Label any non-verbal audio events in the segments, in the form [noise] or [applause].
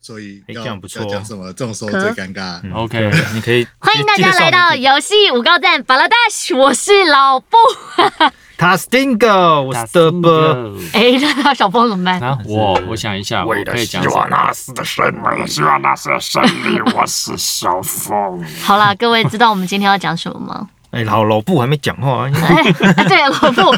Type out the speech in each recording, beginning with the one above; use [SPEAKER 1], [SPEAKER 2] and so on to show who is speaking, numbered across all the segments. [SPEAKER 1] 所以
[SPEAKER 2] 哎
[SPEAKER 1] 要
[SPEAKER 2] 这样不错
[SPEAKER 1] 要讲什么？这种时候最尴尬。
[SPEAKER 2] 嗯
[SPEAKER 3] OK
[SPEAKER 2] 你可以
[SPEAKER 4] 欢迎大家来到游戏五高站巴拉大，我是老布。
[SPEAKER 2] 塔斯汀哥，我是德波。
[SPEAKER 4] [laughs] 哎，那小峰怎么
[SPEAKER 3] [laughs]
[SPEAKER 4] 办？
[SPEAKER 3] 啊，
[SPEAKER 2] [laughs]
[SPEAKER 3] 我我想一下，我可以讲什么？
[SPEAKER 5] 纳斯的胜利，为了希望纳斯的胜利，我是小凤。
[SPEAKER 4] 好啦，各位知道我们今天要讲什么 [laughs] 吗？
[SPEAKER 2] 哎，老老布还没讲话啊，
[SPEAKER 4] 哎，对，老布，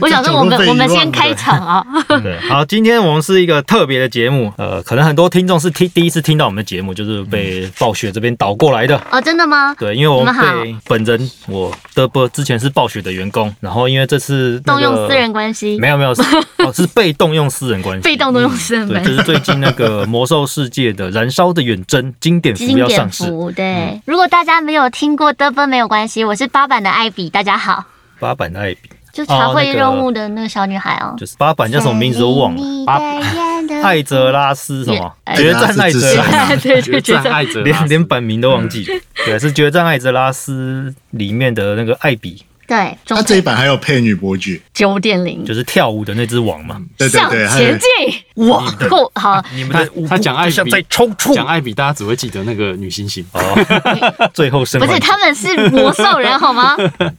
[SPEAKER 4] 我想说我们我们先开。场啊。
[SPEAKER 2] [laughs] 对， [laughs] 好，今天我们是一个特别的节目，呃，可能很多听众是听第一次听到我们的节目，就是被暴雪这边导过来的。
[SPEAKER 4] [laughs] 哦，真的吗？
[SPEAKER 2] 对，因为我
[SPEAKER 4] 你
[SPEAKER 2] 们
[SPEAKER 4] 们好
[SPEAKER 2] 被本人我德波之前是暴雪的员工，然后因为这次、那
[SPEAKER 4] 动
[SPEAKER 2] 个
[SPEAKER 4] 用私人关系
[SPEAKER 2] 没，有没有，是哦是被动用私人关系，
[SPEAKER 4] 被动动用私人
[SPEAKER 2] 对，
[SPEAKER 4] 关
[SPEAKER 2] 就
[SPEAKER 4] 系。
[SPEAKER 2] 是最近那个魔兽世界的《燃烧的远征》经典服
[SPEAKER 4] 经
[SPEAKER 2] 要
[SPEAKER 4] 典
[SPEAKER 2] 上市，
[SPEAKER 4] 服对，如果大家没有听过德芬没有关系，我是八版的艾比，大家好，
[SPEAKER 2] 八版的艾比，
[SPEAKER 4] 就查
[SPEAKER 2] 哦
[SPEAKER 4] 会
[SPEAKER 2] 那个
[SPEAKER 4] 任务的那个小女孩哦，
[SPEAKER 2] 就是八版叫什么名字我忘了，
[SPEAKER 4] 了
[SPEAKER 3] 八
[SPEAKER 2] [laughs] 艾泽拉斯什么
[SPEAKER 4] 也
[SPEAKER 2] 决战艾 [laughs] 泽拉斯，嗯
[SPEAKER 4] 对对对
[SPEAKER 3] 战，爱者啊
[SPEAKER 2] 连连本名都忘记，对，是决战艾泽拉斯里面的那个艾比，
[SPEAKER 4] 对，
[SPEAKER 1] 他
[SPEAKER 4] 中
[SPEAKER 1] 这一版还有配女伯爵，
[SPEAKER 4] 九点零
[SPEAKER 2] 就，是跳舞的那只王嘛。
[SPEAKER 1] 对对
[SPEAKER 4] 向
[SPEAKER 1] 对，还有
[SPEAKER 4] 前进，哇，够好，
[SPEAKER 2] 你们
[SPEAKER 3] 他
[SPEAKER 2] 的舞步
[SPEAKER 3] 他讲艾比
[SPEAKER 2] 就像在抽搐，
[SPEAKER 3] 讲艾比，大家只会记得那个女星星。
[SPEAKER 2] 哦，最后生
[SPEAKER 4] 不是
[SPEAKER 2] 还。
[SPEAKER 4] 他们是魔兽人好吗？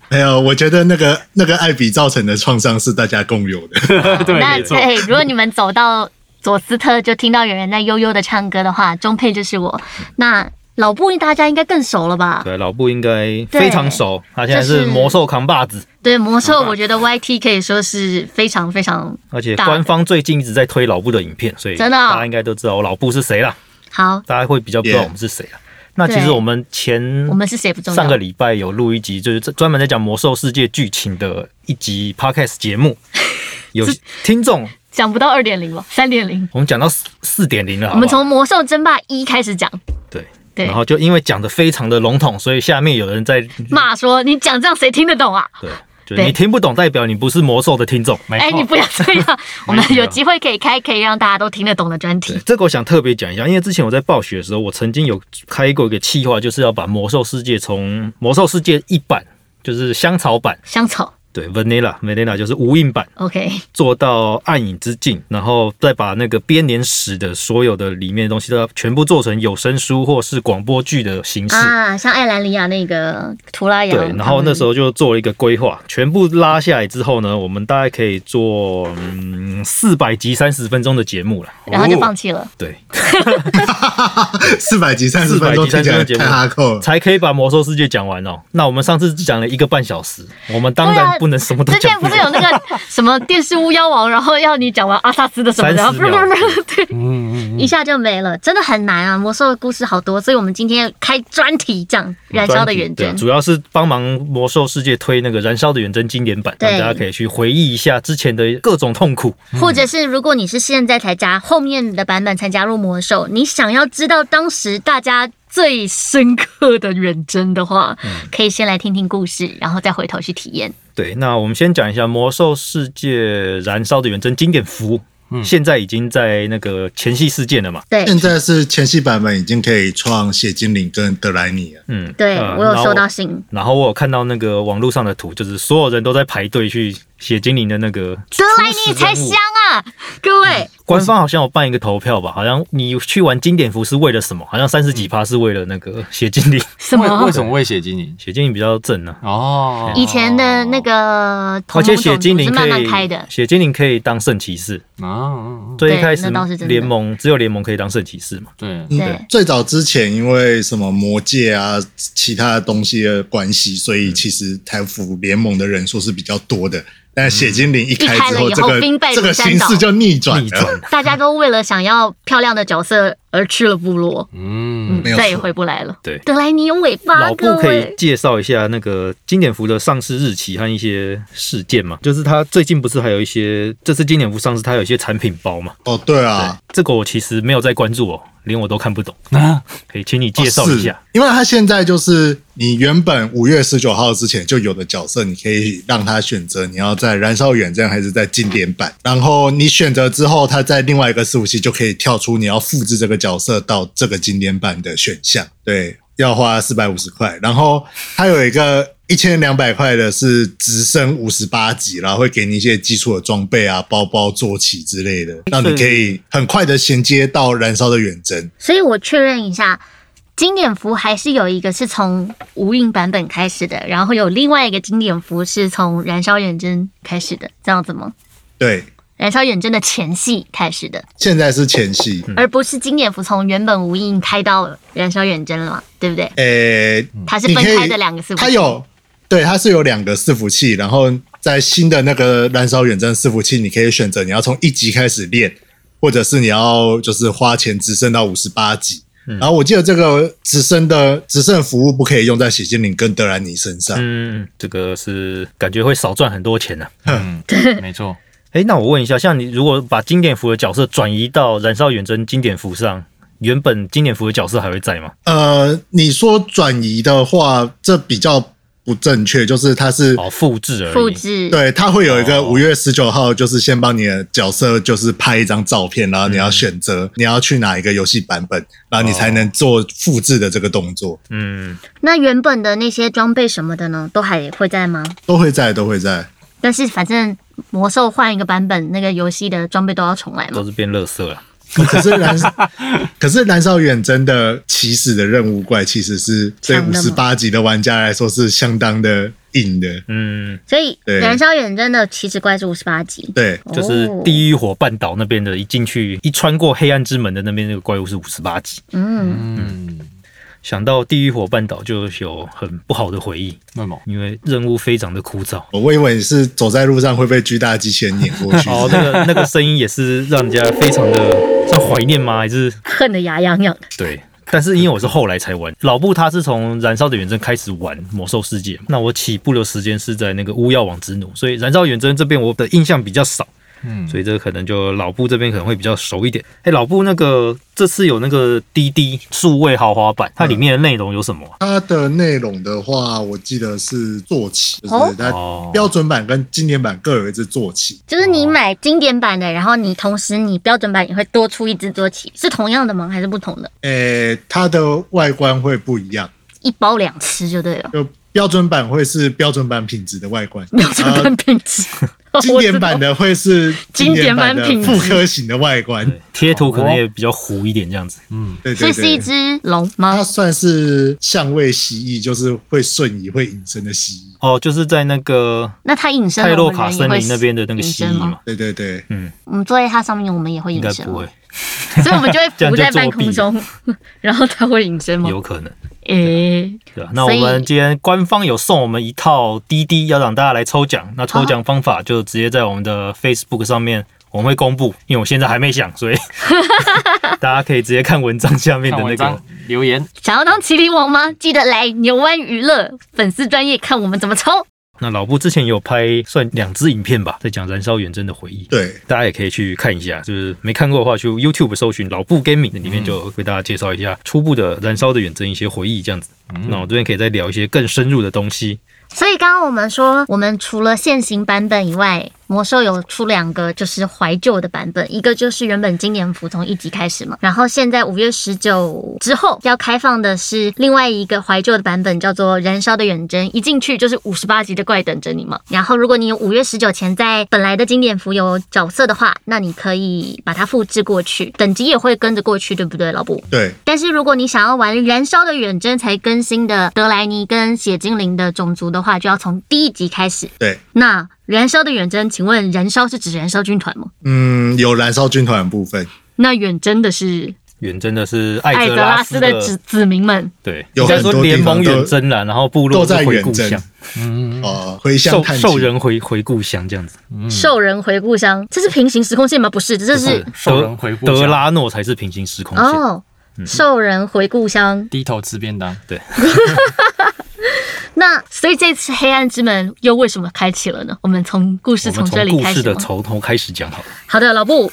[SPEAKER 1] 没有，我觉得那个那个艾比造成的创伤是大家共有的。
[SPEAKER 3] [laughs]
[SPEAKER 1] [laughs]
[SPEAKER 2] [laughs]
[SPEAKER 3] 对，
[SPEAKER 4] 那
[SPEAKER 3] 没错。
[SPEAKER 4] 对，如果你们走到佐斯特就听到有人在悠悠的唱歌的话，中配就是我。那老布大家应该更熟了吧？
[SPEAKER 2] 对，老布应该非常熟，他现在
[SPEAKER 4] 就是
[SPEAKER 2] 是魔兽扛把子，
[SPEAKER 4] 对魔兽，我觉得 YT 可以说是非常非常
[SPEAKER 2] 而且
[SPEAKER 4] 大的
[SPEAKER 2] 官方最近一直在推老布的影片，所以
[SPEAKER 4] 真的哦
[SPEAKER 2] 大家应该都知道我老布是谁啦，
[SPEAKER 4] 好。
[SPEAKER 2] 大家会比较不知道
[SPEAKER 1] Yeah
[SPEAKER 2] 我们是谁啦。那其实
[SPEAKER 4] 对
[SPEAKER 2] 我们前
[SPEAKER 4] 我们是谁不重要，
[SPEAKER 2] 上个礼拜有录一集，就是专门在讲魔兽世界剧情的一集 podcast 节
[SPEAKER 4] [laughs]
[SPEAKER 2] 目，有听众
[SPEAKER 4] 讲不到二点零吧，三点零。
[SPEAKER 2] 我们讲到四四点零了好不好
[SPEAKER 4] 我们从魔兽争霸一开始讲，
[SPEAKER 2] 对
[SPEAKER 4] 对
[SPEAKER 2] 然后就因为讲的非常的笼统，所以下面有人在
[SPEAKER 4] 骂说你讲这样谁听得懂啊？
[SPEAKER 2] 对，就
[SPEAKER 4] 对
[SPEAKER 2] 你听不懂，代表你不是魔兽的听众。
[SPEAKER 3] 没
[SPEAKER 4] 哎、你
[SPEAKER 3] 错。
[SPEAKER 4] 不要这样，我们有机会可以开可以让大家都听得懂的专
[SPEAKER 2] 对
[SPEAKER 4] 题。
[SPEAKER 2] 这个我想特别讲一下，因为之前我在暴雪的时候，我曾经有开过一个企划，就是要把魔兽世界从魔兽世界一版，就是香草版，
[SPEAKER 4] 香草
[SPEAKER 2] 对 Vanilla Vanilla 就是无印版，
[SPEAKER 4] ，OK，
[SPEAKER 2] 做到暗影之境，然后再把那个编年史的所有的里面的东西都要全部做成有声书或是广播剧的形式。
[SPEAKER 4] 啊，像艾兰里亚那个图拉扬，
[SPEAKER 2] 对，然后那时
[SPEAKER 4] 候
[SPEAKER 2] 候就做了一个规划，全部拉下来之后呢，我们大概可以做嗯四百集三十分钟的节目了。
[SPEAKER 4] 然后就放弃了。
[SPEAKER 2] 对，
[SPEAKER 1] 四百集三十分钟听起来太哈扣了。
[SPEAKER 2] 才可以把魔兽世界讲完哦。那我们上次讲了一个半小时，我们当然不能什么都
[SPEAKER 4] 啊之前
[SPEAKER 2] 讲
[SPEAKER 4] 不是
[SPEAKER 2] 完。
[SPEAKER 4] 有那个 [laughs] 什么电视巫妖王，然后要你讲完阿萨斯的什么的，然后
[SPEAKER 2] 30秒
[SPEAKER 4] [laughs] 对，
[SPEAKER 3] 嗯嗯嗯。
[SPEAKER 4] 一下就没了，真的很难啊！魔兽的故事好多，所以我们今天开专题讲燃烧的远
[SPEAKER 2] 嗯对啊
[SPEAKER 4] 征。
[SPEAKER 2] 主要是帮忙魔兽世界推那个《燃烧的远征》经典版，
[SPEAKER 4] 对
[SPEAKER 2] 让大家可以去回忆一下之前的各种痛苦。
[SPEAKER 4] 或者是如果你是现在才加后面的版本才加入魔兽，你想要知道当时大家最深刻的远征的话，可以先来听听故事，然后再回头去体验。
[SPEAKER 2] 对，那我们先讲一下《魔兽世界燃烧的远征》经典服，
[SPEAKER 4] 嗯
[SPEAKER 2] 现在已经在那个前戏事件了嘛。
[SPEAKER 4] 对
[SPEAKER 1] 现在是前戏版本已经可以创血精灵跟德莱尼了，
[SPEAKER 2] 嗯，
[SPEAKER 4] 对，
[SPEAKER 2] 呃
[SPEAKER 4] 我有收
[SPEAKER 2] 然
[SPEAKER 4] 到
[SPEAKER 2] 后
[SPEAKER 4] 信，
[SPEAKER 2] 然后我有看到那个网络上的图，就是所有人都在排队去写精灵的那个
[SPEAKER 4] 德莱尼才
[SPEAKER 2] 初始任务
[SPEAKER 4] 香啊！各位，
[SPEAKER 2] 官方好像有办一个投票吧，好像你去玩经典服是为了什么？好像三十几趴是为了那个写精
[SPEAKER 4] [laughs]
[SPEAKER 2] 灵，
[SPEAKER 4] 什
[SPEAKER 3] 为
[SPEAKER 4] 么
[SPEAKER 3] 为？什么会写精灵？
[SPEAKER 2] 写精灵比较正呢、啊。
[SPEAKER 3] 哦，
[SPEAKER 4] 以前的那个同
[SPEAKER 2] 而
[SPEAKER 4] 盟
[SPEAKER 2] 且
[SPEAKER 4] 种
[SPEAKER 2] 写
[SPEAKER 4] 族
[SPEAKER 2] 精
[SPEAKER 4] 是
[SPEAKER 2] 灵
[SPEAKER 4] 慢
[SPEAKER 2] 可
[SPEAKER 4] 慢开的
[SPEAKER 2] 以，，写精灵可以当圣骑士。
[SPEAKER 3] 啊，
[SPEAKER 2] 最
[SPEAKER 4] 对
[SPEAKER 2] 一开始
[SPEAKER 4] 那倒是真的
[SPEAKER 2] 联盟只有联盟可以当圣骑士嘛。
[SPEAKER 3] 对，
[SPEAKER 4] 对，
[SPEAKER 1] 最早之前因为什么魔界啊、其他的东西的关系，所
[SPEAKER 4] 嗯
[SPEAKER 1] 以其实台服联盟的人数是比较多的。但血精灵一开之
[SPEAKER 4] 嗯一开了以后
[SPEAKER 1] 这个
[SPEAKER 4] 兵败
[SPEAKER 1] 这
[SPEAKER 4] 如
[SPEAKER 1] 个
[SPEAKER 4] 山
[SPEAKER 1] 形
[SPEAKER 4] 倒
[SPEAKER 1] 势就逆转
[SPEAKER 2] 逆
[SPEAKER 1] 了
[SPEAKER 2] 转。
[SPEAKER 4] 大家都为了想要漂亮的角色而去了部落，
[SPEAKER 3] 嗯，
[SPEAKER 1] 没有错
[SPEAKER 4] 再也回不来了。
[SPEAKER 2] 对
[SPEAKER 4] 德莱尼有尾巴，
[SPEAKER 2] 老
[SPEAKER 4] 各
[SPEAKER 2] 布可以
[SPEAKER 4] 位。
[SPEAKER 2] 介绍一下那个经典服的上市日期和一些事件嘛？就是他最近不是还有一些，这次经典服上市，它有一些产品包嘛？
[SPEAKER 1] 哦，对啊，
[SPEAKER 2] 这个我其实没有在关注哦，连我都看不懂，
[SPEAKER 3] 啊
[SPEAKER 2] 可以请你介绍一
[SPEAKER 1] 哦
[SPEAKER 2] 下。
[SPEAKER 1] 是因为它现在就是你原本五月十九号之前就有的角色，你可以让他选择你要在燃烧远征还是在经典版。然后你选择之后，它在另外一个伺服器就可以跳出你要复制这个角色到这个经典版的选项。对，要花四百五十块。然后它有一个一千两百块的是直升五十八级，然后会给你一些基础的装备啊、包包、坐骑之类的，让你可以很快的衔接到燃烧的远征。
[SPEAKER 4] 所以我确认一下，经典服还是有一个是从无印版本开始的，然后有另外一个经典服是从燃烧远征开始的，这样子吗？
[SPEAKER 1] 对，
[SPEAKER 4] 燃烧远征的前戏开始的，
[SPEAKER 1] 现在是前戏。
[SPEAKER 4] 而不是经典服从原本无印开到燃烧远征了嘛，对不对？
[SPEAKER 1] 诶、
[SPEAKER 4] 它是
[SPEAKER 1] 你
[SPEAKER 4] 分
[SPEAKER 1] 可以
[SPEAKER 4] 开的两个服，
[SPEAKER 1] 它有对，它是有两个伺服器，然后在新的那个燃烧远征伺服器，你可以选择你要从一级开始练，或者是你要就是花钱直升到五十八级。然后我记得这个直升的直升服务不可以用在血精灵跟德兰尼身上。
[SPEAKER 2] 嗯，这个是感觉会少赚很多钱呢、啊。
[SPEAKER 3] 嗯， [laughs] 没错，
[SPEAKER 2] 哎，那我问一下，像你如果把经典服的角色转移到燃烧远征经典服上，原本经典服的角色还会在吗？
[SPEAKER 1] 呃，你说转移的话，这比较不正确，就是它是
[SPEAKER 2] 哦，复制而已。
[SPEAKER 4] 复制，
[SPEAKER 1] 对，他会有一个
[SPEAKER 2] 哦
[SPEAKER 1] 五月十九号，就是先帮你的角色就是拍一张照片，然后你要选
[SPEAKER 2] 嗯
[SPEAKER 1] 择你要去哪一个游戏版本，然后你才能做复制的这个动作，
[SPEAKER 2] 嗯，
[SPEAKER 4] 那原本的那些装备什么的呢，都还会在吗？
[SPEAKER 1] 都会在，都会
[SPEAKER 2] [laughs]
[SPEAKER 1] 在。
[SPEAKER 4] 但是反正魔兽换一个版本，那个游戏的装备都要重来嘛
[SPEAKER 2] 都。是变垃圾了。
[SPEAKER 1] 可是燃，可是燃烧远征的起始的任务怪，其实是对
[SPEAKER 4] 强
[SPEAKER 1] 五
[SPEAKER 4] 的
[SPEAKER 1] 十
[SPEAKER 4] 吗
[SPEAKER 1] 八级的玩家来说是相当的硬的。
[SPEAKER 2] 嗯，
[SPEAKER 4] 所以
[SPEAKER 1] 对
[SPEAKER 4] 燃烧远征的起始怪是五十八级，哦
[SPEAKER 1] 对，
[SPEAKER 2] 就是地狱火半岛那边的，一进去一穿过黑暗之门的那边那个怪物是五十八级。
[SPEAKER 4] 嗯，
[SPEAKER 3] 嗯，
[SPEAKER 2] 想到地狱火半岛就有很不好的回忆，
[SPEAKER 3] 那么
[SPEAKER 2] 因为任务非常的枯燥。
[SPEAKER 1] 我以为你是走在路上会被巨大机器人碾过去。
[SPEAKER 2] [laughs] 哦，那个那个声音也是让人家非常的像怀念吗？还是
[SPEAKER 4] 恨得牙痒痒的。
[SPEAKER 2] 对？ [laughs] 但是因为我是后来才玩，老布他是从《燃烧的远征》开始玩《魔兽世界》嘛，那我起步的时间是在那个巫药王之怒，所以《燃烧远征》这边我的印象比较少，
[SPEAKER 3] 嗯
[SPEAKER 2] 所以这个可能就老布这边可能会比较熟一点。哎、老布那个这次有那个滴滴数位豪华版，它里面的内容有什么啊、
[SPEAKER 1] 它的内容的话，我记得是坐骑，就是
[SPEAKER 4] 哦
[SPEAKER 1] 它
[SPEAKER 2] 哦
[SPEAKER 1] 标准版跟经典版各有一只坐骑。
[SPEAKER 4] 就是你买经典版的，然后你同时你标准版也会多出一只坐骑，是同样的吗？还是不同的？
[SPEAKER 1] 诶、它的外观会不一样，
[SPEAKER 4] 一包两吃就对了，
[SPEAKER 1] 就标准版会是标准版品质的外
[SPEAKER 4] [laughs]
[SPEAKER 1] 观，
[SPEAKER 4] 标准版品质。啊
[SPEAKER 1] 呃经典版的会是经典版的
[SPEAKER 4] 经典版
[SPEAKER 1] 复
[SPEAKER 4] 品质
[SPEAKER 1] 刻型的外观。
[SPEAKER 2] 贴图可能也比较糊一点这样子。
[SPEAKER 1] 对
[SPEAKER 4] 所
[SPEAKER 1] 对
[SPEAKER 4] 以是一
[SPEAKER 1] 对，
[SPEAKER 4] 只龙吗
[SPEAKER 1] 它？算是相位蜥蜴，就是会瞬移、会隐身的蜥蜴。
[SPEAKER 2] 哦，就是在那个
[SPEAKER 4] 那它隐身
[SPEAKER 2] 泰
[SPEAKER 4] 了，
[SPEAKER 2] 洛
[SPEAKER 4] 我们
[SPEAKER 2] 卡
[SPEAKER 4] 人
[SPEAKER 2] 森
[SPEAKER 4] 也会
[SPEAKER 2] 林那边的那个
[SPEAKER 4] 隐
[SPEAKER 2] 蜥
[SPEAKER 4] 身
[SPEAKER 2] 蜴
[SPEAKER 4] 吗
[SPEAKER 2] 嘛，
[SPEAKER 1] 对对对，
[SPEAKER 4] 我们坐在嗯它上面，我们也会
[SPEAKER 2] 应
[SPEAKER 4] 隐
[SPEAKER 2] 该
[SPEAKER 4] 身
[SPEAKER 2] 不
[SPEAKER 4] 吗
[SPEAKER 2] 会，，
[SPEAKER 4] 所以我们就会
[SPEAKER 2] [laughs] 这样
[SPEAKER 4] 浮
[SPEAKER 2] 就
[SPEAKER 4] 在半
[SPEAKER 2] 作弊
[SPEAKER 4] 空中， [laughs] 然后它会隐身吗？
[SPEAKER 2] 有可能。
[SPEAKER 4] 诶、
[SPEAKER 2] 对啊，那我
[SPEAKER 4] 所以
[SPEAKER 2] 们今天官方有送我们一套滴滴，要让大家来抽奖。那
[SPEAKER 4] 啊
[SPEAKER 2] 抽奖方法就直接在我们的 Facebook 上面，我们会公布。因为我现在还没想，
[SPEAKER 4] [laughs]
[SPEAKER 2] 所以 [laughs] 大家可以直接看文章下面的
[SPEAKER 3] 看
[SPEAKER 2] 那
[SPEAKER 3] 文
[SPEAKER 2] 个
[SPEAKER 3] 章。留言，
[SPEAKER 4] 想要当麒麟王吗？记得来牛湾娱乐粉丝专业看我们怎么抽。
[SPEAKER 2] 那老布之前有拍算两支影片吧，在讲燃烧远征的回忆。
[SPEAKER 1] 对，
[SPEAKER 2] 大家也可以去看一下，就是没看过的话，去 YouTube 搜寻“老布 Gaming”，里面就为大家介绍一下初步的燃烧的远征一些回忆这样子。
[SPEAKER 3] 嗯
[SPEAKER 2] 那我这边可以再聊一些更深入的东西。
[SPEAKER 4] 所以刚刚我们说，我们除了现行版本以外，魔兽有出两个就是怀旧的版本，一个就是原本经典服从一级开始嘛，然后现在五月十九之后要开放的是另外一个怀旧的版本，叫做《燃烧的远征》，一进去就是五十八级的怪等着你嘛。然后如果你有五月十九前在本来的经典服有角色的话，那你可以把它复制过去，等级也会跟着过去，对不对，老布？
[SPEAKER 1] 对，
[SPEAKER 4] 但是如果你想要玩《燃烧的远征》才更新的德莱尼跟血精灵的种族的话，就要从第一集开始。
[SPEAKER 1] 对，
[SPEAKER 4] 那《燃烧的远征》，请问燃烧是指燃烧军团吗？
[SPEAKER 1] 嗯，有燃烧军团的部分，
[SPEAKER 4] 那远征的是
[SPEAKER 2] 远征的是艾
[SPEAKER 4] 艾
[SPEAKER 2] 泽
[SPEAKER 4] 泽
[SPEAKER 2] 拉
[SPEAKER 4] 拉
[SPEAKER 2] 斯
[SPEAKER 4] 斯
[SPEAKER 2] 的
[SPEAKER 4] 的子子民们，
[SPEAKER 2] 对，
[SPEAKER 1] 有
[SPEAKER 2] 应该说
[SPEAKER 1] 很多地
[SPEAKER 2] 联
[SPEAKER 1] 方
[SPEAKER 2] 盟
[SPEAKER 1] 都
[SPEAKER 2] 远征啦，然后部落
[SPEAKER 1] 都在
[SPEAKER 2] 是回
[SPEAKER 1] 远
[SPEAKER 2] 故
[SPEAKER 1] 征
[SPEAKER 2] 乡，
[SPEAKER 3] 嗯，
[SPEAKER 1] 哦，回乡
[SPEAKER 2] 兽
[SPEAKER 1] 探
[SPEAKER 2] 兽
[SPEAKER 1] 亲。
[SPEAKER 2] 人回回故乡这样子。
[SPEAKER 4] 兽人回故乡，这是平行时空线吗？不是，这是
[SPEAKER 2] 哦
[SPEAKER 3] 兽
[SPEAKER 2] 德
[SPEAKER 3] 人回故乡
[SPEAKER 2] 德拉诺才是平行时空线。
[SPEAKER 4] 哦。兽人回故乡，
[SPEAKER 3] 低头吃便当，
[SPEAKER 4] 那所以这次黑暗之门又为什么开启了呢？我们从故事
[SPEAKER 2] 我
[SPEAKER 4] 从
[SPEAKER 2] 们
[SPEAKER 4] 这
[SPEAKER 2] 从
[SPEAKER 4] 里
[SPEAKER 2] 故
[SPEAKER 4] 开
[SPEAKER 2] 事
[SPEAKER 4] 始
[SPEAKER 2] 的
[SPEAKER 4] 吗。
[SPEAKER 2] 从头开始讲好了。
[SPEAKER 4] 好的，老布，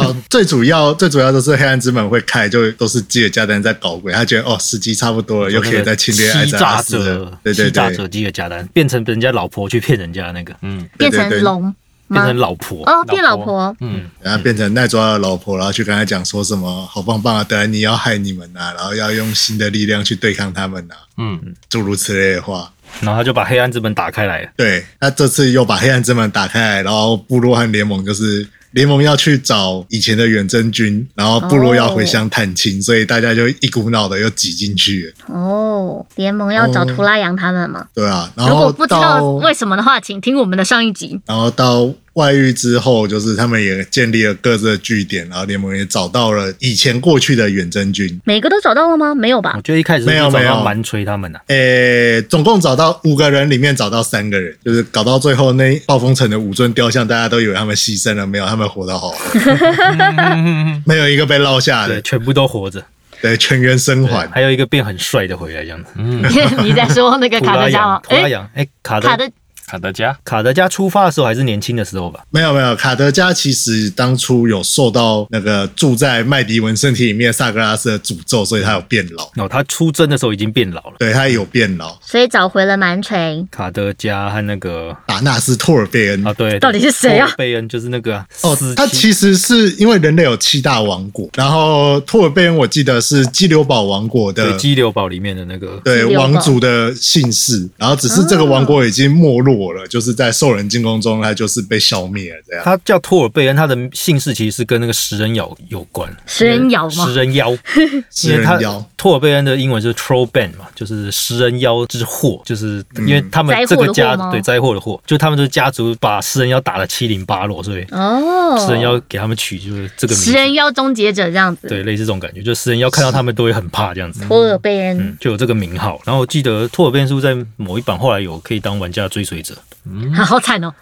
[SPEAKER 1] [laughs] 哦，最主要最主要就是黑暗之门会开，就都是基尔加丹在搞鬼，他觉得哦时机差不多了，又可以再侵略艾
[SPEAKER 2] 欺
[SPEAKER 1] 泽拉
[SPEAKER 2] 诈
[SPEAKER 1] 斯了
[SPEAKER 2] 者，，
[SPEAKER 1] 对对
[SPEAKER 2] 欺诈
[SPEAKER 1] 对，
[SPEAKER 2] 者基尔加丹变成人家老婆去骗人家那个，
[SPEAKER 3] 嗯，
[SPEAKER 1] 对
[SPEAKER 4] 变
[SPEAKER 1] 对
[SPEAKER 4] 成龙
[SPEAKER 2] 变
[SPEAKER 4] 吗
[SPEAKER 2] 成？老婆。
[SPEAKER 4] 哦，变老婆，
[SPEAKER 3] 嗯，
[SPEAKER 1] 然后变成奈抓的老婆，然后去跟他讲说什么好棒棒啊，德莱尼要害你们呐、啊，然后要用新的力量去对抗他们呐、啊，
[SPEAKER 3] 嗯，
[SPEAKER 1] 诸如此类的话。
[SPEAKER 2] 然后他就把黑暗之门打开来了。
[SPEAKER 1] 对，那这次又把黑暗之门打开来，然后部落和联盟就是联盟要去找以前的远征军，然后部落要回乡探亲，所以大家就一股脑的又挤进去了，
[SPEAKER 4] 哦，联盟要找图
[SPEAKER 2] 哦
[SPEAKER 4] 拉扬他们吗？
[SPEAKER 1] 对啊。然
[SPEAKER 4] 如
[SPEAKER 1] 后
[SPEAKER 4] 果不知道
[SPEAKER 1] 到
[SPEAKER 4] 为什么的话，请听我们的上一集。
[SPEAKER 1] 然后到外遇之后，就是他们也建立了各自的据点，然后联盟也找到了以前过去的远征军，
[SPEAKER 4] 每个都找到了吗？没有吧
[SPEAKER 2] [laughs] 我？觉得一开始是
[SPEAKER 1] 没有
[SPEAKER 2] 找
[SPEAKER 1] 没有
[SPEAKER 2] 到蛮锤他们的、
[SPEAKER 1] 诶，总共找到五个人，里面找到三个人，就是搞到最后那暴风城的五尊雕像，大家都以为他们牺牲了，没有，他们活得好好的， [laughs] 没有一个被落下
[SPEAKER 2] 对，
[SPEAKER 1] 的，
[SPEAKER 2] 全部都活着，
[SPEAKER 1] 对，全员生还。
[SPEAKER 2] 还有一个变很帅的回来这样子。
[SPEAKER 4] [laughs] 你在说那个
[SPEAKER 2] 图
[SPEAKER 4] 卡
[SPEAKER 2] 拉
[SPEAKER 4] 德加
[SPEAKER 2] 扬，
[SPEAKER 4] 吗？
[SPEAKER 2] 图拉
[SPEAKER 4] 哎，
[SPEAKER 2] 扬，哎，卡
[SPEAKER 4] 卡
[SPEAKER 2] 德
[SPEAKER 4] 德
[SPEAKER 3] 卡德加，
[SPEAKER 2] 卡德加出发的时候还是年轻的时候吧？
[SPEAKER 1] 没有没有，卡德加其实当初有受到那个住在麦迪文身体里面的萨格拉斯的诅咒，所以他有变老，
[SPEAKER 2] 哦，他出征的时候已经变老了。
[SPEAKER 1] 对他有变老。
[SPEAKER 4] 所以找回了蛮锤。
[SPEAKER 2] 卡德加和那个
[SPEAKER 1] 达纳斯托尔贝恩
[SPEAKER 2] 啊，对，
[SPEAKER 4] 嗯到底是谁啊
[SPEAKER 2] 托尔贝恩就是那个啊
[SPEAKER 1] 哦
[SPEAKER 2] 死，
[SPEAKER 1] 他其实是因为人类有七大王国，然后托尔贝恩我记得是激流堡王国
[SPEAKER 2] 对
[SPEAKER 1] 的
[SPEAKER 2] 激流堡里面的那个
[SPEAKER 1] 对
[SPEAKER 4] 激流堡
[SPEAKER 1] 王族的姓氏，然后只是这个王国已经没落了，就是在兽人进攻中，它就是被消灭了这样。
[SPEAKER 2] 他叫托尔贝恩，他的姓氏其实是跟那个食人妖有关。
[SPEAKER 4] 食人妖吗
[SPEAKER 2] 食人妖，
[SPEAKER 1] 食
[SPEAKER 2] 因为
[SPEAKER 1] 人
[SPEAKER 2] 他
[SPEAKER 1] 妖，
[SPEAKER 2] 托尔贝恩的英文就是 troll ban 嘛，就是食人妖之祸，就是
[SPEAKER 1] 嗯
[SPEAKER 2] 因为他们这个家
[SPEAKER 4] 灾祸的祸吗
[SPEAKER 2] 对灾祸的祸，就他们这个家族把食人妖打得七零八落，所以
[SPEAKER 4] 哦，
[SPEAKER 2] 食人妖给他们取就是这个名
[SPEAKER 4] 食
[SPEAKER 2] 字。嗯
[SPEAKER 4] 人妖终结者这样子。
[SPEAKER 2] 对，类似这种感觉，就食人妖看到他们都会很怕这样子，
[SPEAKER 4] 托尔贝恩，
[SPEAKER 2] 嗯，就有这个名号。然后我记得托尔贝恩是不是在某一版后来有可以当玩家的追随者？嗯
[SPEAKER 4] [laughs] 好惨哦！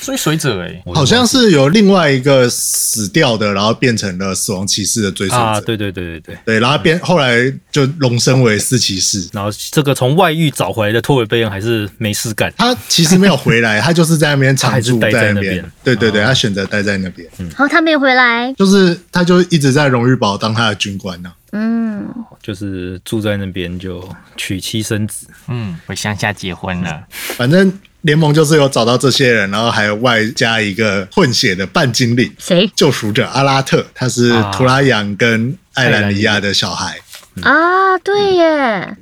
[SPEAKER 3] 追随者哎、
[SPEAKER 2] 我
[SPEAKER 1] 好像是有另外一个死掉的，然后变成了死亡骑士的追随者，
[SPEAKER 2] 啊，对对对对对。
[SPEAKER 1] 对然后变后来就荣升为四骑士。
[SPEAKER 2] 然后这个从外域找回来的托尔贝恩还是没事干，
[SPEAKER 1] 他其实没有回来，他就是在那边常住
[SPEAKER 2] 他还是待在
[SPEAKER 1] 那
[SPEAKER 2] 那
[SPEAKER 1] 边
[SPEAKER 2] 边。哦
[SPEAKER 1] 对对对，他选择待在那边，
[SPEAKER 2] 嗯
[SPEAKER 4] 然后他没有回来，
[SPEAKER 1] 就是他就一直在荣誉堡当他的军官啊呢、
[SPEAKER 4] 嗯，
[SPEAKER 2] 就是住在那边就娶妻生子，
[SPEAKER 3] 嗯，回乡下结婚了，
[SPEAKER 1] 反正联盟就是有找到这些人，然后还有外加一个混血的半精灵
[SPEAKER 4] 谁
[SPEAKER 1] 救赎者阿拉特，他是图拉扬跟啊艾兰尼亚的小孩。
[SPEAKER 2] 嗯
[SPEAKER 4] 啊？对耶，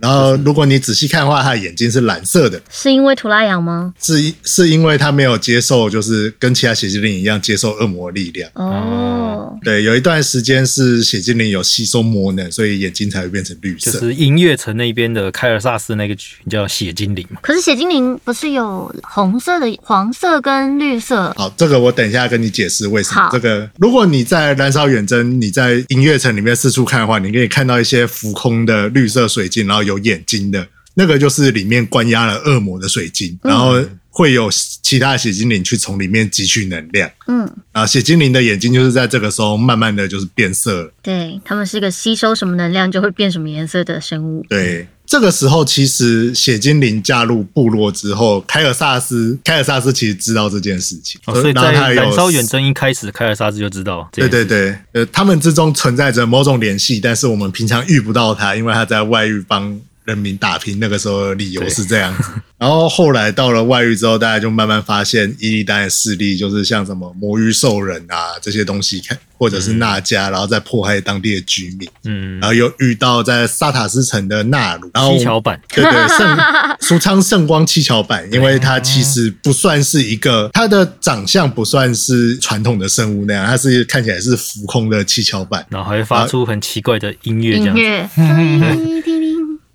[SPEAKER 1] 然后，如果你仔细看的话，他的眼睛是蓝色的，
[SPEAKER 4] 是因为图拉扬吗？
[SPEAKER 1] 是是因为他没有接受，就是跟其他血精灵一样接受恶魔力量。
[SPEAKER 2] 啊
[SPEAKER 4] 哦，
[SPEAKER 1] 对，有一段时间是血精灵有吸收魔能，所以眼睛才会变成绿
[SPEAKER 2] 就
[SPEAKER 1] 色。
[SPEAKER 2] 是音乐城那边的凯尔萨斯那个群叫血精灵嘛。
[SPEAKER 4] 可是血精灵不是有红色的、黄色跟绿色？
[SPEAKER 1] 好，这个我等一下跟你解释为什么
[SPEAKER 4] 好。
[SPEAKER 1] 这个，如果你在《燃烧远征》你在音乐城里面四处看的话，你可以看到一些浮空的绿色水晶，然后有眼睛的，那个就是里面关押了恶魔的水晶，
[SPEAKER 4] 嗯
[SPEAKER 1] 然后会有其他的血精灵去从里面汲取能量。
[SPEAKER 4] 嗯，
[SPEAKER 1] 啊，血精灵的眼睛就是在这个时候慢慢的就是变色了。
[SPEAKER 4] 对，他们是一个吸收什么能量就会变什么颜色的生物。
[SPEAKER 1] 对，这个时候其实血精灵加入部落之后，凯尔萨斯，凯尔萨斯其实知道这件事情，
[SPEAKER 2] 哦、所以
[SPEAKER 1] 然后
[SPEAKER 2] 在
[SPEAKER 1] 他有
[SPEAKER 2] 《燃烧远征》一开始，凯尔萨斯就知道这
[SPEAKER 1] 对
[SPEAKER 2] 件
[SPEAKER 1] 对
[SPEAKER 2] 事。
[SPEAKER 1] 对，呃，他们之中存在着某种联系，但是我们平常遇不到他，因为他在外遇帮人民打拼。那个时候的理由是这样
[SPEAKER 2] [laughs]
[SPEAKER 1] 子。然后后来到了外遇之后，大家就慢慢发现伊利丹的势力，就是像什么魔芋兽人啊这些东西，看或者是纳迦，然后再迫害当地的居民。
[SPEAKER 2] 嗯，
[SPEAKER 1] 然后又遇到在萨塔斯城的纳鲁，然后我们
[SPEAKER 2] 七巧板
[SPEAKER 1] 对对，圣苏昌圣光七巧板，因为它其实不算是一个，它的长相不算是传统的生物那样，它是看起来是浮空的七巧板，
[SPEAKER 2] 然后还会发出很奇怪的音乐这
[SPEAKER 4] 音
[SPEAKER 2] 样子。
[SPEAKER 4] 乐，叮叮叮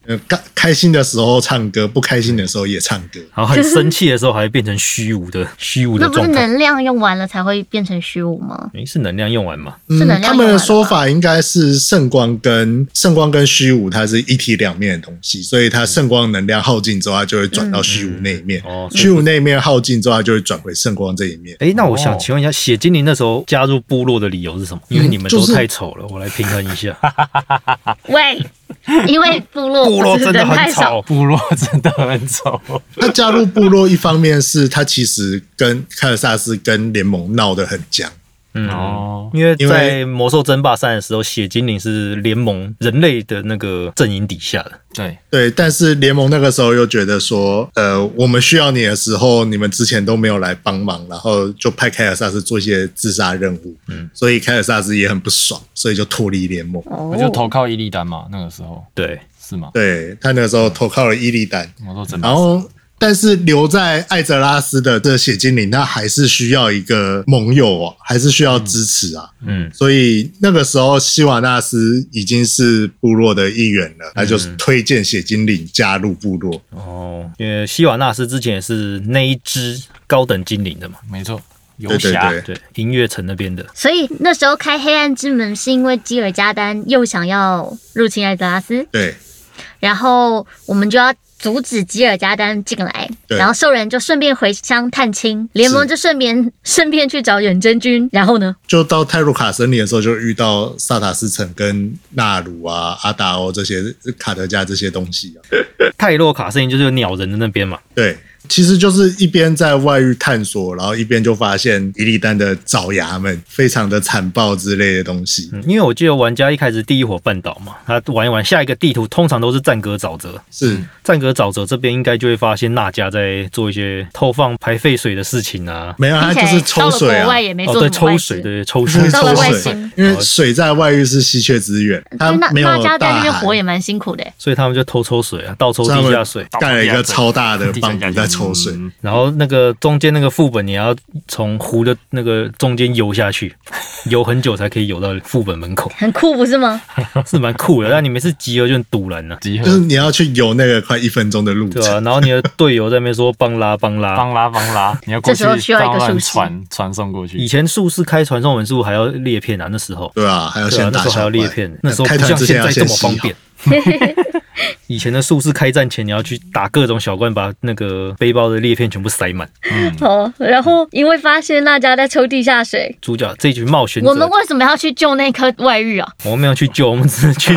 [SPEAKER 1] 呃，开开心的时候唱歌，不开心的时候也唱歌。
[SPEAKER 2] 然后很生气的时候，还会变成虚无的虚无的
[SPEAKER 4] 那不是
[SPEAKER 2] 状态。
[SPEAKER 4] 能量用完了才会变成虚无吗？
[SPEAKER 2] 诶，是能量用完吗？
[SPEAKER 4] 是能量
[SPEAKER 1] 他们
[SPEAKER 4] 用完
[SPEAKER 1] 的
[SPEAKER 4] 了
[SPEAKER 1] 说
[SPEAKER 4] 吧
[SPEAKER 1] 法应该是圣光跟圣光跟虚无，它是一体两面的东西，所以它圣光能量耗尽之后，它就会转到虚无那一面
[SPEAKER 2] 嗯哦，
[SPEAKER 1] 虚无那一面耗尽之后，它就会转回圣光这一面。
[SPEAKER 2] 诶，那我想
[SPEAKER 3] 哦
[SPEAKER 2] 请问一下，血精灵那时候加入部落的理由是什么？因为你们
[SPEAKER 1] 嗯就
[SPEAKER 2] 都
[SPEAKER 1] 是
[SPEAKER 2] 太丑了，我来平衡一
[SPEAKER 1] [laughs]
[SPEAKER 2] 下。
[SPEAKER 4] 喂，因为部落
[SPEAKER 2] 部落真的
[SPEAKER 4] 人太
[SPEAKER 2] 很
[SPEAKER 4] 少，
[SPEAKER 2] 吵，
[SPEAKER 3] [laughs] 部落真的很丑，
[SPEAKER 1] [laughs] 他加入部落一方面是他其实跟凯尔萨斯跟联盟闹得很僵，
[SPEAKER 2] 嗯
[SPEAKER 3] 哦
[SPEAKER 2] 因为
[SPEAKER 1] 因为
[SPEAKER 2] 在魔兽争霸赛的时候，血精灵是联盟人类的那个阵营底下的，
[SPEAKER 3] 对，
[SPEAKER 1] 对，但是联盟那个时候又觉得说，呃，我们需要你的时候，你们之前都没有来帮忙，然后就派凯尔萨斯做一些自杀任务，嗯，所以凯尔萨斯也很不爽，所以就脱离联盟。
[SPEAKER 4] 哦
[SPEAKER 3] 我就投靠伊利丹嘛，那个时候
[SPEAKER 2] 对，
[SPEAKER 3] 是吗？
[SPEAKER 1] 对他那个时候投靠了伊利丹，
[SPEAKER 3] 我说怎
[SPEAKER 1] 然
[SPEAKER 3] 么？
[SPEAKER 1] 后但是留在艾泽拉斯的这血精灵，他还是需要一个盟友啊，还是需要支持啊。
[SPEAKER 3] 嗯，
[SPEAKER 1] 所以那个时候，希瓦纳斯已经是部落的一员了，他就是推荐血精灵加入部落。
[SPEAKER 2] 哦，因为希瓦纳斯之前也是那一只高等精灵的嘛，
[SPEAKER 3] 没错，游
[SPEAKER 1] 对对
[SPEAKER 3] 侠
[SPEAKER 1] 对，
[SPEAKER 2] 对，音乐城那边的，
[SPEAKER 4] 所以那时候开黑暗之门是因为基尔加丹又想要入侵艾泽拉斯，
[SPEAKER 1] 对
[SPEAKER 4] 然后我们就要阻止吉尔加丹进来，
[SPEAKER 1] 对
[SPEAKER 4] 然后兽人就顺便回乡探亲，联盟
[SPEAKER 1] 是
[SPEAKER 4] 就顺便顺便去找远征军，然后呢，
[SPEAKER 1] 就到泰鲁卡森林的时候，就遇到萨塔斯城跟纳鲁啊、阿达欧这些卡德加这些东西啊。
[SPEAKER 2] 泰洛卡森林就是有鸟人的那边嘛，
[SPEAKER 1] 对，其实就是一边在外域探索，然后一边就发现伊利丹的爪牙们非常的残暴之类的东西。
[SPEAKER 2] 嗯因为我记得玩家一开始第一火半岛嘛，他玩一玩下一个地图通常都是战歌沼泽，
[SPEAKER 1] 是
[SPEAKER 2] 战歌沼泽这边应该就会发现娜迦在做一些偷放排废水的事情啊，
[SPEAKER 1] 没有，它
[SPEAKER 4] 听
[SPEAKER 1] 就
[SPEAKER 4] 起来
[SPEAKER 1] 是抽水
[SPEAKER 4] 到了国
[SPEAKER 1] 啊
[SPEAKER 4] 外。也没
[SPEAKER 2] 哦
[SPEAKER 4] 做
[SPEAKER 2] 对，
[SPEAKER 4] 什么
[SPEAKER 2] 抽
[SPEAKER 4] 坏
[SPEAKER 2] 水，
[SPEAKER 4] 事。
[SPEAKER 2] 对对抽
[SPEAKER 1] 就
[SPEAKER 2] 水，
[SPEAKER 1] 是
[SPEAKER 4] 到了
[SPEAKER 1] 抽
[SPEAKER 4] 外
[SPEAKER 1] 水
[SPEAKER 4] 星，
[SPEAKER 1] 因为水在外域是稀缺资源，它
[SPEAKER 4] 哎那
[SPEAKER 1] 没
[SPEAKER 4] 那
[SPEAKER 1] 有
[SPEAKER 4] 家在
[SPEAKER 1] 大
[SPEAKER 4] 那边
[SPEAKER 1] 海，
[SPEAKER 4] 火也蛮辛苦的欸，
[SPEAKER 2] 所以他们就偷抽水啊，倒抽
[SPEAKER 1] 所以他
[SPEAKER 2] 地
[SPEAKER 1] 们
[SPEAKER 2] 下水。
[SPEAKER 1] 盖了一个超大的棒子在抽水，
[SPEAKER 3] 嗯
[SPEAKER 2] 然后那个中间那个副本，你要从湖的那个中间游下去， [laughs] 游很久才可以游到副本门口， [laughs]
[SPEAKER 4] 很酷不是吗？
[SPEAKER 2] 是蛮酷的。但你每次集合就很堵人了、
[SPEAKER 3] 集合
[SPEAKER 1] 就是你要去游那个快一分钟的路
[SPEAKER 2] 对啊
[SPEAKER 1] 程。
[SPEAKER 2] 吧、然后你的队友在那边说帮拉帮拉。
[SPEAKER 3] 帮拉帮
[SPEAKER 1] [laughs]
[SPEAKER 3] 拉，你要过去
[SPEAKER 4] 这时候需要一个
[SPEAKER 3] 帮
[SPEAKER 4] 术
[SPEAKER 3] 忙
[SPEAKER 4] 士
[SPEAKER 3] 传传送过去
[SPEAKER 2] 以。前术士开传送门是不是还要裂片啊？那时候，
[SPEAKER 1] 对啊，还要
[SPEAKER 2] 对啊
[SPEAKER 1] 先，
[SPEAKER 2] 那
[SPEAKER 1] 打
[SPEAKER 2] 时候还
[SPEAKER 1] 小
[SPEAKER 2] 要裂
[SPEAKER 1] 怪
[SPEAKER 2] 片，那时候
[SPEAKER 1] 开
[SPEAKER 2] 不
[SPEAKER 1] 团
[SPEAKER 2] 像
[SPEAKER 1] 之前
[SPEAKER 2] 现
[SPEAKER 1] 要
[SPEAKER 2] 在这
[SPEAKER 1] 先
[SPEAKER 2] 么方
[SPEAKER 1] 洗啊好
[SPEAKER 2] 便。 [laughs] 以前的术士开战前，你要去打各种小怪，把那个背包的裂片全部塞满。
[SPEAKER 4] 哦，然后因为发现那家在抽地下水，
[SPEAKER 2] 主角这一局冒险者，
[SPEAKER 4] 我们为什么要去救那颗外遇啊？
[SPEAKER 2] 我们没有去救，我们只是
[SPEAKER 4] [laughs]
[SPEAKER 2] 去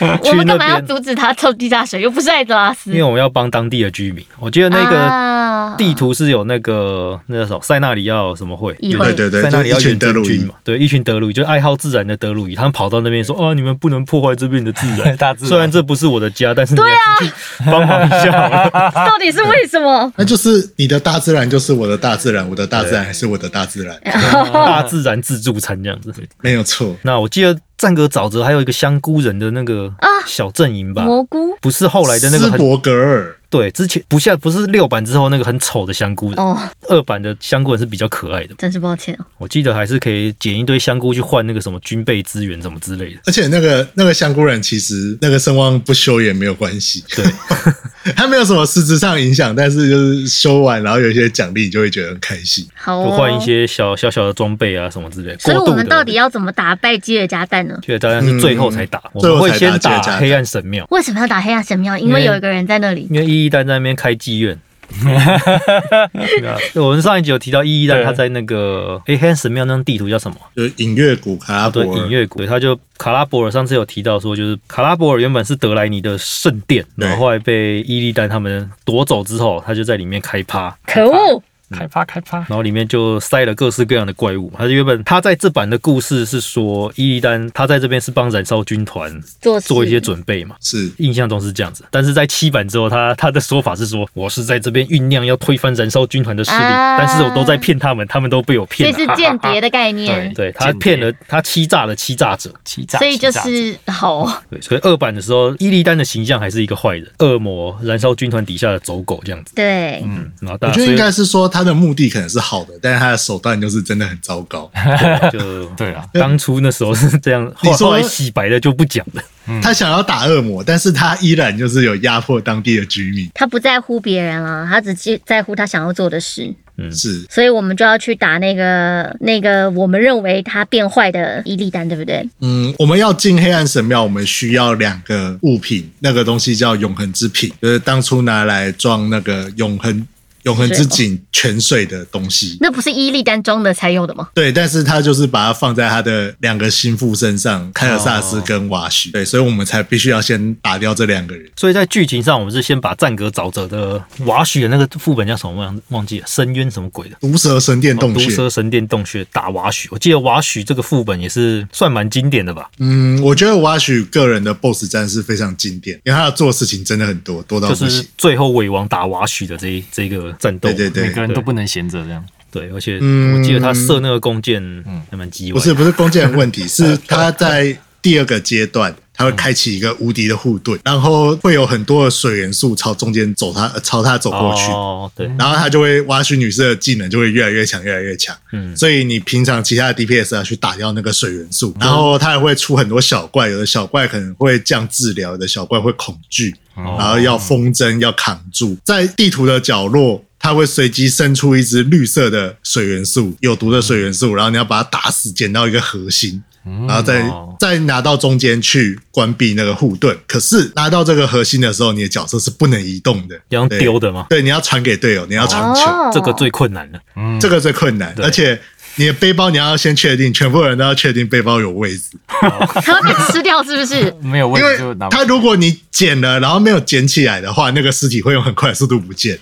[SPEAKER 4] 我
[SPEAKER 2] 去
[SPEAKER 4] 们
[SPEAKER 2] 那
[SPEAKER 4] 干嘛要
[SPEAKER 2] 边，
[SPEAKER 4] 阻止他抽地下水？又不是艾泽拉斯
[SPEAKER 2] 因为。我们要帮当地的居民。我记得那个
[SPEAKER 4] 啊
[SPEAKER 2] 地图是有那个那叫什么塞纳里奥什么会，
[SPEAKER 4] 议
[SPEAKER 1] 对
[SPEAKER 4] 会
[SPEAKER 1] 对对，
[SPEAKER 2] 塞纳
[SPEAKER 1] 就
[SPEAKER 2] 里
[SPEAKER 1] 一
[SPEAKER 2] 奥
[SPEAKER 1] 群
[SPEAKER 2] 远
[SPEAKER 1] 德
[SPEAKER 2] 征
[SPEAKER 1] 鲁伊
[SPEAKER 2] 军嘛，对，一群德鲁伊，就爱好自然的德鲁伊，他们跑到那边说：“哦，你们不能破坏这边的自然。
[SPEAKER 3] [laughs] 大自然
[SPEAKER 2] 虽然这不是我的家，但是你
[SPEAKER 4] 啊
[SPEAKER 2] 还是去帮忙一下好了。
[SPEAKER 4] [laughs] 到底是为什么？
[SPEAKER 1] 那就是你的大自然就是我的大自然，我的大自然还是我的大自然，
[SPEAKER 2] 哦大自然自助餐这样子。
[SPEAKER 1] 没有错。
[SPEAKER 2] 那我记得战歌沼泽还有一个香菇人的那个
[SPEAKER 4] 啊
[SPEAKER 2] 小阵营吧，
[SPEAKER 4] 蘑菇
[SPEAKER 2] 不是后来的那个
[SPEAKER 1] 斯
[SPEAKER 2] 很
[SPEAKER 1] 伯格尔，
[SPEAKER 2] 对，之前不像不是六版之后那个很丑的香菇人，
[SPEAKER 4] 哦，
[SPEAKER 2] 二版的香菇人是比较可爱的。
[SPEAKER 4] 真是抱歉哦。
[SPEAKER 2] 我记得还是可以捡一堆香菇去换那个什么军备资源什么之类的。
[SPEAKER 1] 而且那个那个香菇人其实那个声望不修也没有关系，
[SPEAKER 2] 对，
[SPEAKER 1] [laughs] 他没有什么实质上影响，但是就是修完然后有一些奖励，你就会觉得很开心。
[SPEAKER 4] 好
[SPEAKER 2] 就
[SPEAKER 4] 哦，
[SPEAKER 2] 换一些小小小的装备啊什么之类的。
[SPEAKER 4] 所以
[SPEAKER 2] 过
[SPEAKER 4] 我
[SPEAKER 2] 渡
[SPEAKER 4] 们
[SPEAKER 2] 的
[SPEAKER 4] 到底要怎么打败基尔加蛋呢？
[SPEAKER 2] 觉得当然是最后才打，我
[SPEAKER 1] 嗯最
[SPEAKER 2] 们
[SPEAKER 1] 后才
[SPEAKER 2] 会
[SPEAKER 1] 打
[SPEAKER 2] 先
[SPEAKER 1] 接着
[SPEAKER 2] 打
[SPEAKER 1] 打
[SPEAKER 2] 黑暗神庙，
[SPEAKER 4] 为什么要打黑暗神庙？因为
[SPEAKER 2] 因为
[SPEAKER 4] 有一个人在那里。
[SPEAKER 2] 因为伊一丹在那边开妓
[SPEAKER 1] [laughs]
[SPEAKER 2] 院。对啊，我们上一集有提到伊一丹，
[SPEAKER 3] 对
[SPEAKER 2] 他在那个诶黑暗神庙那张地图叫什么？
[SPEAKER 1] 就是影乐谷卡拉伯
[SPEAKER 2] 对，
[SPEAKER 1] 嗯尔，
[SPEAKER 2] 影乐谷，对他就卡拉博尔上次有提到说，就是卡拉博尔原本是德莱尼的圣殿，
[SPEAKER 1] 对
[SPEAKER 2] 然后后来被伊利丹他们夺走之后，他就在里面开趴，
[SPEAKER 4] 可恶！
[SPEAKER 3] 开趴开趴，
[SPEAKER 2] 然后里面就塞了各式各样的怪物。他原本他在这版的故事是说，伊利丹他在这边是帮燃烧军团
[SPEAKER 4] 做事
[SPEAKER 2] 做一些准备嘛，
[SPEAKER 1] 是
[SPEAKER 2] 印象中是这样子。但是在七版之后，他他的说法是说，我是在这边酝酿要推翻燃烧军团的势力，
[SPEAKER 4] 啊
[SPEAKER 2] 但是我都在骗他们，他们都被我
[SPEAKER 4] 所
[SPEAKER 2] 骗
[SPEAKER 4] 以是
[SPEAKER 2] 了。
[SPEAKER 4] 间谍的概
[SPEAKER 2] [laughs]
[SPEAKER 4] 念。
[SPEAKER 2] 对他骗了，他欺诈了欺诈者。
[SPEAKER 3] 欺诈，
[SPEAKER 4] 所以就
[SPEAKER 3] 欺诈者
[SPEAKER 4] 是好哦，
[SPEAKER 2] 对，所以二版的时候，伊利丹的形象还是一个坏人、恶魔、燃烧军团底下的走狗这样子。
[SPEAKER 4] 对，
[SPEAKER 2] 然后
[SPEAKER 1] 嗯我
[SPEAKER 2] 大家
[SPEAKER 1] 觉得应
[SPEAKER 2] 所以
[SPEAKER 1] 该是说他的目的可能是好的，但是他的手段就是真的很糟糕。
[SPEAKER 2] 就
[SPEAKER 3] 对啊，
[SPEAKER 2] 当初那时候是这样，后
[SPEAKER 1] 你说
[SPEAKER 2] 后来洗白了就不讲了。
[SPEAKER 1] 他想要打恶魔，但是他依然就是有压迫当地的居民。
[SPEAKER 4] 他不在乎别人啊，他只记在乎他想要做的事。
[SPEAKER 1] 是
[SPEAKER 4] 所以我们就要去打那个那个我们认为他变坏的伊利丹，对不对？
[SPEAKER 1] 嗯，我们要进黑暗神庙，我们需要两个物品，那个东西叫永恒之瓶，就是当初拿来装那个永恒永恒之井泉水的东西。
[SPEAKER 4] 那不是伊利丹装的才有的吗？
[SPEAKER 1] 对，但是他就是把它放在他的两个心腹身上，凯尔萨斯跟瓦许。
[SPEAKER 2] 哦
[SPEAKER 1] 对，所以我们才必须要先打掉这两个人。
[SPEAKER 2] 所以在剧情上，我们是先把战歌沼泽的瓦许的那个副本叫什么忘忘记了，深渊什么鬼的。
[SPEAKER 1] 毒蛇神殿洞
[SPEAKER 2] 哦毒
[SPEAKER 1] 穴，
[SPEAKER 2] 蛇神殿洞穴打瓦许，我记得瓦许这个副本也是算蛮经典的吧？
[SPEAKER 1] 嗯，我觉得瓦许个人的 BOSS 战是非常经典，因为他做的事情真的很多，多到
[SPEAKER 2] 就
[SPEAKER 1] 不行。
[SPEAKER 2] 是最后尾王打瓦许的这一这个战斗，
[SPEAKER 1] 对对对
[SPEAKER 3] 每，个人都不能闲着这样。
[SPEAKER 2] 对而且
[SPEAKER 1] 嗯
[SPEAKER 2] 我记得他射嗯那个弓箭还蛮机歪的，
[SPEAKER 1] 不是不是弓箭的问题，是他在第二个阶段，它会开启一个无敌的护盾，然后会有很多的水元素朝中间走它，呃朝它走过去。
[SPEAKER 2] 哦，对，
[SPEAKER 1] 然后它就会挖取女士的技能，就会越来越强，越来越强。
[SPEAKER 2] 嗯
[SPEAKER 1] 所以你平常其他的 DPS 啊去打掉那个水元素，然后它还会出很多小怪，有的小怪可能会降治疗，有的小怪会恐惧，
[SPEAKER 3] 哦
[SPEAKER 1] 然后要风筝要扛住，在地图的角落。它会随机生出一只绿色的水元素，有毒的水元
[SPEAKER 2] 嗯
[SPEAKER 1] 素，然后你要把它打死，捡到一个核心，
[SPEAKER 3] 嗯
[SPEAKER 1] 然后再、
[SPEAKER 2] 哦
[SPEAKER 1] 再拿到中间去关闭那个护盾。可是拿到这个核心的时候，你的角色是不能移动的，
[SPEAKER 2] 要用
[SPEAKER 1] 对
[SPEAKER 2] 丢的嘛，
[SPEAKER 1] 对，你要传给队友，你要传球，
[SPEAKER 4] 哦
[SPEAKER 2] 这个最困难了。
[SPEAKER 3] 嗯
[SPEAKER 1] 这个最困难。
[SPEAKER 2] 对
[SPEAKER 1] 而且你的背包你要先确定，全部人都要确定背包有位置，
[SPEAKER 4] 它会被吃掉是不是？
[SPEAKER 3] 没有问
[SPEAKER 1] 因
[SPEAKER 3] 题就
[SPEAKER 1] 为
[SPEAKER 3] 拿不
[SPEAKER 1] 他如果你捡了，然后没有捡起来的话，那个尸体会用很快的速度不见。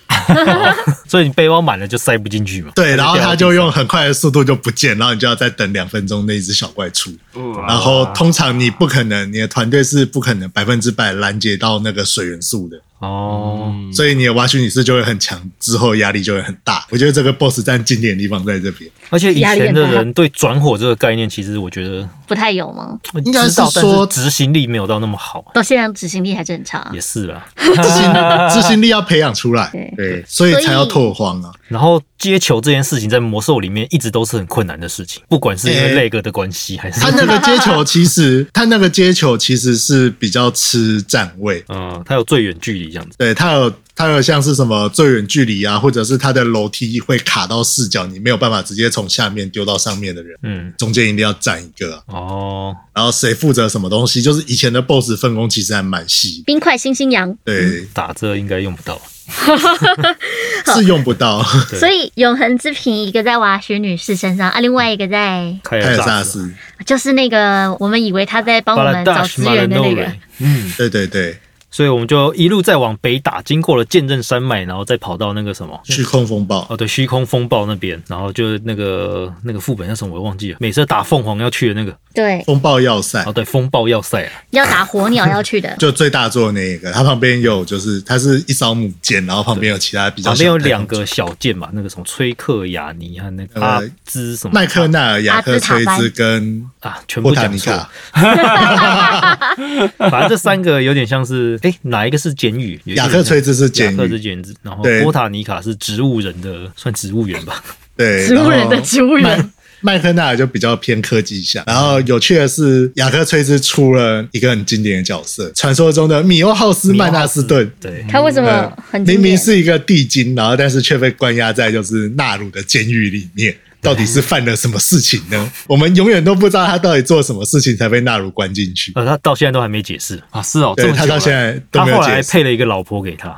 [SPEAKER 2] 所以你背包满了就塞不进去嘛。
[SPEAKER 3] [laughs]
[SPEAKER 1] 对，然后他就用很快的速度就不见，然后你就要再等两分钟那一只小怪出。
[SPEAKER 3] 嗯
[SPEAKER 1] 然后通常你不可能，你的团队是不可能百分之百拦截到那个水元素的，
[SPEAKER 2] 哦，
[SPEAKER 3] 嗯
[SPEAKER 1] 所以你的挖区女士就会很强，之后压力就会很大。我觉得这个 BOSS 战经典的地方在这边。
[SPEAKER 2] 而且以
[SPEAKER 6] 压力
[SPEAKER 2] 前
[SPEAKER 6] 很
[SPEAKER 2] 的
[SPEAKER 6] 大
[SPEAKER 2] 人对转火这个概念，其实我觉得
[SPEAKER 4] [laughs] 不太有吗？
[SPEAKER 1] 应该是
[SPEAKER 2] 呃知道但
[SPEAKER 1] 说啊
[SPEAKER 2] 执行力没有到那么好啊，
[SPEAKER 4] 到现在执行力还是很差啊
[SPEAKER 2] 也。是啦。
[SPEAKER 1] 自信自信力要培养出来
[SPEAKER 4] 对，
[SPEAKER 1] 对，所以才要拓荒啊。
[SPEAKER 2] 然后接球这件事情在魔兽里面一直都是很困难的事情，不管是因为 leg 的关系还是
[SPEAKER 1] 他那个接球其实，他那个接球其实是比较吃站位，
[SPEAKER 2] 嗯，它有最远距离这样子。
[SPEAKER 1] 对他有他有像是什么最远距离啊，或者是他的楼梯会卡到视角，你没有办法直接从下面丢到上面的人，
[SPEAKER 2] 嗯，
[SPEAKER 1] 中间一定要站一个啊、
[SPEAKER 2] 哦，
[SPEAKER 1] 然后谁负责什么东西，就是以前的 BOSS 分工其实还蛮细，
[SPEAKER 4] 冰块星星羊，
[SPEAKER 1] 对，
[SPEAKER 2] 打这应该用不到。
[SPEAKER 1] 是用不到。
[SPEAKER 2] 对
[SPEAKER 4] 所以永恒之瓶一个在瓦许女士身上啊，另外一个在
[SPEAKER 2] 凯
[SPEAKER 1] 凯尔
[SPEAKER 2] 萨
[SPEAKER 1] 萨，斯，
[SPEAKER 4] 就是那个我们以为他在帮我
[SPEAKER 2] 巴拉
[SPEAKER 4] 们找
[SPEAKER 2] 达什
[SPEAKER 4] 资
[SPEAKER 2] 马兰
[SPEAKER 4] 源的
[SPEAKER 2] 诺
[SPEAKER 4] 那个
[SPEAKER 2] 人，，
[SPEAKER 1] 对对对，
[SPEAKER 2] 所以我们就一路再往北打，经过了剑刃山脉，然后再跑到那个什么。
[SPEAKER 1] 虚空风暴，
[SPEAKER 2] 哦，对，虚空风暴那边，然后就是那个那个副本叫什么我忘记了，每次打凤凰要去的那个，
[SPEAKER 4] 对，
[SPEAKER 1] 风暴要塞
[SPEAKER 2] 哦，对，风暴要塞啊，
[SPEAKER 4] 要打火鸟要去
[SPEAKER 2] [laughs]
[SPEAKER 4] 的，
[SPEAKER 1] 就最大座的那一个，它旁边有就是它是一艘母舰，然后旁边有其他比较
[SPEAKER 2] 旁
[SPEAKER 1] 小
[SPEAKER 2] 边有
[SPEAKER 1] 的
[SPEAKER 2] 两个小舰嘛，那个什么崔克雅尼和那个
[SPEAKER 1] 呃
[SPEAKER 2] 阿兹什么
[SPEAKER 1] 麦克纳尔、雅克崔兹跟
[SPEAKER 2] 啊，全
[SPEAKER 1] 波
[SPEAKER 2] 部
[SPEAKER 1] 塔
[SPEAKER 2] 讲
[SPEAKER 1] 尼
[SPEAKER 2] 错，
[SPEAKER 1] 卡、
[SPEAKER 2] [laughs] 反正这三个有点像是，哎、哪一个是监狱？有一个
[SPEAKER 1] 雅克崔兹是
[SPEAKER 2] 雅
[SPEAKER 1] 监
[SPEAKER 2] 克是
[SPEAKER 1] 狱，
[SPEAKER 2] 监狱，然后
[SPEAKER 1] 对
[SPEAKER 2] 波塔尼卡是植物人的，算植物园
[SPEAKER 1] [laughs]
[SPEAKER 2] 吧。
[SPEAKER 1] 对，
[SPEAKER 4] 植物人
[SPEAKER 1] 然后
[SPEAKER 4] 的植物
[SPEAKER 1] 麦
[SPEAKER 2] 哦
[SPEAKER 4] 人，
[SPEAKER 1] 麦克纳尔就比较偏科技向。然后有趣的是，雅克崔兹出了一个很经典的角色，传说中的米欧浩斯曼纳斯顿。
[SPEAKER 2] 对，
[SPEAKER 4] 他为什么
[SPEAKER 2] 嗯
[SPEAKER 1] 呃
[SPEAKER 4] 很
[SPEAKER 1] 明
[SPEAKER 4] 经
[SPEAKER 1] 明
[SPEAKER 4] 典？
[SPEAKER 1] 是一个地精，然后但是却被关押在就是纳鲁的监狱里面。到底是犯了什么事情
[SPEAKER 2] [laughs]
[SPEAKER 1] 呢？我们永远都不知道他到底做什么事情才被纳鲁关进去。
[SPEAKER 2] 呃，他到现在都还没解释。
[SPEAKER 3] 啊，是哦，这
[SPEAKER 1] 对
[SPEAKER 3] 么久
[SPEAKER 1] 他到
[SPEAKER 3] 了
[SPEAKER 1] 现在都
[SPEAKER 2] 他
[SPEAKER 1] 没
[SPEAKER 2] 后
[SPEAKER 1] 有解
[SPEAKER 2] 来
[SPEAKER 1] 释。
[SPEAKER 2] 配了一个老婆给他，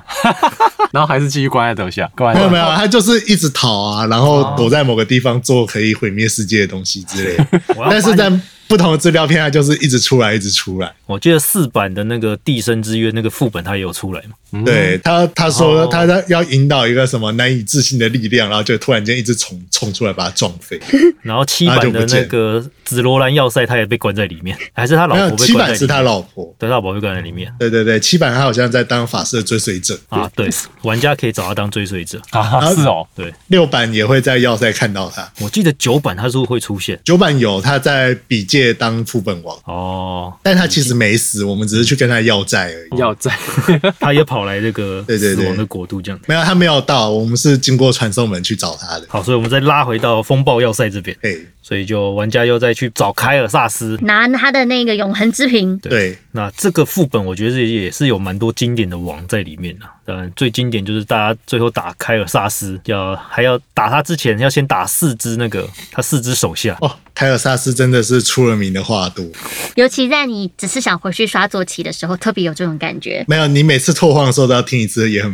[SPEAKER 3] 然后还是继续关在楼下，关
[SPEAKER 1] 没
[SPEAKER 3] 在
[SPEAKER 1] 有
[SPEAKER 3] 楼
[SPEAKER 1] 没
[SPEAKER 3] 下
[SPEAKER 1] 有，他就是一直逃啊，然
[SPEAKER 2] 哦
[SPEAKER 1] 后躲在某个地方做可以毁灭世界的东西之类的。
[SPEAKER 2] [laughs] 我要
[SPEAKER 1] 但是
[SPEAKER 2] 把
[SPEAKER 1] 在不同的资料片，它就是一直出来，一直出来。
[SPEAKER 2] 我记得四版的那个《地生之约》那个副本，他也有出来嘛。
[SPEAKER 3] 嗯
[SPEAKER 1] 对他，他说
[SPEAKER 2] 哦
[SPEAKER 1] 他在要引导一个什么难以置信的力量，然后就突然间一直冲冲出来把他撞飞。
[SPEAKER 2] 然后七版的那个紫罗兰要塞，他也被关在里面，还是他老
[SPEAKER 1] 没有
[SPEAKER 2] 婆被
[SPEAKER 1] 七
[SPEAKER 2] 关在
[SPEAKER 1] 版是
[SPEAKER 2] 里
[SPEAKER 1] 他
[SPEAKER 2] 面？
[SPEAKER 1] 老婆，
[SPEAKER 2] 对，他老婆被关在里面
[SPEAKER 1] 对对对，七版他好像在当法师的追随者，
[SPEAKER 2] 啊。对，玩家可以找他当追随者。
[SPEAKER 3] 啊，是哦，
[SPEAKER 2] 对，
[SPEAKER 1] 六版也会在要塞看到他，
[SPEAKER 2] 我记得九版他是会出现
[SPEAKER 1] 九版有他在比界当副本王，
[SPEAKER 2] 哦，
[SPEAKER 1] 但他其实没死，我们只是去跟他要债而已。
[SPEAKER 3] 要在
[SPEAKER 2] [laughs] 他也跑来这个
[SPEAKER 1] 对对
[SPEAKER 2] 死
[SPEAKER 1] 对
[SPEAKER 2] 亡的国度这样。
[SPEAKER 1] 没有，他没有到，我们是经过传送门去找他的。
[SPEAKER 2] 好，所以我们再拉回到风暴要塞这边，
[SPEAKER 1] 嘿，
[SPEAKER 2] 所以就玩家又再去找凯尔萨斯。
[SPEAKER 4] 拿他的那个永恒之瓶，
[SPEAKER 1] 对，
[SPEAKER 2] 那这个副本我觉得也是有蛮多经典的王在里面的、啊，当然最经典就是大家最后打凯尔萨斯，要还要打他之前要先打四只那个他四只手下，
[SPEAKER 1] 哦，凯尔萨斯真的是出了名的话多。
[SPEAKER 4] 尤其在你只是想回去刷坐骑的时候，特别有这种感觉。
[SPEAKER 1] 没有，你每次拓荒的时候都要听一次，也很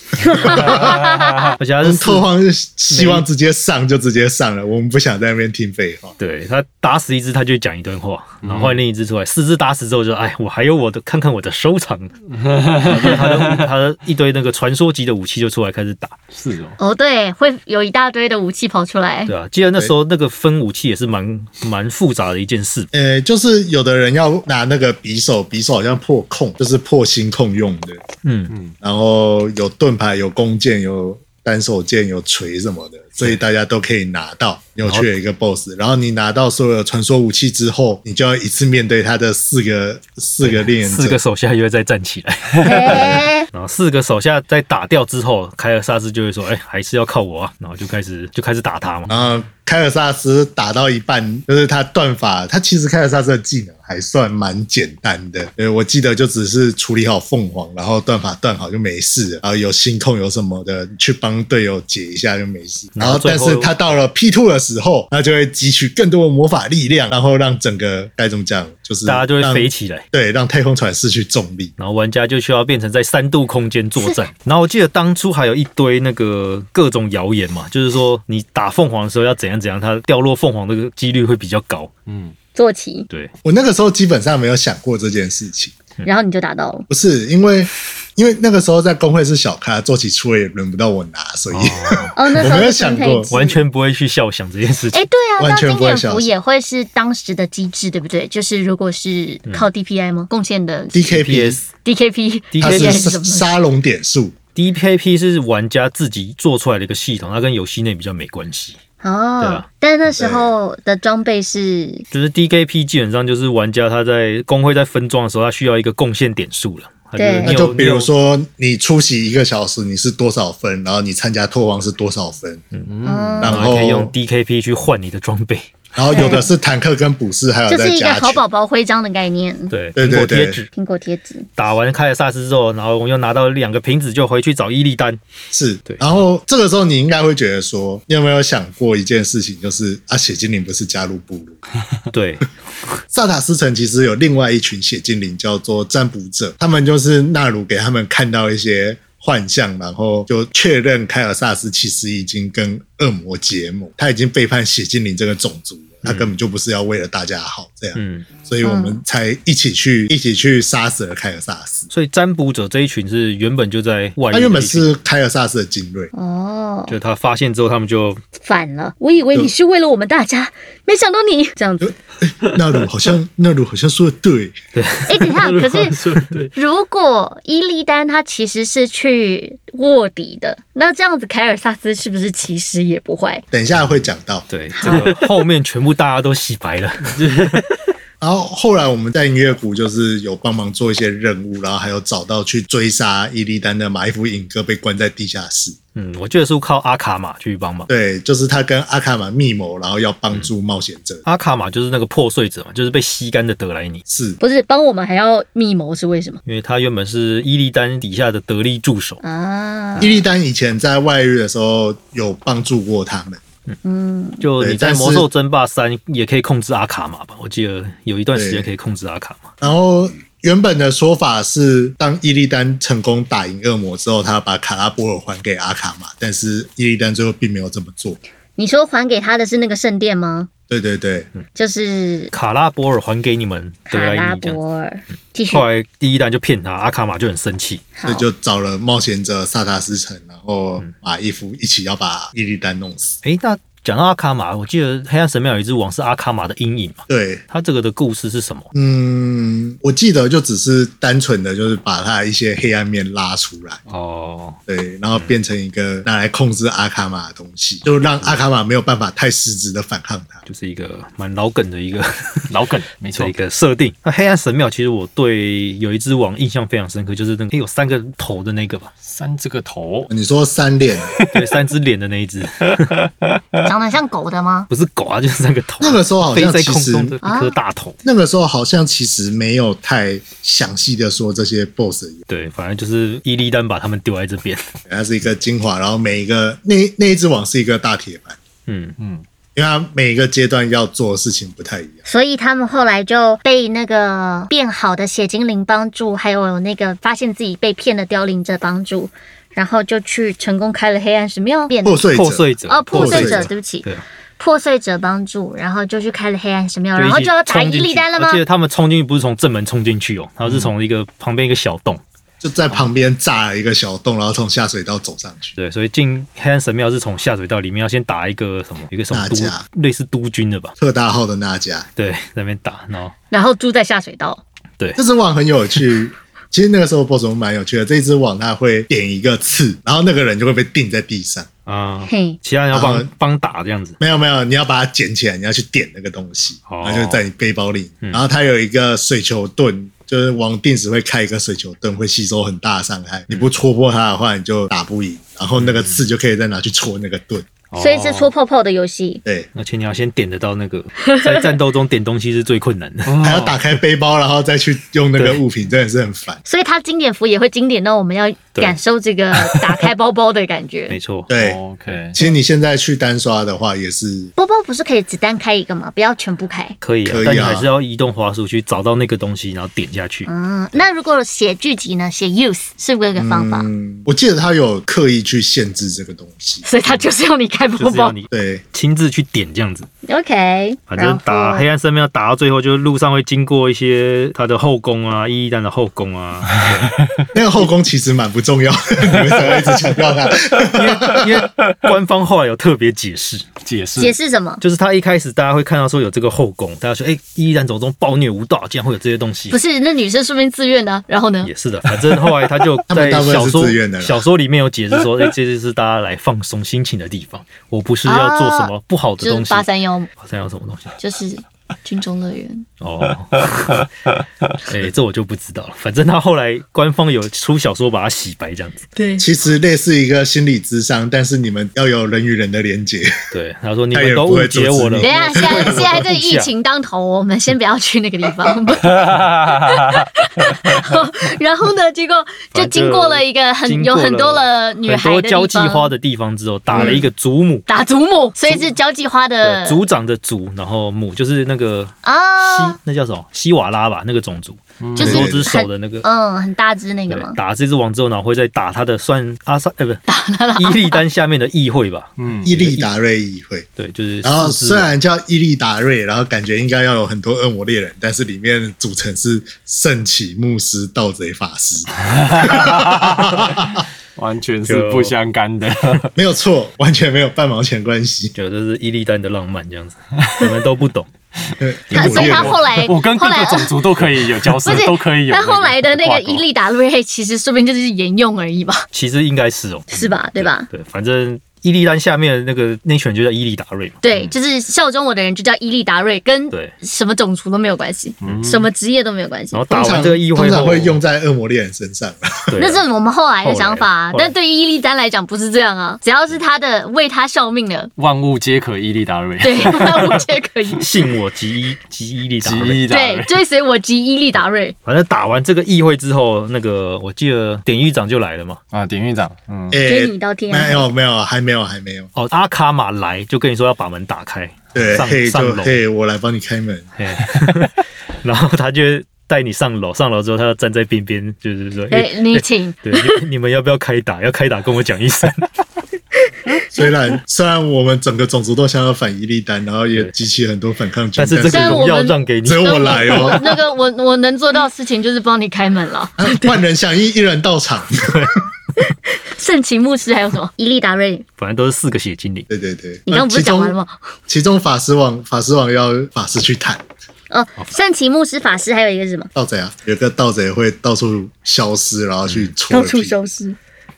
[SPEAKER 2] 而且他是四
[SPEAKER 1] 拓荒是希望直接上就直接上了，我们不想在那边听废话。
[SPEAKER 2] 对他打死一只，他就讲一段话，
[SPEAKER 1] 嗯
[SPEAKER 2] 然后换另一只出来，四只打死之后就哎，我还有我的，看看我的收藏，然后就他的他的一堆那个传说级的武器就出来开始打，
[SPEAKER 3] [laughs] 是哦，
[SPEAKER 4] 哦，对，会有一大堆的武器跑出来，
[SPEAKER 2] 对啊，记得那时候那个分武器也是蛮蛮复杂的一件事，
[SPEAKER 1] 呃，就是有的人要拿那个匕首，匕首好像破控，就是破心控用的。
[SPEAKER 2] 嗯
[SPEAKER 1] 然后有盾牌，有弓箭，有单手剑有锤什么的，所以大家都可以拿到扭曲的一个 BOSS。然后你拿到所有的传说武器之后，你就要一次面对他的四个四个猎人
[SPEAKER 2] 四个
[SPEAKER 1] 者。
[SPEAKER 2] 手下又会再站起来，
[SPEAKER 4] 哎
[SPEAKER 2] 然后四个手下在打掉之后，凯尔萨斯就会说：“哎、还是要靠我啊！”然后就开始就开始打他嘛。
[SPEAKER 1] 然后凯尔萨斯打到一半，就是他断法，他其实凯尔萨斯的技能还算蛮简单的，呃，我记得就只是处理好凤凰，然后断法断好就没事了，然后有星空有什么的去帮队友解一下就没事。
[SPEAKER 2] 嗯
[SPEAKER 1] 然
[SPEAKER 2] 然后
[SPEAKER 1] 后，
[SPEAKER 2] 最
[SPEAKER 1] 但
[SPEAKER 2] 后
[SPEAKER 1] 是他到了 P two 的时候，他就会汲取更多的魔法力量，然后让整个该怎么讲，就是
[SPEAKER 2] 大家就会
[SPEAKER 1] 让
[SPEAKER 2] 飞起来，
[SPEAKER 1] 对，让太空船失去重力。
[SPEAKER 2] 然后玩家就需要变成在三度空间作战。然后我记得当初还有一堆那个各种谣言嘛，就是说你打凤凰的时候要怎样怎样，它掉落凤凰的几率会比较高。
[SPEAKER 3] 嗯，
[SPEAKER 4] 坐骑，
[SPEAKER 2] 对，
[SPEAKER 1] 我那个时候基本上没有想过这件事情。
[SPEAKER 2] 嗯
[SPEAKER 4] 然后你就打到了。
[SPEAKER 1] 不是因为，因为那个时候在工会是小咖，做起出了也轮不到我拿，所以、 [laughs]
[SPEAKER 4] 哦，那时
[SPEAKER 1] 我
[SPEAKER 4] 候
[SPEAKER 1] 没有
[SPEAKER 4] 是
[SPEAKER 1] 想
[SPEAKER 4] 分配
[SPEAKER 1] 过
[SPEAKER 4] 制
[SPEAKER 2] 完。全不会去笑想这件事情。
[SPEAKER 4] 哎，对啊，
[SPEAKER 1] 完全
[SPEAKER 4] 那
[SPEAKER 1] 不
[SPEAKER 4] 经
[SPEAKER 1] 会
[SPEAKER 4] 验
[SPEAKER 1] 想
[SPEAKER 4] 服也会是当时的机制，对不对？就是如果是
[SPEAKER 2] 嗯
[SPEAKER 4] 靠 DPI 吗？贡献的
[SPEAKER 1] DKP
[SPEAKER 2] P.S.
[SPEAKER 4] DKP，
[SPEAKER 1] 它是
[SPEAKER 2] DKP
[SPEAKER 4] 是
[SPEAKER 1] 沙
[SPEAKER 4] 什么？
[SPEAKER 1] 沙龙点数，
[SPEAKER 2] DPP 是玩家自己做出来的一个系统，它跟游戏内比较没关系。对
[SPEAKER 4] 哦
[SPEAKER 2] 啊，
[SPEAKER 4] 但是那时候的装备是
[SPEAKER 2] 就是 DKP 基本上就是玩家他在工会在分装的时候，他需要一个贡献点数了。他就是
[SPEAKER 4] 对
[SPEAKER 2] 你
[SPEAKER 1] 那
[SPEAKER 2] 有
[SPEAKER 1] 就比
[SPEAKER 2] 你
[SPEAKER 1] 如
[SPEAKER 2] 有
[SPEAKER 1] 说你出席一个小时，你是多少分，然后你参加拓王是多少分，
[SPEAKER 4] 嗯，
[SPEAKER 1] 然
[SPEAKER 2] 然后
[SPEAKER 1] 后
[SPEAKER 2] 可以用 DKP 去换你的装备，
[SPEAKER 1] 然后有的是坦克跟捕士，还有
[SPEAKER 4] 就
[SPEAKER 1] 在
[SPEAKER 4] 是一个
[SPEAKER 1] 加
[SPEAKER 4] 好
[SPEAKER 1] 权。
[SPEAKER 4] 宝宝徽章的概念，
[SPEAKER 2] 对，
[SPEAKER 1] 对
[SPEAKER 2] 苹
[SPEAKER 1] 对
[SPEAKER 2] 果
[SPEAKER 1] 对
[SPEAKER 2] 贴纸。
[SPEAKER 4] 苹果贴纸。
[SPEAKER 2] 打完凯尔萨斯之后，然后我又拿到两个瓶子，就回去找伊
[SPEAKER 1] [laughs]
[SPEAKER 2] 利丹。
[SPEAKER 1] 是，
[SPEAKER 2] 对
[SPEAKER 1] 然后这个时候你应该会觉得说，你有没有想过一件事情，就是啊，血精灵不是加入部落，
[SPEAKER 2] 对，
[SPEAKER 1] 萨塔斯城其实有另外一群血精灵叫做占卜者，他们就是纳鲁给他们看到一些幻象，然后就确认凯尔萨斯其实已经跟恶魔结盟，他已经背叛血精灵这个种族了，他根本就不是要为了大家好这样，
[SPEAKER 2] 嗯，
[SPEAKER 1] 所以我们才一起去一起去杀死了凯尔萨斯。
[SPEAKER 2] 所以占卜者这一群是原本就在外
[SPEAKER 1] 他
[SPEAKER 2] 面，
[SPEAKER 1] 原本，是凯尔萨斯的精锐，
[SPEAKER 4] 哦，
[SPEAKER 2] 就他发现之后，他们就
[SPEAKER 4] 反了！我以为你是为了我们大家，没想到你这样子。
[SPEAKER 1] 纳鲁好像纳鲁好像说的对，
[SPEAKER 4] 哎、等
[SPEAKER 2] [laughs]
[SPEAKER 4] 一下，可是
[SPEAKER 2] 对，
[SPEAKER 4] 如果伊利丹他其实是去卧底的，那这样子凯尔萨斯是不是其实也不坏？
[SPEAKER 1] 等一下会讲到。 [laughs]
[SPEAKER 2] 对，这个后面全部大家都洗白了。
[SPEAKER 1] 然后后来我们在音乐谷就是有帮忙做一些任务，然后还有找到去追杀伊利丹的马伊夫影哥被关在地下室。
[SPEAKER 2] 嗯，我记得是靠阿卡玛去帮忙。
[SPEAKER 1] 对，就是他跟阿卡玛密谋，然后要帮助冒险者。
[SPEAKER 2] 阿卡玛就是那个破碎者嘛，就是被吸干的德莱尼，
[SPEAKER 1] 是
[SPEAKER 4] 不是帮我们还要密谋是为什么
[SPEAKER 2] 因为他原本是伊利丹底下的得力助手。
[SPEAKER 4] 啊？
[SPEAKER 1] 伊利丹以前在外遇的时候有帮助过他们。
[SPEAKER 2] 就
[SPEAKER 1] 对
[SPEAKER 2] 你在
[SPEAKER 1] 但
[SPEAKER 2] 《
[SPEAKER 1] 是
[SPEAKER 2] 魔兽争霸三》也可以控制阿卡玛吧？我记得有一段时间可以控制阿卡玛。
[SPEAKER 1] 然后原本的说法是，当伊利丹成功打赢恶魔之后，他把卡拉波尔还给阿卡玛，但是伊利丹最后并没有这么做。
[SPEAKER 4] 你说还给他的是那个圣殿吗？
[SPEAKER 1] 对对对，
[SPEAKER 4] 就是
[SPEAKER 2] 卡拉波尔还给你们德
[SPEAKER 4] 卡
[SPEAKER 2] 莱
[SPEAKER 4] 拉
[SPEAKER 2] 尼这样。
[SPEAKER 4] 伯尔，继续
[SPEAKER 2] 后来第一弹就骗他，阿卡玛就很生气。
[SPEAKER 1] 所
[SPEAKER 4] 好
[SPEAKER 1] 以。就找了冒险者萨塔斯城，然后马伊夫一起要把伊利丹弄死。
[SPEAKER 2] 诶，那讲到阿卡玛，我记得黑暗神庙有一只网是阿卡玛的阴影嘛？
[SPEAKER 1] 对，
[SPEAKER 2] 他这个的故事是什么？
[SPEAKER 1] 嗯，我记得就只是单纯的就是把他一些黑暗面拉出来，
[SPEAKER 3] 哦，
[SPEAKER 1] 对，然后变成一个拿来控制阿卡玛的东西，就让阿卡玛没有办法太实质的反抗他。
[SPEAKER 2] 就是一个蛮老梗的一
[SPEAKER 1] [laughs]
[SPEAKER 2] 个
[SPEAKER 3] 老梗，没错
[SPEAKER 2] 这一，个设定。那黑暗神庙其实我对有一只网印象非常深刻，就是那个诶有三个头的那个
[SPEAKER 1] [laughs]
[SPEAKER 2] 吧，
[SPEAKER 3] 三这个头，
[SPEAKER 1] 你说三连 [laughs]
[SPEAKER 2] 对，三只脸的那一只，
[SPEAKER 4] 长得像狗的吗？
[SPEAKER 2] 不是狗啊，就是三个头。
[SPEAKER 1] 那个时候好
[SPEAKER 2] 飞
[SPEAKER 1] 像
[SPEAKER 2] 在
[SPEAKER 1] 其
[SPEAKER 2] 空
[SPEAKER 1] 实
[SPEAKER 2] 中的一颗大头。
[SPEAKER 1] 那个时候好像其实没有太详细的说这些 BOSS 的
[SPEAKER 2] 对，反正就是伊利丹把他们丢在这边。
[SPEAKER 1] 它是一个精华，然后每一个那那一只网是一个大铁板，
[SPEAKER 2] 嗯，
[SPEAKER 1] 因为它每一个阶段要做的事情不太一样。
[SPEAKER 4] 所以他们后来就被那个变好的血精灵帮助，还有那个发现自己被骗的凋零者帮助，然后就去成功开了黑暗神庙，变
[SPEAKER 1] 破碎者
[SPEAKER 2] 破碎者
[SPEAKER 4] 哦破碎
[SPEAKER 1] 破碎
[SPEAKER 4] 者，
[SPEAKER 1] 者
[SPEAKER 4] 对不起，
[SPEAKER 2] 对啊，
[SPEAKER 4] 破碎者帮助，然后就去开了黑暗神庙，
[SPEAKER 2] 一
[SPEAKER 4] 啊然
[SPEAKER 2] 起
[SPEAKER 4] 后就要打
[SPEAKER 2] 冲
[SPEAKER 4] 伊
[SPEAKER 2] 进去
[SPEAKER 4] 利丹了吗
[SPEAKER 2] 我记？得他们冲进去不是从正门冲进去哦，他是从一个旁边一个小洞。
[SPEAKER 1] 就在旁边炸了一个小洞，然后从下水道走上去。
[SPEAKER 2] 对，所以进黑暗神庙是从下水道里面要先打一个什么，有一个什么
[SPEAKER 1] 大家
[SPEAKER 2] 督类似督军的吧？
[SPEAKER 1] 特大号的那家，
[SPEAKER 2] 对，在那边打，然后
[SPEAKER 4] 然后住在下水道，
[SPEAKER 2] [laughs]
[SPEAKER 1] 这只网很有趣。其实那个时候 BOSS 我们蛮有趣的，这一只网它会点一个刺，然后那个人就会被钉在地上。
[SPEAKER 2] 啊，
[SPEAKER 4] 嘿，
[SPEAKER 2] 其他人要帮
[SPEAKER 1] 啊
[SPEAKER 2] 帮打这样子。
[SPEAKER 1] 没有没有，你要把它捡起来，你要去点那个东西，
[SPEAKER 2] 哦嗯
[SPEAKER 1] 然后就在你背包里。然后它有一个水球盾，就是王定时会开一个水球盾，会吸收很大的伤
[SPEAKER 2] 嗯
[SPEAKER 1] 害。你不戳破它的话，你就打不赢。然后那个刺就可以再拿去戳那个盾。
[SPEAKER 4] 所以是戳
[SPEAKER 2] 哦，
[SPEAKER 4] 泡泡的游戏。
[SPEAKER 1] 对，
[SPEAKER 2] 而且你要先点得到那
[SPEAKER 4] [laughs]
[SPEAKER 2] 个，在战斗中点东西是最困难的。
[SPEAKER 1] 还要打开背包，然后再去用那个物品，真的是很烦。
[SPEAKER 4] 所以它经典服也会经典到我们要
[SPEAKER 2] 对
[SPEAKER 4] 感受这个打开包包的感
[SPEAKER 2] [laughs]
[SPEAKER 4] 觉
[SPEAKER 2] 没。错，
[SPEAKER 1] 对，
[SPEAKER 3] OK，
[SPEAKER 1] 其实你现在去单刷的话，也是
[SPEAKER 4] 包包不是可以只单开一个吗？不要全部开。
[SPEAKER 2] 可以啊，
[SPEAKER 1] 可以啊
[SPEAKER 2] 但你还是要移动滑鼠去找到那个东西，然后点下去。
[SPEAKER 4] 嗯，那如果写剧集呢？写 use 是不是有一个方法？
[SPEAKER 1] 嗯，我记得他有刻意去限制这个东西。
[SPEAKER 4] 所以它就是要你开包
[SPEAKER 2] 就是要
[SPEAKER 4] 包。
[SPEAKER 2] 你
[SPEAKER 1] 对，
[SPEAKER 2] 亲自去点这样子，
[SPEAKER 4] OK，
[SPEAKER 2] 反正打黑暗森林要打到最后，就是路上会经过一些它的后宫啊，一一弹的后宫啊，
[SPEAKER 1] [laughs] 那个后宫其实蛮不重要的， [laughs] 你们才会一直强调它。
[SPEAKER 2] [laughs] 因为因为官方后来有特别解释，
[SPEAKER 3] 解释
[SPEAKER 4] 解释什么？
[SPEAKER 2] 就是他一开始大家会看到说有这个后宫，大家说哎，一一弹走中暴虐无道，竟然会有这些东西
[SPEAKER 4] 不，是，那女生说不定自愿的啊。然后呢？
[SPEAKER 2] 也是的，反正后来他
[SPEAKER 1] [laughs]
[SPEAKER 2] 就
[SPEAKER 1] 他们
[SPEAKER 2] 在
[SPEAKER 1] 大部分
[SPEAKER 2] 小
[SPEAKER 1] 是
[SPEAKER 2] 说
[SPEAKER 1] 自愿的啦
[SPEAKER 2] 小说里面有解释说，哎、这就是大家来放松心情的地方，我不是要做什么不好的
[SPEAKER 4] 就
[SPEAKER 2] 东
[SPEAKER 4] 是
[SPEAKER 2] 西。
[SPEAKER 4] 八三幺，
[SPEAKER 2] 好像有什么东西
[SPEAKER 4] 就是军中乐园。
[SPEAKER 2] 哦， [laughs] 哎、这我就不知道了。反正他后来官方有出小说把它洗白这样子。
[SPEAKER 4] [laughs] 对，
[SPEAKER 1] 其实类似一个心理智商，但是你们要有人与人的连接。
[SPEAKER 2] 对，他说你
[SPEAKER 1] 他也
[SPEAKER 2] 们都
[SPEAKER 1] 不
[SPEAKER 2] 误
[SPEAKER 1] 会阻
[SPEAKER 2] 解
[SPEAKER 1] 止
[SPEAKER 2] 我
[SPEAKER 1] 你
[SPEAKER 2] 了
[SPEAKER 4] 等
[SPEAKER 2] [laughs]
[SPEAKER 4] 一。下，现在现在这
[SPEAKER 2] 不
[SPEAKER 4] 疫
[SPEAKER 2] 下 [laughs]
[SPEAKER 4] 情当头，我们先不要去那个地方。然后呢，结果就经过了一个很
[SPEAKER 2] 经
[SPEAKER 4] 有
[SPEAKER 2] 过
[SPEAKER 4] 很多了女
[SPEAKER 2] [laughs] 很多
[SPEAKER 4] 孩的地方
[SPEAKER 2] 交际花的地方之后，
[SPEAKER 1] 嗯
[SPEAKER 2] 打了一个祖母，呃
[SPEAKER 4] 打祖母，所以是交际花的
[SPEAKER 2] 对，族长的族，然后母就是那个西
[SPEAKER 4] 啊，
[SPEAKER 2] 那叫什么西瓦拉吧，那个种族，
[SPEAKER 4] 就
[SPEAKER 2] 很
[SPEAKER 4] 是
[SPEAKER 2] 多只手
[SPEAKER 4] 很
[SPEAKER 2] 的那个。
[SPEAKER 4] 嗯很大只那个
[SPEAKER 2] 对
[SPEAKER 4] 嘛，。
[SPEAKER 2] 打这只王之后，然后会再打他的算阿萨，呃，
[SPEAKER 4] [laughs]
[SPEAKER 2] 不，打伊利丹下面的议会吧？
[SPEAKER 3] 嗯，
[SPEAKER 1] 伊利达瑞议会，
[SPEAKER 2] 对，就是
[SPEAKER 1] 然后
[SPEAKER 2] 四
[SPEAKER 1] 虽
[SPEAKER 2] 只
[SPEAKER 1] 然叫伊利达瑞，然后感觉应该要有很多恶魔猎人，但是里面组成是圣骑牧师、盗贼法
[SPEAKER 2] [laughs]
[SPEAKER 1] 师，
[SPEAKER 3] 完全是不相干的。
[SPEAKER 1] 没有错，完全没有半毛钱关
[SPEAKER 2] [laughs]
[SPEAKER 1] 系。
[SPEAKER 2] 觉得这是伊利丹的浪漫这样子，你们都不
[SPEAKER 4] [laughs]
[SPEAKER 2] 懂。
[SPEAKER 1] 对
[SPEAKER 4] 他所以他后来
[SPEAKER 3] 我跟
[SPEAKER 4] 哎后
[SPEAKER 3] 各
[SPEAKER 4] 来啊
[SPEAKER 3] 个种族都可以有交涉
[SPEAKER 4] 不是，
[SPEAKER 3] 都可以有
[SPEAKER 4] 但
[SPEAKER 3] 那个嗯挂钩。
[SPEAKER 4] 后来的那个伊利达瑞其实说不定就是沿用而已吧，
[SPEAKER 3] 嗯
[SPEAKER 2] 其实应该是哦，
[SPEAKER 4] 是吧？对吧？
[SPEAKER 2] 对，反正伊利丹下面的那个那群人就叫伊利达瑞嘛。
[SPEAKER 4] 对，就是效忠我的人就叫伊利达瑞，跟
[SPEAKER 2] 对
[SPEAKER 4] 什么种族都没有关系，
[SPEAKER 3] 嗯
[SPEAKER 4] 什么职业都没有关系
[SPEAKER 2] 然后。打
[SPEAKER 1] 通常
[SPEAKER 2] 完这个议会
[SPEAKER 1] 通常
[SPEAKER 2] 后，
[SPEAKER 1] 会用在恶魔猎人身上。
[SPEAKER 4] 哦
[SPEAKER 2] 对啊
[SPEAKER 4] 那是我们后来的想法、啊，
[SPEAKER 2] 后来
[SPEAKER 4] 但对于伊利丹来讲不是这样啊，只要是他的为他效命
[SPEAKER 3] [laughs]
[SPEAKER 4] 的，
[SPEAKER 3] 万物皆可伊利达瑞，
[SPEAKER 4] 对，那无解可
[SPEAKER 3] [laughs]
[SPEAKER 4] 以。
[SPEAKER 2] 信我即伊即伊利达
[SPEAKER 3] 即
[SPEAKER 2] 瑞。
[SPEAKER 3] 伊达
[SPEAKER 4] 对
[SPEAKER 3] 瑞，，
[SPEAKER 4] 追随我及伊利达瑞，
[SPEAKER 2] 反正打完这个议会之后，那个我记得典狱长就来了嘛。
[SPEAKER 3] 啊，典狱长，嗯，
[SPEAKER 1] 诶
[SPEAKER 4] 追你到天啊
[SPEAKER 1] 没
[SPEAKER 4] 涯。
[SPEAKER 1] 有没有，还没有还没有。
[SPEAKER 2] 哦，阿卡玛来就跟你说要把门打开，
[SPEAKER 1] 对，
[SPEAKER 2] 上
[SPEAKER 1] 嘿
[SPEAKER 2] 上
[SPEAKER 1] 就
[SPEAKER 2] 楼，
[SPEAKER 1] 嘿，我来帮你开门。
[SPEAKER 2] 嘿 [laughs] 然后他就带你上楼，上楼之后他要站在边边，就是说，哎、
[SPEAKER 4] 对，你请，
[SPEAKER 2] 对，你你们要不要开打？要开打跟我讲一
[SPEAKER 4] [laughs]
[SPEAKER 2] 声。
[SPEAKER 1] 虽然 [laughs] 虽然我们整个种族都想要反伊利丹，然后也激起很多反抗军，
[SPEAKER 2] 但是这个
[SPEAKER 4] 但是
[SPEAKER 2] 荣
[SPEAKER 4] 我
[SPEAKER 2] 耀
[SPEAKER 4] 们
[SPEAKER 2] 让给你
[SPEAKER 1] 只，有我来哦。
[SPEAKER 4] 那个我我能做到的事情就是帮你开门了。
[SPEAKER 1] 啊万人响应，一人到场。
[SPEAKER 4] 圣骑牧师还有什 [laughs] 么？伊利达瑞，
[SPEAKER 2] 反正都是四个血精灵。
[SPEAKER 1] 对对对，
[SPEAKER 4] 你刚刚不是讲完了
[SPEAKER 1] 呃
[SPEAKER 4] 吗？
[SPEAKER 1] 其中其中法师王法师王要法师去探
[SPEAKER 2] 呃
[SPEAKER 4] 哦，圣骑牧师法师还有一个是什么？
[SPEAKER 1] 盗贼啊，有个盗贼会到处消失，然后
[SPEAKER 2] 嗯
[SPEAKER 1] 去戳
[SPEAKER 4] 到
[SPEAKER 1] 人
[SPEAKER 4] 处
[SPEAKER 1] 屁
[SPEAKER 4] 消失。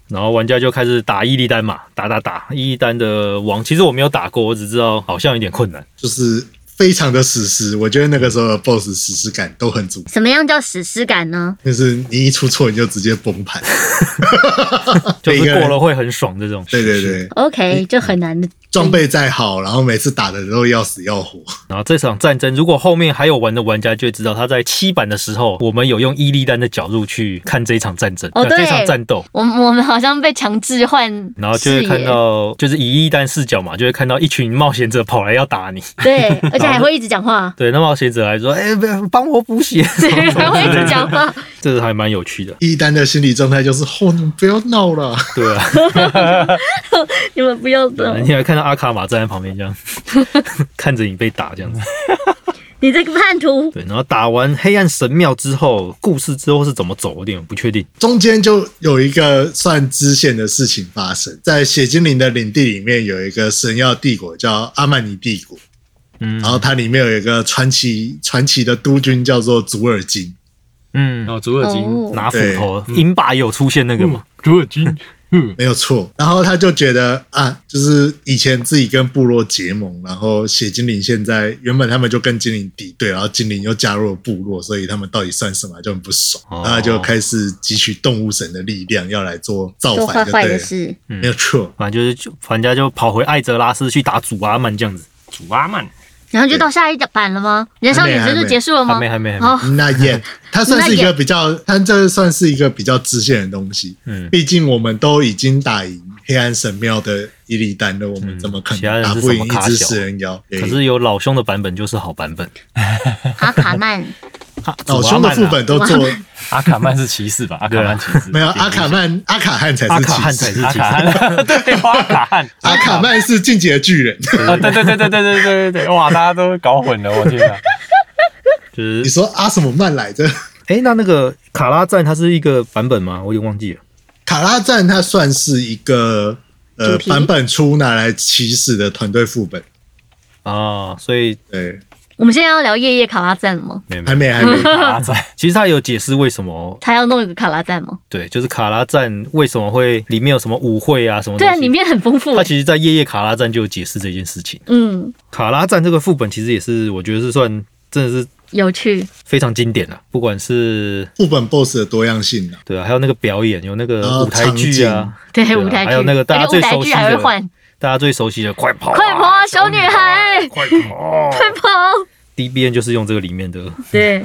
[SPEAKER 2] 然后玩家就开始打伊利丹嘛，打打打伊利丹的王。其实我没有打过，我只知道好像有点困难。
[SPEAKER 1] 就是非常的史诗。我觉得那个时候的 BOSS 史诗感都很足，
[SPEAKER 4] 什么样叫史诗感呢？
[SPEAKER 1] 就是你一出错你就直接崩盘。
[SPEAKER 2] [laughs] 就
[SPEAKER 1] 每个
[SPEAKER 2] 是
[SPEAKER 1] 人
[SPEAKER 2] 过了会很爽这种。
[SPEAKER 1] 对对对，
[SPEAKER 4] OK，就很难的。
[SPEAKER 1] 装备再好，然后每次打的都要死要活。
[SPEAKER 2] 然后这场战争，如果后面还有玩的玩家就会知道，他在七版的时候，我们有用伊利丹的角度去看这一场战争，
[SPEAKER 4] 哦
[SPEAKER 2] 呃
[SPEAKER 4] 对
[SPEAKER 2] 这场战斗。
[SPEAKER 4] 我们我们好像被强制换视野，
[SPEAKER 2] 然后就会看到，就是以伊利丹视角嘛，就会看到一群冒险者跑来要打你。，
[SPEAKER 4] 对，而且还会一直讲话
[SPEAKER 2] 对，那冒险者来说：“哎、不要帮我补血。
[SPEAKER 4] [laughs] 对，还会一直讲话。”
[SPEAKER 2] 这个还蛮有趣的，
[SPEAKER 1] 一丹的心理状态就是：哦，你们不要闹了。
[SPEAKER 2] 对
[SPEAKER 4] [laughs]
[SPEAKER 2] 啊。
[SPEAKER 4] 你们不要
[SPEAKER 2] 对
[SPEAKER 4] 的，
[SPEAKER 2] 你还看到阿卡玛站在旁边这样， [laughs] 看着你被打这样子。
[SPEAKER 4] 你这个叛徒。
[SPEAKER 2] 对，然后打完黑暗神庙之后，故事之后是怎么走，我有点不确定。
[SPEAKER 1] 中间就有一个算支线的事情发生，在血精灵的领地里面有一个神药帝国叫阿曼尼帝国，
[SPEAKER 2] 嗯
[SPEAKER 1] 然后它里面有一个传奇传奇的督军叫做祖尔金，
[SPEAKER 2] 嗯，
[SPEAKER 3] 哦，竹耳精，
[SPEAKER 4] 哦
[SPEAKER 2] 拿斧头，银把也有出现那个嘛，
[SPEAKER 3] 竹耳精，嗯，
[SPEAKER 1] 没有错。然后他就觉得啊，就是以前自己跟部落结盟，然后血精灵现在原本他们就跟精灵敌对，然后精灵又加入了部落，所以他们到底算什么就很不爽，
[SPEAKER 2] 哦
[SPEAKER 1] 然后他就开始汲取动物神的力量，要来做造
[SPEAKER 4] 做坏
[SPEAKER 1] 反，就
[SPEAKER 4] 坏
[SPEAKER 1] 对
[SPEAKER 4] 的
[SPEAKER 1] 了。
[SPEAKER 4] [laughs] 事，
[SPEAKER 1] 没有错，
[SPEAKER 2] 反啊正就是就反正就跑回艾泽拉斯去打祖阿曼这样子，
[SPEAKER 3] 竹阿曼，
[SPEAKER 4] 然后就到下一版了吗？燃烧眼神就结束了
[SPEAKER 2] 啊
[SPEAKER 4] 吗？
[SPEAKER 2] 还没还没还没
[SPEAKER 4] 哦，
[SPEAKER 1] 那也，它算是一个比较，它这算是一个比较支线的东西。
[SPEAKER 2] 嗯
[SPEAKER 1] 毕竟我们都已经打赢黑暗神庙的伊利丹了，我们怎么可
[SPEAKER 2] 嗯其他
[SPEAKER 1] 能
[SPEAKER 2] 人
[SPEAKER 1] 打
[SPEAKER 2] 是
[SPEAKER 1] 不
[SPEAKER 2] 什
[SPEAKER 1] 赢
[SPEAKER 2] 么
[SPEAKER 1] 一
[SPEAKER 2] 卡
[SPEAKER 1] 只
[SPEAKER 2] 小
[SPEAKER 1] 食人妖？对
[SPEAKER 2] 可是有老兄的版本就是好版本，
[SPEAKER 4] 阿
[SPEAKER 2] [laughs]
[SPEAKER 4] 卡曼，
[SPEAKER 2] 啊
[SPEAKER 1] 老兄的副本都做
[SPEAKER 3] 阿卡曼是骑士 [laughs] 吧？阿卡曼骑士
[SPEAKER 1] 没有，阿卡曼阿卡汉才
[SPEAKER 2] 阿
[SPEAKER 1] 是
[SPEAKER 2] 卡汉
[SPEAKER 1] 骑
[SPEAKER 2] 才
[SPEAKER 1] 士，
[SPEAKER 2] 是
[SPEAKER 3] 阿
[SPEAKER 2] 骑
[SPEAKER 3] 卡
[SPEAKER 2] 士， [laughs]
[SPEAKER 3] 汉，对，阿卡汉，
[SPEAKER 1] 阿卡曼是进阶的巨人。
[SPEAKER 3] 啊，对对对对对对对对对，哇，大家都搞混了，我天哪！
[SPEAKER 1] [laughs]
[SPEAKER 2] 就
[SPEAKER 1] 你
[SPEAKER 2] 是
[SPEAKER 1] 说阿什么曼来着？
[SPEAKER 2] 哎、那那个卡拉赞它是一个版本吗？我有点忘记了。
[SPEAKER 1] [laughs] 卡拉赞它算是一个呃
[SPEAKER 4] 主题
[SPEAKER 1] 版本出拿来起始的团队副本，
[SPEAKER 2] 啊，所以
[SPEAKER 1] 对，
[SPEAKER 4] 我们现在要聊夜夜卡拉赞了吗？
[SPEAKER 2] 没有没
[SPEAKER 1] 还
[SPEAKER 2] 有，
[SPEAKER 1] 没还 [laughs] 没。
[SPEAKER 3] 阿 [laughs] 仔，
[SPEAKER 2] 其实他有解释为什么
[SPEAKER 4] 他要弄一个卡拉赞吗？
[SPEAKER 2] 对，就是卡拉站为什么会里面有什么舞会啊什么东
[SPEAKER 4] 对
[SPEAKER 2] 西？
[SPEAKER 4] 啊，里面很丰富
[SPEAKER 2] 他。其实，在夜夜卡拉站就有解释这件事情。
[SPEAKER 4] 嗯，
[SPEAKER 2] 卡拉站这个副本其实也是，我觉得是算真的是
[SPEAKER 4] 有趣。
[SPEAKER 2] 非常经典啊了，不管是
[SPEAKER 1] 副本 BOSS 的多样性啊，
[SPEAKER 2] 对啊，还有那个表演，有那
[SPEAKER 1] 啊
[SPEAKER 2] 个舞台剧啊，
[SPEAKER 4] 对，
[SPEAKER 2] 对啊
[SPEAKER 4] 舞台剧，
[SPEAKER 2] 还有那个大家
[SPEAKER 4] 而
[SPEAKER 2] 最
[SPEAKER 4] 且舞台
[SPEAKER 2] 熟悉
[SPEAKER 4] 剧
[SPEAKER 2] 的
[SPEAKER 4] 还会换，
[SPEAKER 1] [laughs]
[SPEAKER 2] 大家最熟悉的快跑
[SPEAKER 4] 快跑啊，小女孩，快
[SPEAKER 5] 啊
[SPEAKER 4] [laughs] 跑，快跑。
[SPEAKER 2] DBN 就是用这个里面的，
[SPEAKER 4] 对，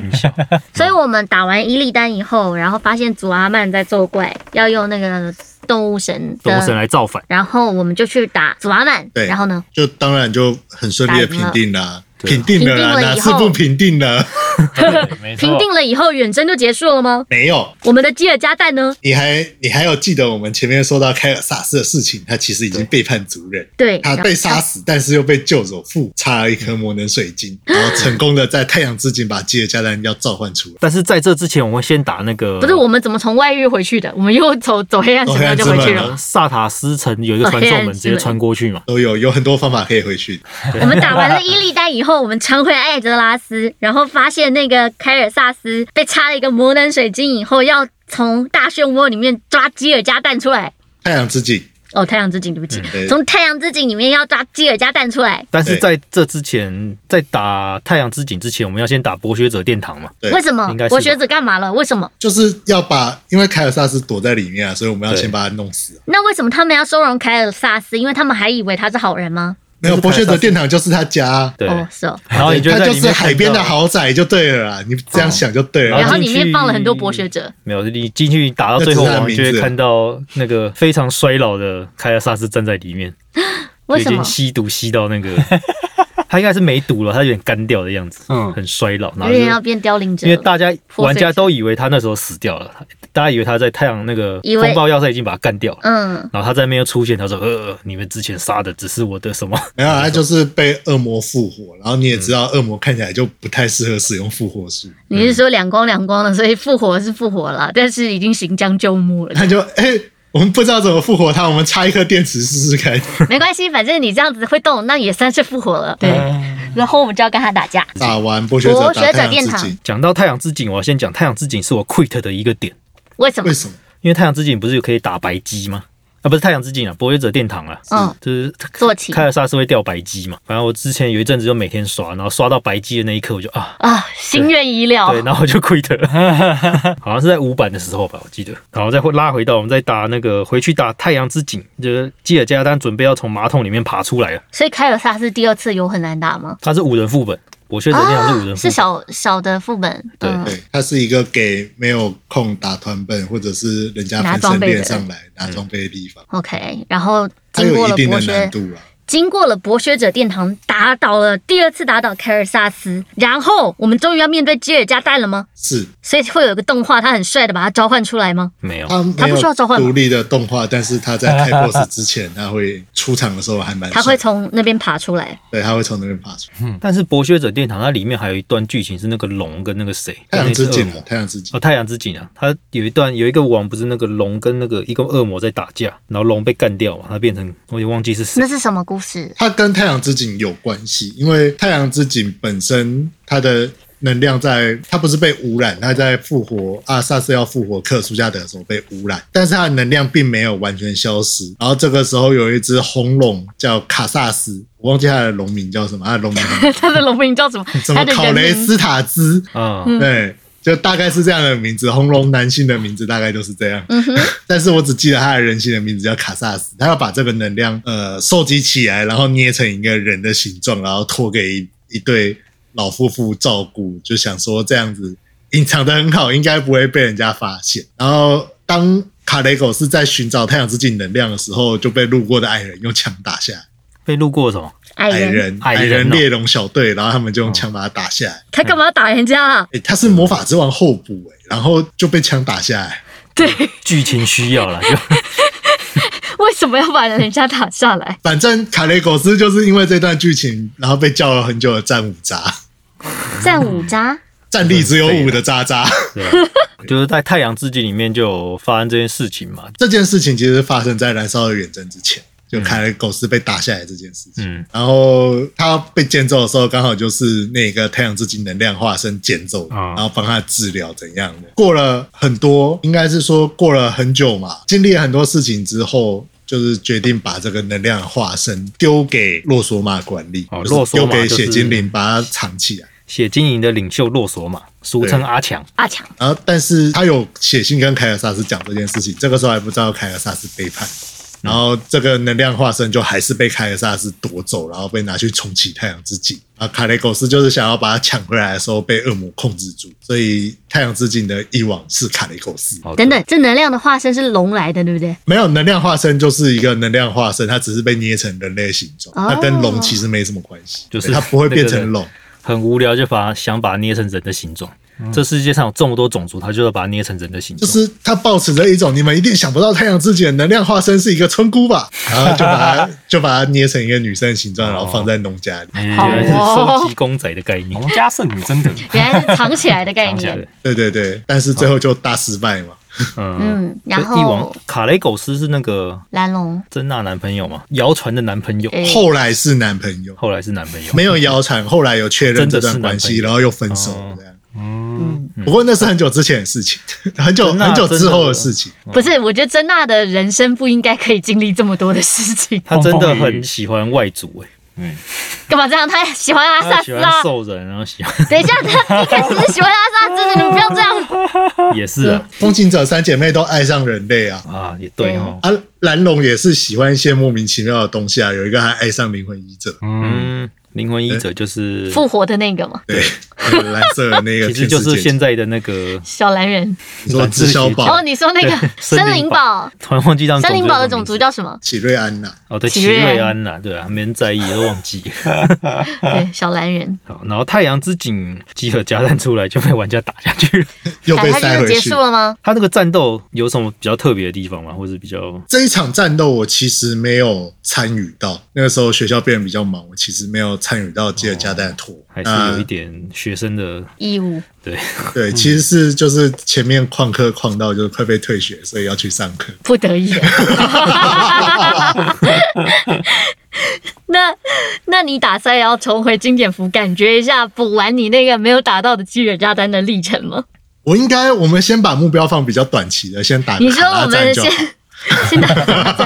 [SPEAKER 4] 所以我们打完伊利丹以后，然后发现祖阿曼在作怪，要用那个动物神
[SPEAKER 2] 动物神
[SPEAKER 4] 的，
[SPEAKER 2] 来造反。
[SPEAKER 4] 然后我们就去打祖阿曼。
[SPEAKER 1] 对
[SPEAKER 4] 然后呢？
[SPEAKER 1] 就当然就很顺利的平定啦，
[SPEAKER 2] 打赢
[SPEAKER 1] 啊平定
[SPEAKER 2] 了
[SPEAKER 1] 了啦，
[SPEAKER 4] 平定了
[SPEAKER 1] 哪
[SPEAKER 4] 以
[SPEAKER 1] 次
[SPEAKER 4] 后
[SPEAKER 1] 不平定呢？ [laughs]
[SPEAKER 3] 对没错
[SPEAKER 4] 平定了以后，远征就结束了吗？
[SPEAKER 1] 没有，
[SPEAKER 4] 我们的基尔加蛋呢？
[SPEAKER 1] 你还你还有记得我们前面说到凯尔萨斯的事情，他其实已经背叛族人。
[SPEAKER 4] 对，
[SPEAKER 1] 他被杀死，但是又被救走，父插了一颗魔能水晶，然后成功的在太阳之井把基尔加丹要召唤出来。
[SPEAKER 2] 但是在这之前，我们会先打那个
[SPEAKER 4] 不是我们怎么从外域回去的？我们又走走黑暗
[SPEAKER 1] 走
[SPEAKER 4] 城
[SPEAKER 1] 黑
[SPEAKER 4] 庙
[SPEAKER 1] 暗
[SPEAKER 4] 就
[SPEAKER 1] 之
[SPEAKER 4] 回去
[SPEAKER 1] 门
[SPEAKER 4] 了。
[SPEAKER 1] 了，
[SPEAKER 2] 呃萨塔斯城有一个传送门，直接穿过去嘛。
[SPEAKER 1] 都有有很多方法可以回去。
[SPEAKER 2] [laughs]
[SPEAKER 4] 我们打完了伊利丹以后，我们传回艾泽拉斯，然后发现那个凯尔萨斯被插了一个魔能水晶以后，要从大漩涡里面抓基尔加蛋出来。
[SPEAKER 1] 太阳之井，
[SPEAKER 4] 哦，太阳之井，对不起
[SPEAKER 1] 对，
[SPEAKER 4] 从、太阳之井里面要抓基尔加蛋出来。
[SPEAKER 2] 但是在这之前，在打太阳之井之前，我们要先打博学者殿堂嘛。
[SPEAKER 1] 对
[SPEAKER 4] 为什么
[SPEAKER 2] 应该是吧
[SPEAKER 4] 博学者干嘛了？为什么？
[SPEAKER 1] 就是要把，因为凯尔萨斯躲在里面啊，所以我们要
[SPEAKER 2] 对
[SPEAKER 1] 先把他弄死啊。
[SPEAKER 4] 那为什么他们要收容凯尔萨斯？因为他们还以为他是好人吗？
[SPEAKER 1] 没有
[SPEAKER 2] 就是
[SPEAKER 1] 博
[SPEAKER 2] 凯尔
[SPEAKER 1] 学
[SPEAKER 2] 萨斯
[SPEAKER 1] 者殿堂就是他家啊，
[SPEAKER 2] 对，
[SPEAKER 4] 哦，是哦。
[SPEAKER 2] 然后你就
[SPEAKER 1] 他
[SPEAKER 2] 在
[SPEAKER 1] 就
[SPEAKER 2] 里
[SPEAKER 1] 是
[SPEAKER 2] 面看到哦
[SPEAKER 1] 海边的豪宅就对了啦，你这样想就对
[SPEAKER 2] 然
[SPEAKER 1] 了
[SPEAKER 4] 然
[SPEAKER 2] 后。
[SPEAKER 4] 后
[SPEAKER 2] 进
[SPEAKER 4] 里面
[SPEAKER 2] 去
[SPEAKER 4] 放了很多博学者，
[SPEAKER 2] 没有，你进去打到最后，
[SPEAKER 1] 那只是他
[SPEAKER 2] 我
[SPEAKER 1] 的
[SPEAKER 2] 们
[SPEAKER 1] 名
[SPEAKER 2] 就
[SPEAKER 1] 字
[SPEAKER 2] 会看到那个非常衰老的凯尔萨斯站在里面，
[SPEAKER 4] 为
[SPEAKER 2] 已
[SPEAKER 4] 什
[SPEAKER 2] 经？
[SPEAKER 4] 么
[SPEAKER 2] 吸毒吸到那
[SPEAKER 4] [laughs]
[SPEAKER 2] 个，他应该是没毒了，他有点干掉的样子，
[SPEAKER 3] 嗯
[SPEAKER 2] 很衰老，然
[SPEAKER 4] 有
[SPEAKER 2] 后就
[SPEAKER 4] 点要变凋零者
[SPEAKER 2] 因为大家
[SPEAKER 4] 破碎
[SPEAKER 2] 玩家都以为他那时候死掉了，大家以为他在太阳那个
[SPEAKER 4] 以为
[SPEAKER 2] 风暴要塞已经把他干掉了。
[SPEAKER 4] 嗯，
[SPEAKER 2] 然后他在那边又出现，他说：“呃，你们之前杀的只是我的什么 [laughs]
[SPEAKER 1] 没有啊，他就是被恶魔复活，然后你也
[SPEAKER 2] 嗯
[SPEAKER 1] 知道恶魔看起来就不太适合使用复活术，
[SPEAKER 4] 你是说两光两光的，所以复活是复活了，但是已经行将就木了。
[SPEAKER 1] 他就哎、我们不知道怎么复活他，我们插一颗电池试试看。
[SPEAKER 4] 没关系，反正你这样子会动，那也算是复活了。对，然后我们就要跟他打架。
[SPEAKER 1] 打完博学者
[SPEAKER 4] 博
[SPEAKER 1] 打
[SPEAKER 4] 学
[SPEAKER 1] 太
[SPEAKER 4] 者殿
[SPEAKER 1] 阳之
[SPEAKER 4] 堂
[SPEAKER 1] 井，？”
[SPEAKER 2] 讲到太阳之井，我要先讲太阳之井是我 quit 的一个点，
[SPEAKER 4] 为什么
[SPEAKER 1] 为？什么？
[SPEAKER 2] 因为太阳之井不是可以打白鸡吗？啊，不是太阳之井啊，博学者殿堂啊，
[SPEAKER 4] 嗯，
[SPEAKER 2] 就是
[SPEAKER 4] 坐骑
[SPEAKER 2] 凯尔萨斯会掉白鸡嘛。反正我之前有一阵子就每天刷，然后刷到白鸡的那一刻，我就啊，
[SPEAKER 4] 啊，心愿已了
[SPEAKER 2] 对，。然后我就
[SPEAKER 4] [laughs]
[SPEAKER 2] quit 了。好像是在五版的时候吧，我记得。然后再会拉回到我们再打那个回去打太阳之井，就是基尔加丹准备要从马桶里面爬出来了。
[SPEAKER 4] 所以凯尔萨斯第二次有很难打吗？啊
[SPEAKER 2] 他是五人副本，博学者殿堂是五人副
[SPEAKER 4] 哦是
[SPEAKER 2] 本。
[SPEAKER 4] 小小的副本，
[SPEAKER 2] 对
[SPEAKER 4] 嗯，
[SPEAKER 1] 对，它是一个给没有空打团本或者是人家分身练上来拿装备的地方，
[SPEAKER 4] OK，然后
[SPEAKER 1] 它
[SPEAKER 4] 经
[SPEAKER 1] 有
[SPEAKER 4] 过
[SPEAKER 1] 一
[SPEAKER 4] 了
[SPEAKER 1] 定
[SPEAKER 4] 博
[SPEAKER 1] 的难
[SPEAKER 4] 学，
[SPEAKER 1] 度啊。
[SPEAKER 4] 嗯经过了博学者殿堂，打倒了第二次打倒凯尔萨斯，然后我们终于要面对基尔加代了吗？
[SPEAKER 1] 是，
[SPEAKER 4] 所以会有一个动画，他很帅的把他召唤出来吗？
[SPEAKER 2] 没有，
[SPEAKER 1] 它
[SPEAKER 4] 它
[SPEAKER 1] 没
[SPEAKER 4] 不需要
[SPEAKER 1] 有
[SPEAKER 4] 召唤吗
[SPEAKER 1] 独立的动画，但是它在开 BOSS 之前，它会出场的时候还蛮
[SPEAKER 4] 他会
[SPEAKER 1] 帅的，
[SPEAKER 4] 从那边爬出来，
[SPEAKER 1] 对，它会从那边爬出。
[SPEAKER 2] 但是博学者殿堂它里面还有一段剧情是那个龙跟那个谁，
[SPEAKER 1] 太阳之
[SPEAKER 2] 跟
[SPEAKER 1] 井
[SPEAKER 2] 那只
[SPEAKER 1] 啊，
[SPEAKER 2] 恶魔
[SPEAKER 1] 太阳之井
[SPEAKER 2] 哦，太阳之井啊，它有一段有一个王不是那个龙跟那个一个恶魔在打架，然后龙被干掉嘛，它变成我也忘记是谁
[SPEAKER 4] 那，是什么故事？
[SPEAKER 1] 它跟太阳之井有关系，因为太阳之井本身它的能量在，它不是被污染，它在复活阿萨斯要复活克苏加德的时候被污染，但是它的能量并没有完全消失。然后这个时候有一只红龙叫卡萨斯，我忘记它的龙名叫什么，它的龙名
[SPEAKER 4] [laughs]
[SPEAKER 1] 叫什么
[SPEAKER 4] [laughs] 他的龙名叫什么？
[SPEAKER 1] 什么
[SPEAKER 4] 他的
[SPEAKER 1] 考
[SPEAKER 4] 人
[SPEAKER 1] 雷
[SPEAKER 4] 名
[SPEAKER 1] 斯塔兹，
[SPEAKER 2] 嗯，
[SPEAKER 1] 对，就大概是这样的名字。红龙男性的名字大概就是这样。
[SPEAKER 4] 嗯哼，
[SPEAKER 1] [laughs] 但是我只记得他的人形的名字叫卡萨斯，他要把这个能量呃收集起来，然后捏成一个人的形状，然后托给一一对老夫妇照顾，就想说这样子隐藏的很好，应该不会被人家发现。然后当卡雷狗是在寻找太阳之镜能量的时候，就被路过的矮人用枪打下来。
[SPEAKER 2] 被路过什么？
[SPEAKER 4] 矮
[SPEAKER 1] 矮
[SPEAKER 4] 人，
[SPEAKER 1] 哎人，
[SPEAKER 2] 矮人
[SPEAKER 1] 矮
[SPEAKER 2] 哦
[SPEAKER 1] 人
[SPEAKER 4] 哎
[SPEAKER 1] 猎龙小队，然后他们就用枪把他打下来。
[SPEAKER 4] 他干嘛要打人家啊？
[SPEAKER 1] 诶，欸他是魔法之王候补，诶，然后就被枪打下来。
[SPEAKER 4] [laughs] 对，
[SPEAKER 2] 剧情需要啦，就 [laughs]
[SPEAKER 4] 为什么要把人家打下
[SPEAKER 1] [laughs]
[SPEAKER 4] 来？
[SPEAKER 1] 反正卡雷狗斯就是因为这段剧情，然后被叫了很久的战五渣，
[SPEAKER 4] 战五 [laughs] 渣，
[SPEAKER 1] 战力只有五的渣渣。
[SPEAKER 2] 对吧就是在《太阳之境》里面就有发生这件事情嘛。
[SPEAKER 1] 这件事情其实是发生在燃烧的远征之前，就卡雷狗斯被打下来这件事情。
[SPEAKER 2] 嗯
[SPEAKER 1] 然后他被捡走的时候，刚好就是那个太阳之镜能量化身捡走的，
[SPEAKER 3] 啊
[SPEAKER 1] 然后帮他治疗怎样的。过了很多，应该是说过了很久嘛，经历了很多事情之后。就是决定把这个能量化身丢给洛索玛管理，
[SPEAKER 2] 哦
[SPEAKER 1] 就是
[SPEAKER 2] 洛索
[SPEAKER 1] 丢
[SPEAKER 2] 玛
[SPEAKER 1] 给
[SPEAKER 2] 就是
[SPEAKER 1] 血精灵，把它藏起来。
[SPEAKER 2] 血晶营的领袖洛索玛，俗称阿强，
[SPEAKER 4] 阿强，
[SPEAKER 1] 然后，但是他有写信跟凯尔萨斯讲这件事情，这个时候还不知道凯尔萨斯背叛，
[SPEAKER 2] 嗯
[SPEAKER 1] 然后这个能量化身就还是被凯尔萨斯夺走，然后被拿去重启太阳之镜。啊，卡雷狗斯就是想要把它抢回来的时候被恶魔控制住，所以太阳之镜的以往是卡雷狗斯，
[SPEAKER 2] 好的
[SPEAKER 4] 等等，这能量的化身是龙来的，对不对？
[SPEAKER 1] 没有能量化身就是一个能量化身，它只是被捏成人类形状，
[SPEAKER 4] 哦
[SPEAKER 1] 它跟龙其实没什么关系，
[SPEAKER 2] 就是
[SPEAKER 1] 对它不会变
[SPEAKER 2] 那个
[SPEAKER 1] 成龙。
[SPEAKER 2] 很无聊，就把想把它捏成人的形状。这世界上有这么多种族，他就要把它捏成人的形
[SPEAKER 1] 就
[SPEAKER 2] 状。
[SPEAKER 1] 是他抱持着一种你们一定想不到太阳之己的能量化身是一个村姑
[SPEAKER 2] [laughs]
[SPEAKER 1] 吧，然后就把它就把它捏成一个女生的形状，然后放在农家
[SPEAKER 2] [laughs]
[SPEAKER 1] 里。
[SPEAKER 4] 好
[SPEAKER 2] 哎原来是
[SPEAKER 4] 哦
[SPEAKER 2] 收集公仔的概念
[SPEAKER 3] 农。家剩女真的，
[SPEAKER 4] 原来是藏起来的概
[SPEAKER 3] 藏起来
[SPEAKER 4] 念
[SPEAKER 3] 的。
[SPEAKER 1] 对对对，但是最后就大失败嘛。
[SPEAKER 2] 嗯，
[SPEAKER 4] 嗯，然
[SPEAKER 2] 所以帝王
[SPEAKER 4] 后
[SPEAKER 2] 卡雷狗斯是那个
[SPEAKER 4] 蓝龙，
[SPEAKER 2] 珍娜男朋友嘛，谣传的男朋友，
[SPEAKER 4] 诶
[SPEAKER 1] 后来是男朋友，
[SPEAKER 2] 后来是男朋友。
[SPEAKER 1] 没有腰缠，后来有确认这段关系，
[SPEAKER 2] 真的是男朋友
[SPEAKER 1] 然后又分手
[SPEAKER 2] 哦
[SPEAKER 1] 这样。
[SPEAKER 4] 嗯，
[SPEAKER 1] 不过那是很久之前的事情， [laughs] 很久
[SPEAKER 2] 真的啊啊。
[SPEAKER 1] 很久之后的事情。
[SPEAKER 4] 不是，我觉得珍娜的人生不应该可以经历这么多的事情 [laughs]
[SPEAKER 2] 他真的
[SPEAKER 3] 风风雨
[SPEAKER 2] 很
[SPEAKER 3] 雨
[SPEAKER 2] 喜欢外族哎、
[SPEAKER 4] 干嘛这样？他喜欢阿萨
[SPEAKER 2] 他喜
[SPEAKER 4] 斯
[SPEAKER 2] 欢
[SPEAKER 4] 啊？
[SPEAKER 2] 兽人，然后喜欢
[SPEAKER 4] [laughs] 等一下，他一开始是喜欢阿萨斯的，你们不要这样。
[SPEAKER 2] 也是啊
[SPEAKER 4] 嗯
[SPEAKER 1] 风行者三姐妹都爱上人类啊，
[SPEAKER 2] 啊也对哦，
[SPEAKER 1] 啊，蓝龙也是喜欢一些莫名其妙的东西啊，有一个还爱上灵魂医者，
[SPEAKER 3] 嗯，
[SPEAKER 2] 嗯，灵魂医者就是
[SPEAKER 4] 复活的那个嘛，
[SPEAKER 1] 对，那个蓝色的那个
[SPEAKER 2] [laughs]
[SPEAKER 1] 天使
[SPEAKER 2] 其实
[SPEAKER 1] 姐姐，
[SPEAKER 2] 就是现在的那个，
[SPEAKER 4] 小蓝人。
[SPEAKER 1] 你说知晓
[SPEAKER 4] 哦，
[SPEAKER 1] 宝
[SPEAKER 4] 你说那个
[SPEAKER 2] 对
[SPEAKER 4] 森
[SPEAKER 2] 森
[SPEAKER 4] 林
[SPEAKER 2] 林
[SPEAKER 4] 堡
[SPEAKER 2] 堡，突然忘记他们
[SPEAKER 4] 森林堡的
[SPEAKER 2] 种
[SPEAKER 4] 种族叫什么？
[SPEAKER 1] 喜瑞安娜，
[SPEAKER 2] 哦对
[SPEAKER 4] 奇
[SPEAKER 2] 奇瑞
[SPEAKER 4] 瑞安
[SPEAKER 2] 安呐、对啊，没人在意都忘 [laughs] 记。
[SPEAKER 4] 对，小蓝人。
[SPEAKER 2] 好，然后太阳之井集合炸弹出来就被玩家打下去了。
[SPEAKER 1] 又被
[SPEAKER 4] 哎他
[SPEAKER 1] 塞
[SPEAKER 4] 就
[SPEAKER 1] 回
[SPEAKER 4] 结
[SPEAKER 1] 去
[SPEAKER 4] 束。了吗？
[SPEAKER 2] 他那个战斗有什么比较特别的地方吗？或者比较
[SPEAKER 1] 这一场战斗我其实没有参与到，那个时候学校变得比较忙，我其实没有参与到吉尔加代的托。
[SPEAKER 2] 哦还是有一点嗯学生的
[SPEAKER 4] 义务。
[SPEAKER 2] 对，
[SPEAKER 1] 那对，其实是就是前面旷课旷到就是快被退学，所以要去上课。
[SPEAKER 4] 不得已。 [laughs] 那，那你打算要重回经典服，感觉一下补完你那个没有打到的积雪加单的历程
[SPEAKER 1] [laughs]
[SPEAKER 4] 吗？
[SPEAKER 1] 我应该我们先把目标放比较短期的，先打
[SPEAKER 4] 你
[SPEAKER 1] 个
[SPEAKER 4] 说
[SPEAKER 1] 卡
[SPEAKER 4] 我
[SPEAKER 1] 拉
[SPEAKER 4] 们
[SPEAKER 1] 战就
[SPEAKER 4] 先
[SPEAKER 1] 好。
[SPEAKER 4] [laughs] 先打，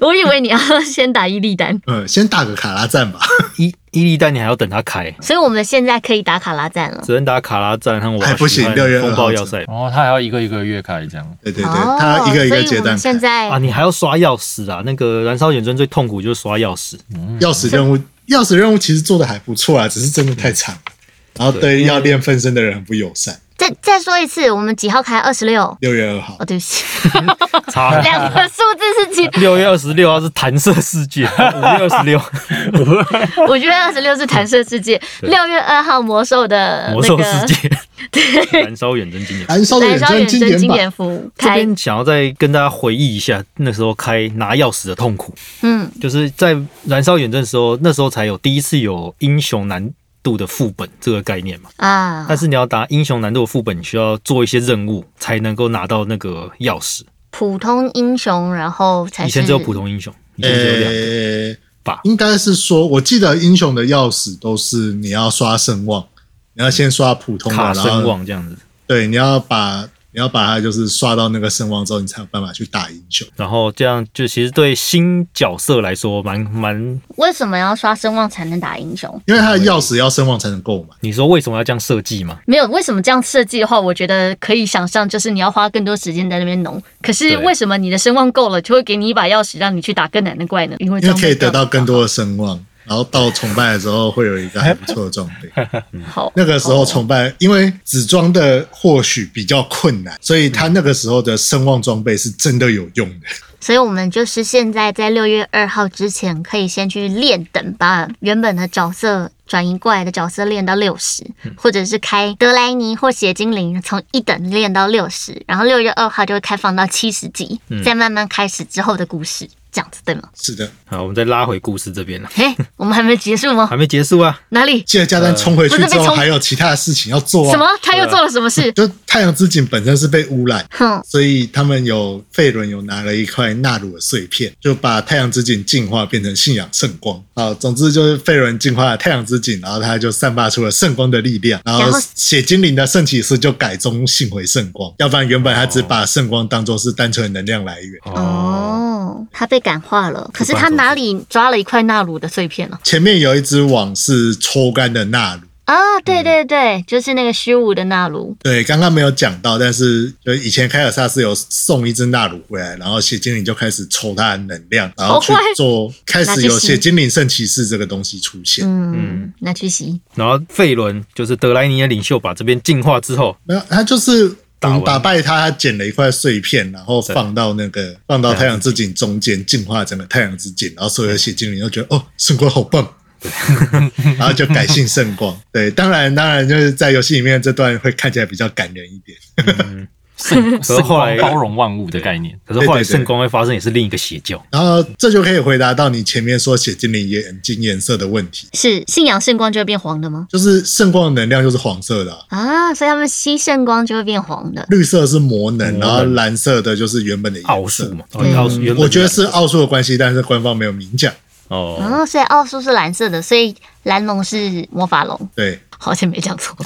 [SPEAKER 4] 我以为你要先打伊利丹，
[SPEAKER 1] 嗯，先打个卡拉战吧，
[SPEAKER 2] 伊伊利丹，你还要等他开，
[SPEAKER 4] 所以我们现在可以打卡拉赞了。
[SPEAKER 2] 只能打卡拉战和我
[SPEAKER 1] 还不行
[SPEAKER 2] 喜欢
[SPEAKER 1] 6月2
[SPEAKER 2] 风暴
[SPEAKER 1] 号
[SPEAKER 2] 要塞
[SPEAKER 3] 然哦后他还要一个一个月开这样，
[SPEAKER 1] 对对对，他一个一
[SPEAKER 4] 哦所
[SPEAKER 1] 个
[SPEAKER 4] 以
[SPEAKER 1] 阶
[SPEAKER 4] 我
[SPEAKER 1] 段
[SPEAKER 4] 们
[SPEAKER 1] 开
[SPEAKER 4] 现在
[SPEAKER 2] 啊，你还要刷钥匙啊！那个燃烧眼针最痛苦就是刷钥匙，
[SPEAKER 1] 钥匙任务，钥匙任务其实做的还不错啊，只是真的太长了，然后
[SPEAKER 2] 嗯
[SPEAKER 1] 对要练分身的人很不友善。
[SPEAKER 4] 再再说一次，我们几号开？二十六。
[SPEAKER 1] 六月二号
[SPEAKER 4] 哦，，
[SPEAKER 1] [laughs]
[SPEAKER 4] 对不起，
[SPEAKER 2] 差
[SPEAKER 3] [laughs]
[SPEAKER 2] 很
[SPEAKER 4] 两个数字是几？
[SPEAKER 2] [laughs] 六月二十六号是弹射世界， [laughs] 五月二十 [laughs] 六
[SPEAKER 4] 我觉得二十六是弹射世界，六月二号魔兽的
[SPEAKER 2] 魔
[SPEAKER 4] 那
[SPEAKER 2] 兽
[SPEAKER 4] 个
[SPEAKER 2] 世界， [laughs] 燃烧眼针经典。
[SPEAKER 1] 燃烧的
[SPEAKER 4] 燃
[SPEAKER 1] 远
[SPEAKER 4] 烧
[SPEAKER 1] 征
[SPEAKER 4] 远
[SPEAKER 1] 哦经
[SPEAKER 4] 征
[SPEAKER 1] 典
[SPEAKER 4] 经
[SPEAKER 1] 版，
[SPEAKER 4] 典服
[SPEAKER 2] 这
[SPEAKER 4] 开，
[SPEAKER 2] 边想要再跟大家回忆一下那时候开拿钥匙的痛苦，
[SPEAKER 4] 嗯，
[SPEAKER 2] 就是在燃烧眼针的时候，那时候才有第一次有英雄难度的副本这个概念嘛。
[SPEAKER 4] 啊，
[SPEAKER 2] 但是你要打英雄难度的副本，你需要做一些任务才能够拿到那个钥匙。
[SPEAKER 4] 普通英雄，然后才是
[SPEAKER 2] 以前只有普通英雄，
[SPEAKER 1] 哎
[SPEAKER 2] 以前只有两个
[SPEAKER 1] 呃
[SPEAKER 2] 吧，
[SPEAKER 1] 应该是说，我记得英雄的钥匙都是你要刷声望，你要先刷普通的，
[SPEAKER 2] 卡
[SPEAKER 1] 然
[SPEAKER 2] 声
[SPEAKER 1] 后
[SPEAKER 2] 望这样子，
[SPEAKER 1] 对，你要把你要把它就是刷到那个声望之后，你才有办法去打英雄。
[SPEAKER 2] 然后这样就其实对新角色来说蛮蛮，
[SPEAKER 4] 为什么要刷声望才能打英雄？
[SPEAKER 1] 因为它的钥匙要声望才能购买，
[SPEAKER 2] 你说为什么要这样设计嘛？
[SPEAKER 4] 没有，为什么这样设计的话，我觉得可以想象，就是你要花更多时间在那边弄。可是
[SPEAKER 2] 对
[SPEAKER 4] 为什么你的声望够了，就会给你一把钥匙，让你去打更难的怪呢？因为
[SPEAKER 1] 因为
[SPEAKER 4] 装备
[SPEAKER 1] 可以得到更多的声望，然后到崇拜的时候会有一个还不错的装备。
[SPEAKER 4] 好。
[SPEAKER 1] 那个时候崇
[SPEAKER 4] 哦
[SPEAKER 1] 拜，因为紫装的或许比较困难，所以他那个时候的声望装备是真的有用的。
[SPEAKER 4] 所以我们就是现在在六月二号之前，可以先去练等，把原本的角色转移过来的角色练到六十、或者是开德莱尼或血精灵从一等练到六十，然后六月二号就会开放到七十级，再慢慢开始之后的故事，这样子对吗？ [laughs]
[SPEAKER 1] 是的，
[SPEAKER 2] 好，我们再拉回故事这边了，
[SPEAKER 4] 嘿，我们还没结束吗？
[SPEAKER 2] 还没结束啊。
[SPEAKER 4] 哪里？
[SPEAKER 1] 记得加丹冲回去
[SPEAKER 4] 不是被
[SPEAKER 1] 之后
[SPEAKER 4] 冲
[SPEAKER 1] 还有其他的事情要做啊。
[SPEAKER 4] 什么？他又做了什么
[SPEAKER 1] [laughs]
[SPEAKER 4] 事？
[SPEAKER 1] 就太阳之井本身是被污染，
[SPEAKER 4] 哼，
[SPEAKER 1] 所以他们有费伦有拿了一块纳鲁的碎片，就把太阳之井净化变成信仰圣光。啊，总之就是费伦净化了太阳之井，然后他就散发出了圣光的力量，然
[SPEAKER 4] 然
[SPEAKER 1] 后
[SPEAKER 4] 后
[SPEAKER 1] 血精灵的圣骑士就改宗信回圣光，要不然原本他只把圣光当做是单纯能量来源。
[SPEAKER 4] 哦，他被感化了，可是他
[SPEAKER 2] 不管怎么
[SPEAKER 4] 哪里抓了一块纳鲁的碎片呢、
[SPEAKER 1] 前面有一只网是抽干的纳鲁。
[SPEAKER 4] 啊，对对对，就是那个虚无的纳鲁。
[SPEAKER 1] 对，刚刚没有讲到，但是就以前凯尔萨斯有送一只纳鲁回来，然后血精灵就开始抽它的能量，然后去
[SPEAKER 4] 好坏
[SPEAKER 1] 做，开
[SPEAKER 4] 拿
[SPEAKER 1] 始
[SPEAKER 4] 去
[SPEAKER 1] 有
[SPEAKER 4] 洗
[SPEAKER 1] 血精灵圣骑士这个东西出现。
[SPEAKER 4] 嗯，拿去洗。
[SPEAKER 2] 然后费伦就是德莱尼的领袖，把这边净化之后，
[SPEAKER 1] 没有，他就是打
[SPEAKER 2] 打完
[SPEAKER 1] 打败他，他捡了一块碎片，然后放到那个放到太阳之井中间，净化整个太阳之井，然后所有的血精灵都觉得哦，圣光好棒。 [laughs] 然后就改信圣光，对，当然，当然就是在游戏里面这段会看起来比较感人一点，
[SPEAKER 2] 可是后来
[SPEAKER 3] 圣光包容万物的概念。
[SPEAKER 2] 可是后
[SPEAKER 1] 对
[SPEAKER 2] 来
[SPEAKER 1] 对对
[SPEAKER 2] 圣光会发生也是另一个邪教，
[SPEAKER 1] 然后这就可以回答到你前面说血精灵眼睛颜色的问题，
[SPEAKER 4] 是信仰圣光就会变黄的吗？
[SPEAKER 1] 就是圣光的能量就是黄色的啊、
[SPEAKER 4] 啊，所以他们吸圣光就会变黄的。
[SPEAKER 1] 绿色是魔能，
[SPEAKER 2] 魔能
[SPEAKER 1] 然后蓝色的就是原本的颜色
[SPEAKER 2] 奥数嘛，哦
[SPEAKER 4] 对
[SPEAKER 2] 奥数原
[SPEAKER 1] 嗯
[SPEAKER 2] 本
[SPEAKER 1] 我觉得是奥数的关系，但是官方没有明讲。
[SPEAKER 2] 哦，
[SPEAKER 4] 哦，所以奥数是蓝色的，所以蓝龙是魔法龙，
[SPEAKER 1] 对，
[SPEAKER 4] 好像没讲错。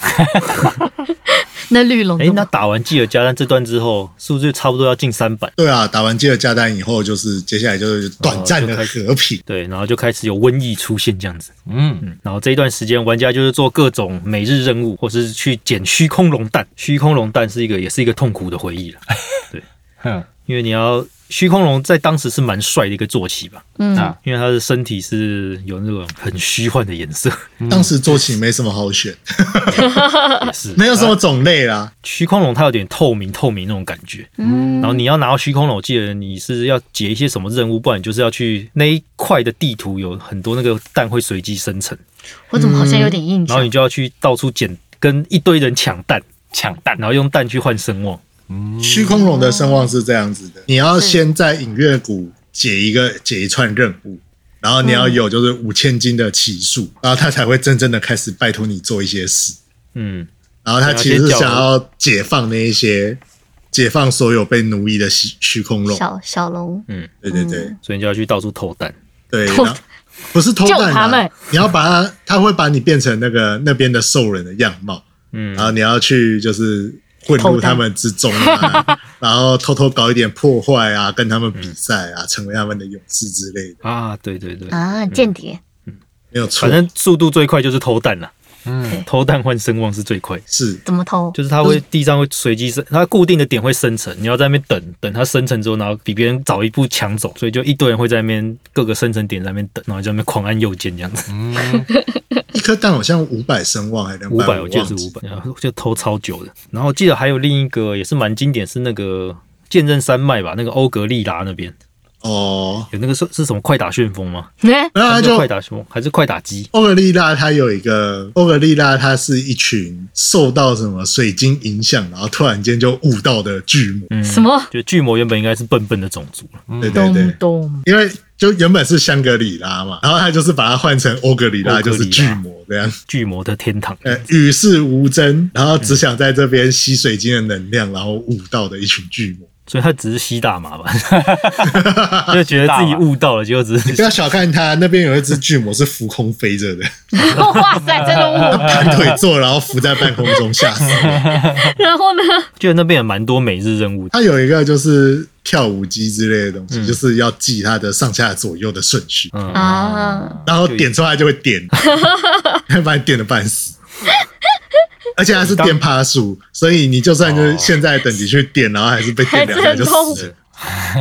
[SPEAKER 4] 那绿龙
[SPEAKER 2] 哎、
[SPEAKER 4] 呢，
[SPEAKER 2] 那打完基尔加丹这段之后，是不是就差不多要进三版？
[SPEAKER 1] 对啊，打完基尔加丹以后，就是接下来就是短暂
[SPEAKER 2] 哦
[SPEAKER 1] 的和平。
[SPEAKER 2] 对，然后就开始有瘟疫出现这样子，
[SPEAKER 3] 嗯，
[SPEAKER 2] 然后这一段时间，玩家就是做各种每日任务，或是去捡虚空龙蛋。虚空龙蛋是一个，也是一个痛苦的回忆了，
[SPEAKER 3] 哼，
[SPEAKER 2] [laughs] 因为你要虚空龙在当时是蛮帅的一个坐骑吧，
[SPEAKER 4] 嗯，
[SPEAKER 3] 啊，
[SPEAKER 2] 因为它的身体是有那种很虚幻的颜色，
[SPEAKER 1] 当时坐骑没什么好选，
[SPEAKER 2] 也是
[SPEAKER 1] 没有什么种类啦。
[SPEAKER 2] 虚空龙它有点透明透明那种感觉，
[SPEAKER 4] 嗯
[SPEAKER 2] 然后你要拿到虚空龙，我记得你是要解一些什么任务，不然你就是要去那一块的地图有很多那个蛋会随机生成，
[SPEAKER 4] 我怎么好像有点印
[SPEAKER 2] 然后你
[SPEAKER 4] 象？
[SPEAKER 2] 就要去到处捡，跟一堆人抢蛋，
[SPEAKER 3] 抢蛋
[SPEAKER 2] 然后用蛋去换声望。
[SPEAKER 1] 嗯虚空龙的声望是这样子的：你要先在影月谷解一个解一串任务，然后你要有就是五千金的奇数，然后他才会真正的开始拜托你做一些事。
[SPEAKER 2] 嗯，
[SPEAKER 1] 然后他其实是想要解放那一些，解放所有被奴役的虚虚空龙。
[SPEAKER 4] 小小龙，
[SPEAKER 1] 对对对
[SPEAKER 2] 所以你就要去到处偷蛋。
[SPEAKER 1] 对，
[SPEAKER 4] 偷
[SPEAKER 1] 然后不是偷蛋、
[SPEAKER 4] 救他
[SPEAKER 1] 啊
[SPEAKER 4] 们，
[SPEAKER 1] 你要把他，他会把你变成那个那边的兽人的样貌，
[SPEAKER 2] 嗯
[SPEAKER 1] 然后你要去就是混
[SPEAKER 4] 偷
[SPEAKER 1] 入
[SPEAKER 4] 蛋
[SPEAKER 1] 他们之中 [laughs] 啊，然后偷偷搞一点破坏啊，跟他们比赛啊， [laughs] 成为他们的勇士之类的，
[SPEAKER 2] 啊，对对对，
[SPEAKER 4] 啊，间谍，
[SPEAKER 1] 没有错
[SPEAKER 2] 反，正速度最快就是偷蛋了。
[SPEAKER 3] 嗯，
[SPEAKER 2] 偷蛋换声望是最快，
[SPEAKER 1] 是
[SPEAKER 4] 怎么偷？
[SPEAKER 2] 就是它会地上会随机生，它固定的点会生成，你要在那边等等它生成之后，然后比别人早一步抢走，所以就一堆人会在那边各个生成点在那边等，然后在那边狂按右键这样
[SPEAKER 3] 嗯
[SPEAKER 2] 子，
[SPEAKER 1] 一颗蛋好像五百声望还是两
[SPEAKER 2] 五百
[SPEAKER 1] 百，
[SPEAKER 2] 我记得是五百，然后就偷超久的。然后我记得还有另一个也是蛮经典，是那个剑刃山脉吧，那个欧格利拉那边
[SPEAKER 1] 哦。
[SPEAKER 2] 有那个是是什么快打旋风吗？
[SPEAKER 4] 哎
[SPEAKER 1] 然后
[SPEAKER 2] 还
[SPEAKER 1] 他啊
[SPEAKER 2] 是
[SPEAKER 1] 就
[SPEAKER 2] 快打旋风还是快打机？
[SPEAKER 1] 欧格丽拉它有一个欧格丽拉，它是一群受到什么水晶影响，然后突然间就悟到的巨魔。
[SPEAKER 2] 嗯，
[SPEAKER 4] [laughs] 什么？
[SPEAKER 2] 就巨魔原本应该是笨笨的种族啊了，
[SPEAKER 1] 对对
[SPEAKER 4] 咚
[SPEAKER 1] 对，
[SPEAKER 4] 咚。
[SPEAKER 1] 因为就原本是香格里拉嘛，然后他就是把它换成欧格里拉，
[SPEAKER 2] 欧格里
[SPEAKER 1] 就
[SPEAKER 2] 拉
[SPEAKER 1] 是巨魔。这样。
[SPEAKER 2] 巨魔的天堂。
[SPEAKER 1] 呃，与世无争，然后只想在这边吸水晶的能量，然后悟道的一群巨魔。
[SPEAKER 2] 所以他只是吸大麻吧， [laughs] 就觉得自己悟到了，结果只
[SPEAKER 1] 不
[SPEAKER 2] 是
[SPEAKER 1] 要小看它，那边有一只巨魔是浮空飞着的，
[SPEAKER 4] [laughs] 哇塞，真的
[SPEAKER 1] [laughs]
[SPEAKER 4] 我。
[SPEAKER 1] 盘腿坐，然后浮在半空中，吓死了。
[SPEAKER 4] 然后呢？
[SPEAKER 2] 觉得那边也蛮多每日任务的。
[SPEAKER 1] 它有一个就是跳舞机之类的东西，就是要记它的上下左右的顺序，
[SPEAKER 2] 嗯，
[SPEAKER 4] 啊，
[SPEAKER 1] 然后点出来就会点，把你点的半死。而且它是电趴数，所以你就算就是现在等级去点，然后还是被点两下就
[SPEAKER 4] 还是很
[SPEAKER 1] 死
[SPEAKER 4] 痛
[SPEAKER 1] 了。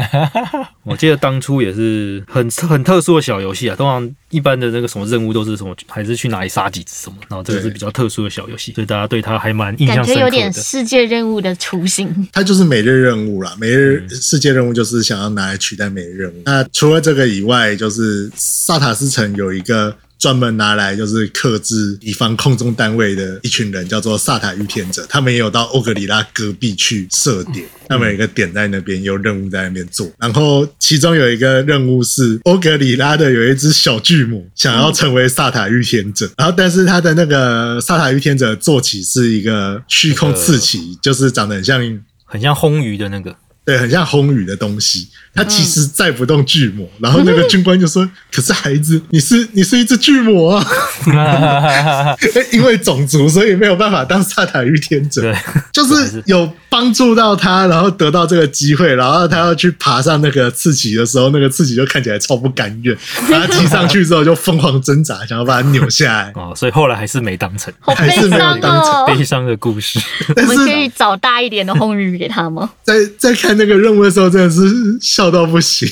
[SPEAKER 2] 我记得当初也是很很特殊的小游戏啊，通常一般的那个什么任务都是什么，还是去哪里杀几只什么，然后这个是
[SPEAKER 1] 对
[SPEAKER 2] 比较特殊的小游戏，所以大家对它还蛮印
[SPEAKER 4] 嗯感
[SPEAKER 2] 象
[SPEAKER 4] 觉
[SPEAKER 2] 深
[SPEAKER 4] 有
[SPEAKER 2] 刻
[SPEAKER 4] 点
[SPEAKER 2] 的。
[SPEAKER 4] 世界任务的雏形。
[SPEAKER 1] 它就是每日任务啦，每日世界任务就是想要拿来取代每日任务。那除了这个以外，就是萨塔斯城有一个专门拿来就是克制敌方空中单位的一群人，叫做萨塔御天者，他们也有到欧格里拉隔壁去设点。他们有一个点在那边，有任务在那边做。然后其中有一个任务是欧格里拉的有一只小巨魔想要成为萨塔御天者，然后但是他的那个萨塔御天者坐骑是一个虚空刺骑，就是长得很像
[SPEAKER 2] 很像烘鱼的那个，
[SPEAKER 1] 对，很像烘雨的东西，它其实
[SPEAKER 2] 嗯
[SPEAKER 1] 载不动巨魔。然后那个军官就说：“可是孩子，你是你是一只巨魔啊！
[SPEAKER 2] [laughs]
[SPEAKER 1] 因为种族，所以没有办法当萨塔御天者
[SPEAKER 2] 对。
[SPEAKER 1] 就是有帮助到他，然后得到这个机会，然后他要去爬上那个刺旗的时候，那个刺旗就看起来超不甘愿，把他骑上去之后就疯狂挣扎，想要把他扭下来。
[SPEAKER 2] 哦，所以后来还是没当成。
[SPEAKER 4] 好悲
[SPEAKER 1] 还是没有
[SPEAKER 4] 伤
[SPEAKER 1] 当
[SPEAKER 4] 哦！
[SPEAKER 2] 悲伤的故
[SPEAKER 4] [laughs]
[SPEAKER 2] 事，
[SPEAKER 4] 我
[SPEAKER 1] 但
[SPEAKER 4] 们
[SPEAKER 1] 是
[SPEAKER 4] 可以找大一点的红鱼给
[SPEAKER 1] [laughs]
[SPEAKER 4] 他吗？
[SPEAKER 1] 在在看那个任务的时候，真的是笑到不行。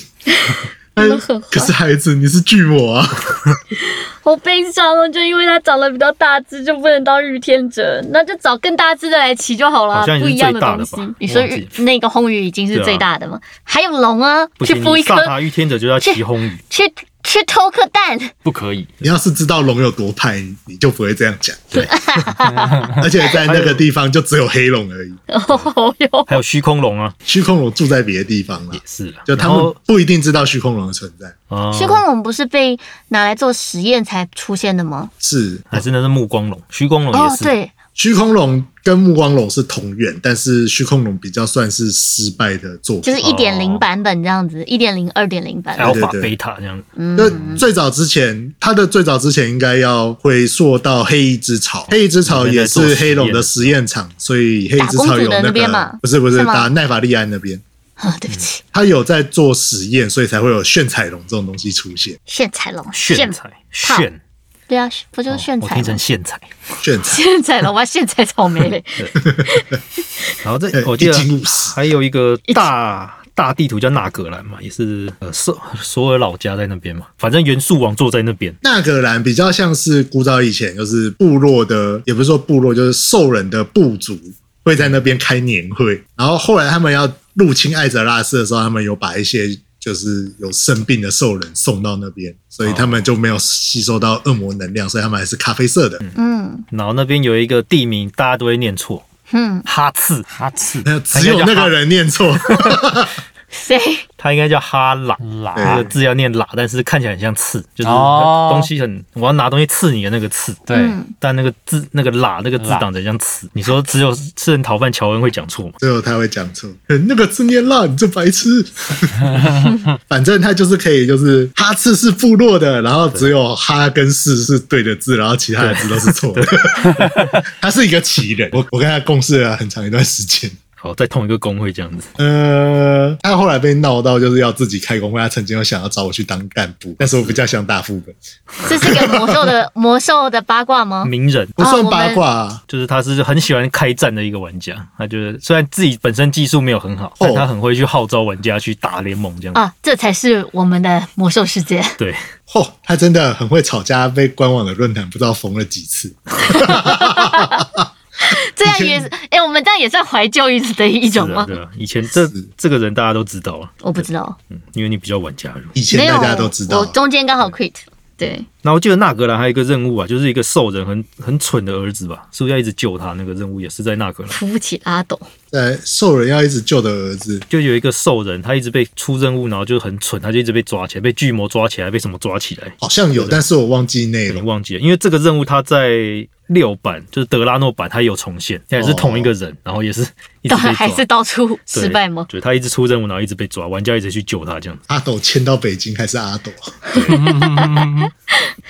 [SPEAKER 4] 真的很坏
[SPEAKER 1] 哎可是孩子，你是巨魔啊！”
[SPEAKER 4] 好悲伤哦，就因为他长得比较大只，就不能当御天者，那就找更大只的来骑就好啦，
[SPEAKER 2] 好像已
[SPEAKER 4] 不
[SPEAKER 2] 经
[SPEAKER 4] 一样的东
[SPEAKER 2] 最大了
[SPEAKER 4] 西
[SPEAKER 2] 吧。
[SPEAKER 4] 你说
[SPEAKER 2] 我忘记
[SPEAKER 4] 御那个红鱼已经是最大的吗？还有龙啊，
[SPEAKER 2] 不
[SPEAKER 4] 去
[SPEAKER 2] 行，
[SPEAKER 4] 孵一
[SPEAKER 2] 你
[SPEAKER 4] 颗
[SPEAKER 2] 萨，塔御天者就要骑烘鱼，
[SPEAKER 4] 去去偷颗蛋，
[SPEAKER 3] 不可以，
[SPEAKER 1] 你要是知道龙有多派，你就不会这样讲。对，而且在那个地方就只有黑龙而已，
[SPEAKER 4] 哦哟，
[SPEAKER 2] 还有虚空龙啊，
[SPEAKER 1] 虚空龙住在别的地方了
[SPEAKER 2] 也，是啊啦。
[SPEAKER 1] 就他
[SPEAKER 2] 然
[SPEAKER 1] 们
[SPEAKER 2] 后
[SPEAKER 1] 不一定知道虚空龙的存在。
[SPEAKER 2] 哦
[SPEAKER 4] 虚空龙不是被拿来做实验才出现的吗？
[SPEAKER 1] 是
[SPEAKER 2] 还是那是目光龙，虚空龙
[SPEAKER 4] 哦
[SPEAKER 2] 也，是。
[SPEAKER 4] 对，
[SPEAKER 1] 虚空龙跟目光龙是同源，但是虚空龙比较算是失败的作
[SPEAKER 4] 就
[SPEAKER 1] 品
[SPEAKER 4] 是。一点零版本
[SPEAKER 2] 哦
[SPEAKER 4] 这样子，一点零、二点零版本。
[SPEAKER 1] 对
[SPEAKER 2] Alpha
[SPEAKER 1] 对
[SPEAKER 2] Beta 这样子，
[SPEAKER 4] 嗯
[SPEAKER 1] 那最早之前，它的最早之前应该要回溯到黑翼之草，黑翼之草也是黑龙的实验场，所以黑翼之草有
[SPEAKER 4] 打公主的
[SPEAKER 1] 那
[SPEAKER 4] 那边
[SPEAKER 1] 个
[SPEAKER 4] 嘛
[SPEAKER 1] 不是不是
[SPEAKER 4] 是吗
[SPEAKER 1] 打奈法利安那边，
[SPEAKER 4] 啊，对不起，
[SPEAKER 2] 嗯
[SPEAKER 1] 他有在做实验，所以才会有炫彩龙这种东西出现。
[SPEAKER 4] 炫彩龙，
[SPEAKER 2] 炫彩炫，
[SPEAKER 4] 对啊，不就是炫
[SPEAKER 2] 我
[SPEAKER 4] 彩
[SPEAKER 2] 听
[SPEAKER 4] 吗 [laughs]
[SPEAKER 2] 成？炫彩。
[SPEAKER 1] 炫彩
[SPEAKER 4] 炫彩龙，我要炫彩
[SPEAKER 2] [laughs]
[SPEAKER 4] 草莓嘞。
[SPEAKER 2] 然后这
[SPEAKER 1] 呃
[SPEAKER 2] 我记得
[SPEAKER 1] 一斤五十
[SPEAKER 2] 还有一个大大地图叫纳格兰嘛，也是呃索索尔老家在那边嘛，反正元素王座在那边。
[SPEAKER 1] 纳格兰比较像是古早以前，就是部落的，也不是说部落，就是兽人的部族会在那边开年会。然后后来他们要入侵艾泽拉斯的时候，他们有把一些就是有生病的兽人送到那边，所以他们就没有吸收到恶魔能量，所以他们还是咖啡色的。
[SPEAKER 4] 嗯
[SPEAKER 2] 然后那边有一个地名，大家都会念错，
[SPEAKER 4] 嗯，
[SPEAKER 2] 哈次，
[SPEAKER 3] 哈刺
[SPEAKER 1] 那只有那个人念错，
[SPEAKER 4] 谁？
[SPEAKER 2] 它应该叫哈喇，
[SPEAKER 3] 啦，
[SPEAKER 2] 那个字要念喇，但是看起来很像刺，就是
[SPEAKER 3] 哦
[SPEAKER 2] 东西很，我要拿东西刺你的那个刺。
[SPEAKER 3] 对，
[SPEAKER 4] 嗯
[SPEAKER 2] 但那个字，那个喇，那个字
[SPEAKER 3] 喇
[SPEAKER 2] 长得很像刺。你说只有吃人逃犯乔恩会讲错吗？
[SPEAKER 1] 最后他会讲错，那个字念辣，你这白痴。 [laughs] 反正他就是可以，就是哈次是部落的，然后只有哈跟士是对的字，然后其他的字都是错的。 [laughs] 他是一个奇人，我我跟他共事了很长一段时间。
[SPEAKER 2] 好，在同一个工会这样子。
[SPEAKER 1] 呃，他后来被闹到就是要自己开工会，他曾经有想要找我去当干部，但是我比较想大副
[SPEAKER 4] 哦
[SPEAKER 1] 本，
[SPEAKER 4] [laughs] 这是个魔兽
[SPEAKER 2] [laughs]
[SPEAKER 4] 的魔兽的八卦
[SPEAKER 3] 哦
[SPEAKER 4] 吗？
[SPEAKER 2] 名人
[SPEAKER 1] 不算八卦、啊。
[SPEAKER 2] 就是他是很喜欢开战的一个玩家，他就是虽然自己本身技术没有很好，但他很会去号召玩家去打联盟这样。
[SPEAKER 4] 哦啊，这才是我们的魔兽
[SPEAKER 2] [laughs]
[SPEAKER 4] 世界。
[SPEAKER 2] 对，
[SPEAKER 1] 嚯、他真的很会吵架，被官网的论坛不知道封了几次。
[SPEAKER 4] 这样也是，哎、我们这样也算怀旧一的一种
[SPEAKER 2] 是啊，
[SPEAKER 4] 吗？
[SPEAKER 2] 对啊，以前这这个人大家都知道啊，
[SPEAKER 4] 我不知道，
[SPEAKER 2] 嗯，因为你比较晚加入。
[SPEAKER 1] 以前
[SPEAKER 4] 没有，
[SPEAKER 1] 大家都知道
[SPEAKER 4] 我，中间刚好 quit。对，
[SPEAKER 2] 然后我记得纳格兰还有一个任务啊，就是一个兽人很很蠢的儿子吧，是不是要一直救他？那个任务也是在纳格兰，
[SPEAKER 4] 扶不起阿斗，
[SPEAKER 1] 在兽人要一直救的儿子，
[SPEAKER 2] 就有一个兽人，他一直被出任务，然后就很蠢，他就一直被抓起来，被巨魔抓起来，被什么抓起来，
[SPEAKER 1] 好像有，但是我忘记内
[SPEAKER 2] 有点
[SPEAKER 1] 容。
[SPEAKER 2] 忘记了，因为这个任务他在六版，就是德拉诺版，他也有重现，也是同一个人，然后也是一直
[SPEAKER 4] 到
[SPEAKER 2] 被抓，
[SPEAKER 4] 还是到处
[SPEAKER 2] 对
[SPEAKER 4] 失败吗？
[SPEAKER 2] 对他一直出任务，然后一直被抓，玩家一直去救他这样子。
[SPEAKER 1] 阿斗迁到北京还是阿斗？
[SPEAKER 4] 嗯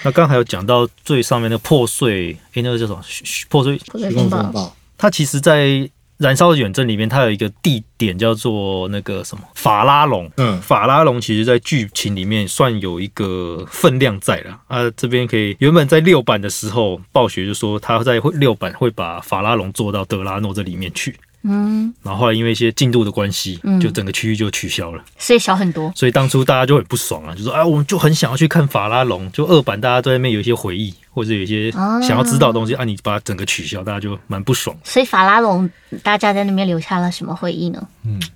[SPEAKER 2] 那刚刚还有讲到最上面那个破碎，诶、那个叫什么？嘘嘘破碎
[SPEAKER 4] 不
[SPEAKER 1] 一
[SPEAKER 4] 是
[SPEAKER 1] 共
[SPEAKER 4] 风
[SPEAKER 1] 风
[SPEAKER 4] 暴，
[SPEAKER 1] 暴，
[SPEAKER 2] 它其实，在燃烧的远征里面，它有一个地点叫做那个什么法拉隆。
[SPEAKER 1] 嗯
[SPEAKER 2] 法拉隆其实在剧情里面算有一个分量在了啊。这边可以，原本在六版的时候，暴雪就说他在会六版会把法拉隆做到德拉诺这里面去。
[SPEAKER 4] 嗯，
[SPEAKER 2] 然后后来因为一些进度的关系
[SPEAKER 4] 嗯，
[SPEAKER 2] 就整个区域就取消了，
[SPEAKER 4] 所以小很多。
[SPEAKER 2] 所以当初大家就很不爽啊，就说啊，我们就很想要去看法拉隆，就二版大家对那边有一些回忆，或者有一些
[SPEAKER 4] 哦
[SPEAKER 2] 想要知道的东西啊，你把它整个取消，大家就蛮不爽的。
[SPEAKER 4] 所以法拉隆，大家在那边留下了什么回忆呢？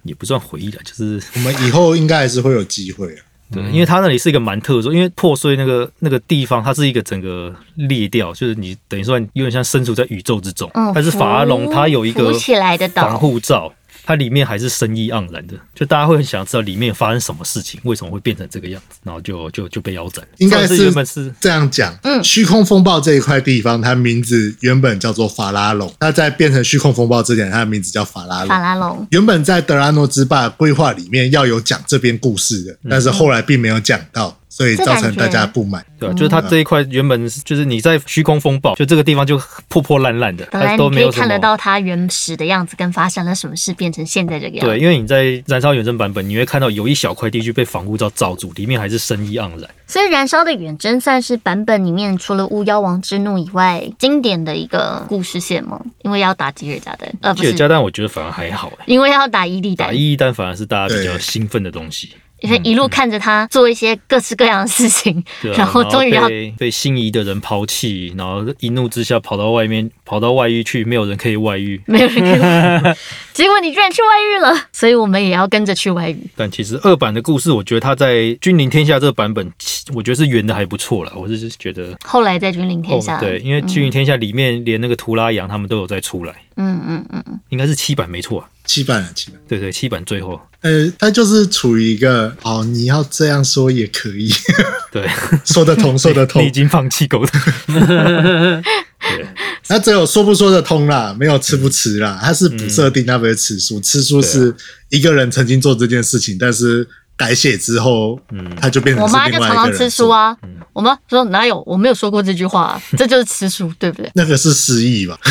[SPEAKER 2] 也不算回忆了，就是
[SPEAKER 1] 我们以后应该还是会有机会啊。
[SPEAKER 2] 对，因为它那里是一个蛮特殊，因为破碎那个那个地方，它是一个整个裂掉，就是你等于说有点像身处在宇宙之中。
[SPEAKER 4] 嗯，
[SPEAKER 2] 但是法拉隆
[SPEAKER 4] 浮
[SPEAKER 2] 它有一个
[SPEAKER 4] 浮起来的
[SPEAKER 2] 防
[SPEAKER 4] 岛，
[SPEAKER 2] 护罩，它里面还是生意盎然的，就大家会很想知道里面发生什么事情，为什么会变成这个样子，然后就就就被腰斩了。
[SPEAKER 1] 应该
[SPEAKER 2] 上次
[SPEAKER 1] 是
[SPEAKER 2] 原本哦是
[SPEAKER 1] 这样讲，
[SPEAKER 4] 嗯
[SPEAKER 1] 虚空风暴这一块地方，它名字原本叫做法拉隆，它在变成虚空风暴之前，它的名字叫法拉
[SPEAKER 4] 法
[SPEAKER 1] 隆。
[SPEAKER 4] 拉隆，
[SPEAKER 1] 原本在德拉诺之霸规划里面要有讲这边故事
[SPEAKER 2] 嗯
[SPEAKER 1] 的，但是后来并没有讲到，所以造成大家不满。
[SPEAKER 2] 对啊吧、就是
[SPEAKER 4] 嗯
[SPEAKER 2] 它这一块原本是就是你在虚空风暴，就这个地方就破破烂烂的，
[SPEAKER 4] 本来
[SPEAKER 2] 它
[SPEAKER 4] 你
[SPEAKER 2] 都
[SPEAKER 4] 可
[SPEAKER 2] 没
[SPEAKER 4] 以
[SPEAKER 2] 有什
[SPEAKER 4] 看得
[SPEAKER 2] 么。
[SPEAKER 4] 到它原始的样子，跟发生了什么事变成现在这个样子。
[SPEAKER 2] 对，因为你在燃烧原生版本，你会看到有一小块地区被防护罩罩住，里面还是生意盎然。
[SPEAKER 4] 所以《燃烧的远征》算是版本里面除了巫妖王之怒以外经典的一个故事线吗？因为要打吉尔加丹，呃，不
[SPEAKER 2] 吉尔加
[SPEAKER 4] 是，
[SPEAKER 2] 丹我觉得反而还好、欸，
[SPEAKER 4] 因为要打伊利
[SPEAKER 2] 打
[SPEAKER 4] 丹，
[SPEAKER 2] 伊利丹反而是大家比较
[SPEAKER 1] 对
[SPEAKER 2] 兴奋的东西。
[SPEAKER 4] 因为一路看着他做一些各式各样的事情，
[SPEAKER 2] [laughs] 对啊、
[SPEAKER 4] [laughs] 然后终于要
[SPEAKER 2] 被被心仪的人抛弃，然后一怒之下跑到外面，跑到外域去，没有人可以外遇。
[SPEAKER 4] 没有人给
[SPEAKER 2] [laughs]
[SPEAKER 4] 我，结果你居然去外遇了，所以我们也要跟着去外遇。
[SPEAKER 2] 但其实二版的故事，我觉得他在《君临天下》这个版本，其我觉得是圆的还不错了。我是觉得，
[SPEAKER 4] 后来在君临天
[SPEAKER 2] 哦
[SPEAKER 4] 下，，
[SPEAKER 2] 对，因为《君临天下》里面连那个图拉扬他们都有再出来，
[SPEAKER 4] 嗯嗯嗯，
[SPEAKER 2] 应该是七版没错、啊。
[SPEAKER 1] 七版了，七版。
[SPEAKER 2] 对对，七版最后，
[SPEAKER 1] 呃，它就是处于一个哦，你要这样说也可以， [laughs]
[SPEAKER 2] 对，
[SPEAKER 4] 哦
[SPEAKER 1] 说得通，说得
[SPEAKER 2] [laughs] 你
[SPEAKER 1] 通
[SPEAKER 2] 已。经放弃狗的。对，
[SPEAKER 1] 那只有说不说得通啦，没有吃不吃啦。它是不设定那边吃书，吃书是一个人曾经做这件事情，但是改写之后，嗯，他就变成
[SPEAKER 4] 我
[SPEAKER 1] 是
[SPEAKER 4] 妈就
[SPEAKER 1] 另外一
[SPEAKER 4] 常
[SPEAKER 1] 个
[SPEAKER 4] 常
[SPEAKER 1] 人
[SPEAKER 4] 吃书
[SPEAKER 1] 做。嗯
[SPEAKER 4] 啊，我妈说哪有，我没有说过这句话、啊，这就是吃书，对不对？
[SPEAKER 1] 那个是失忆吧？ [laughs]